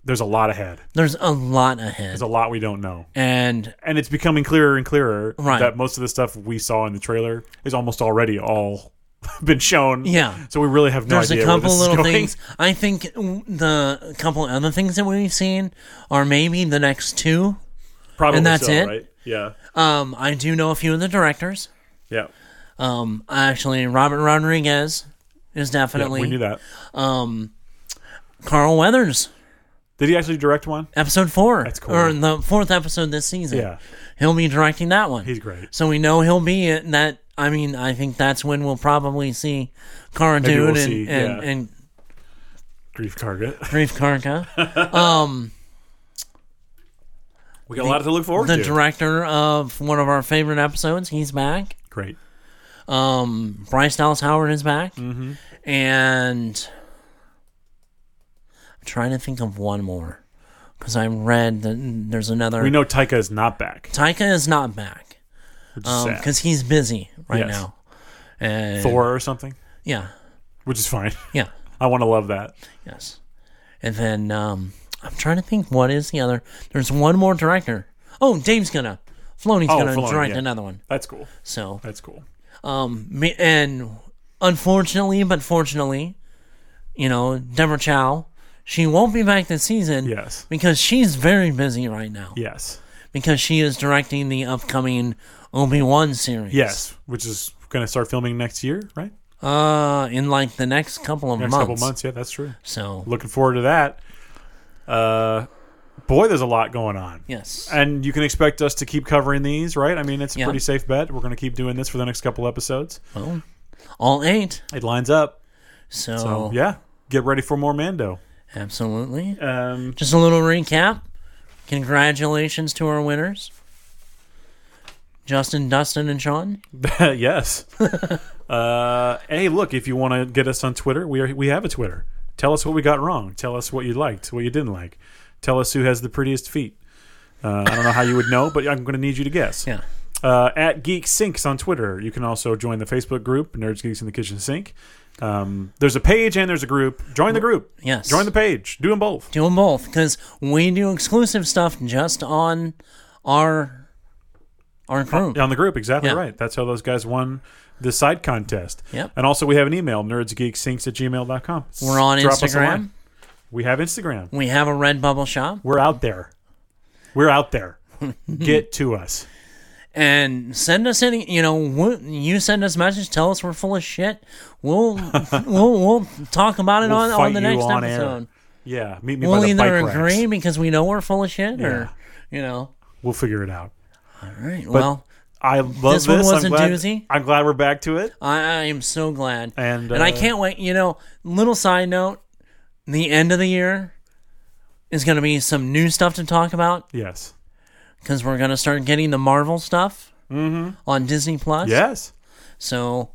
A: there's a lot ahead.
B: There's a lot ahead.
A: There's a lot we don't know.
B: and
A: And it's becoming clearer and clearer
B: Right.
A: that most of the stuff we saw in the trailer is almost already all been shown.
B: Yeah.
A: So we really have no
B: there's
A: idea
B: a
A: where
B: couple
A: this is
B: little
A: going.
B: things. I think the couple other things that we've seen are maybe the next two
A: Probably
B: and that's
A: so,
B: it.
A: right? Yeah.
B: Um, I do know a few of the directors.
A: Yeah.
B: Um, actually, Robert Rodriguez is definitely
A: We
B: um,
A: knew that.
B: Carl Weathers.
A: Did he actually direct one?
B: Episode four,
A: That's cool.
B: or the fourth episode this season.
A: Yeah.
B: he'll be directing that one.
A: He's great.
B: So we know he'll be in that. I mean, I think that's when we'll probably see Cara
A: Maybe
B: Dune
A: we'll
B: and,
A: see,
B: and,
A: yeah.
B: and
A: Grief Target.
B: Grief Karka,
A: We got a lot to look forward
B: the
A: to.
B: director of one of our favorite episodes. He's back.
A: great.
B: Um, Bryce Dallas Howard is back,
A: Mm-hmm.
B: and I'm trying to think of one more because I read that there's another.
A: We know Taika is not back.
B: Taika is not back
A: Which is sad.
B: because he's busy right
A: Yes.
B: now. And
A: Thor or something,
B: yeah,
A: which is fine.
B: yeah,
A: I want to love that.
B: yes. And then um, I'm trying to think what is the other. There's one more director. Oh, Dave's gonna. Filoni's
A: Oh,
B: gonna
A: Filoni,
B: direct
A: yeah.
B: another one.
A: That's cool.
B: So
A: That's cool.
B: Um, me- and unfortunately, but fortunately, you know, Deborah Chow, she won't be back this season.
A: Yes.
B: Because she's very busy right now.
A: Yes.
B: Because she is directing the upcoming Obi Wan series.
A: Yes. Which is going to start filming next year, right?
B: Uh, in like the next couple of
A: Next
B: months.
A: couple months. Yeah, that's true.
B: So
A: Looking forward to that. Uh, boy, there's a lot going on.
B: yes.
A: And you can expect us to keep covering these, right? I mean, it's a
B: Yeah.
A: pretty safe bet. We're going to keep doing this for the next couple episodes.
B: Well, all eight.
A: It lines up.
B: So,
A: So, yeah, get ready for more Mando.
B: absolutely.
A: Um,
B: Just a little recap. Congratulations to our winners. Justin, Dustin, and Sean.
A: yes. uh, hey, look, if you want to get us on Twitter, we are, we have a Twitter. Tell us what we got wrong. Tell us what you liked, what you didn't like. Tell us who has the prettiest feet. Uh, I don't know how you would know, but I'm going to need you to guess.
B: Yeah.
A: Uh, at Geek Sinks on Twitter. You can also join the Facebook group, Nerds Geeks in the Kitchen Sink. Um, there's a page and there's a group. Join the group.
B: Yes.
A: Join the page. Do them both.
B: do them both because we do exclusive stuff just on our our crew.
A: On the group, exactly
B: Yeah.
A: right. That's how those guys won the side contest.
B: Yep.
A: And also, we have an email, nerdsgeeksinks at gmail.com.
B: We're on
A: Drop us a
B: Instagram.
A: line. We have Instagram.
B: We have a red bubble shop,
A: We're out there. We're out there. Get to us.
B: and send us any. You know, w- you send us message, tell us we're full of shit. We'll we'll, we'll talk about it
A: We'll
B: on,
A: fight
B: on the
A: you
B: next
A: on air.
B: episode.
A: Yeah. Meet me
B: We'll
A: by the
B: either
A: bike racks.
B: agree because we know we're full of shit, or you know,
A: We'll figure it out.
B: all right. well,
A: I love this.
B: This one was
A: I'm
B: a
A: glad,
B: doozy.
A: I'm glad we're back to it.
B: I, I am so glad,
A: And,
B: and I
A: uh,
B: can't wait. You know, little side note: the end of the year is going to be some new stuff to talk about
A: Yes.
B: because we're going to start getting the Marvel stuff
A: Mm-hmm.
B: on Disney Plus.
A: Yes.
B: So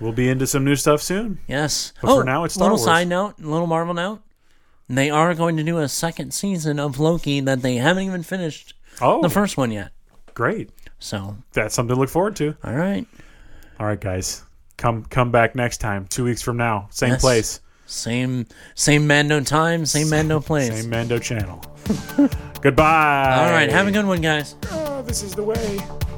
A: We'll be into some new stuff soon.
B: yes. Oh,
A: But for now, it's Star
B: little
A: Wars.
B: side note, little Marvel note: they are going to do a second season of Loki that they haven't even finished
A: Oh,
B: the first one yet.
A: great.
B: So
A: That's something to look forward to.
B: all right,
A: All right, guys. Come come back next time, two weeks from now. Same
B: Yes.
A: place,
B: same same Mando time, same Mando place.
A: same Mando channel. Goodbye.
B: All right, have a good one, guys.
A: Oh, this is the way.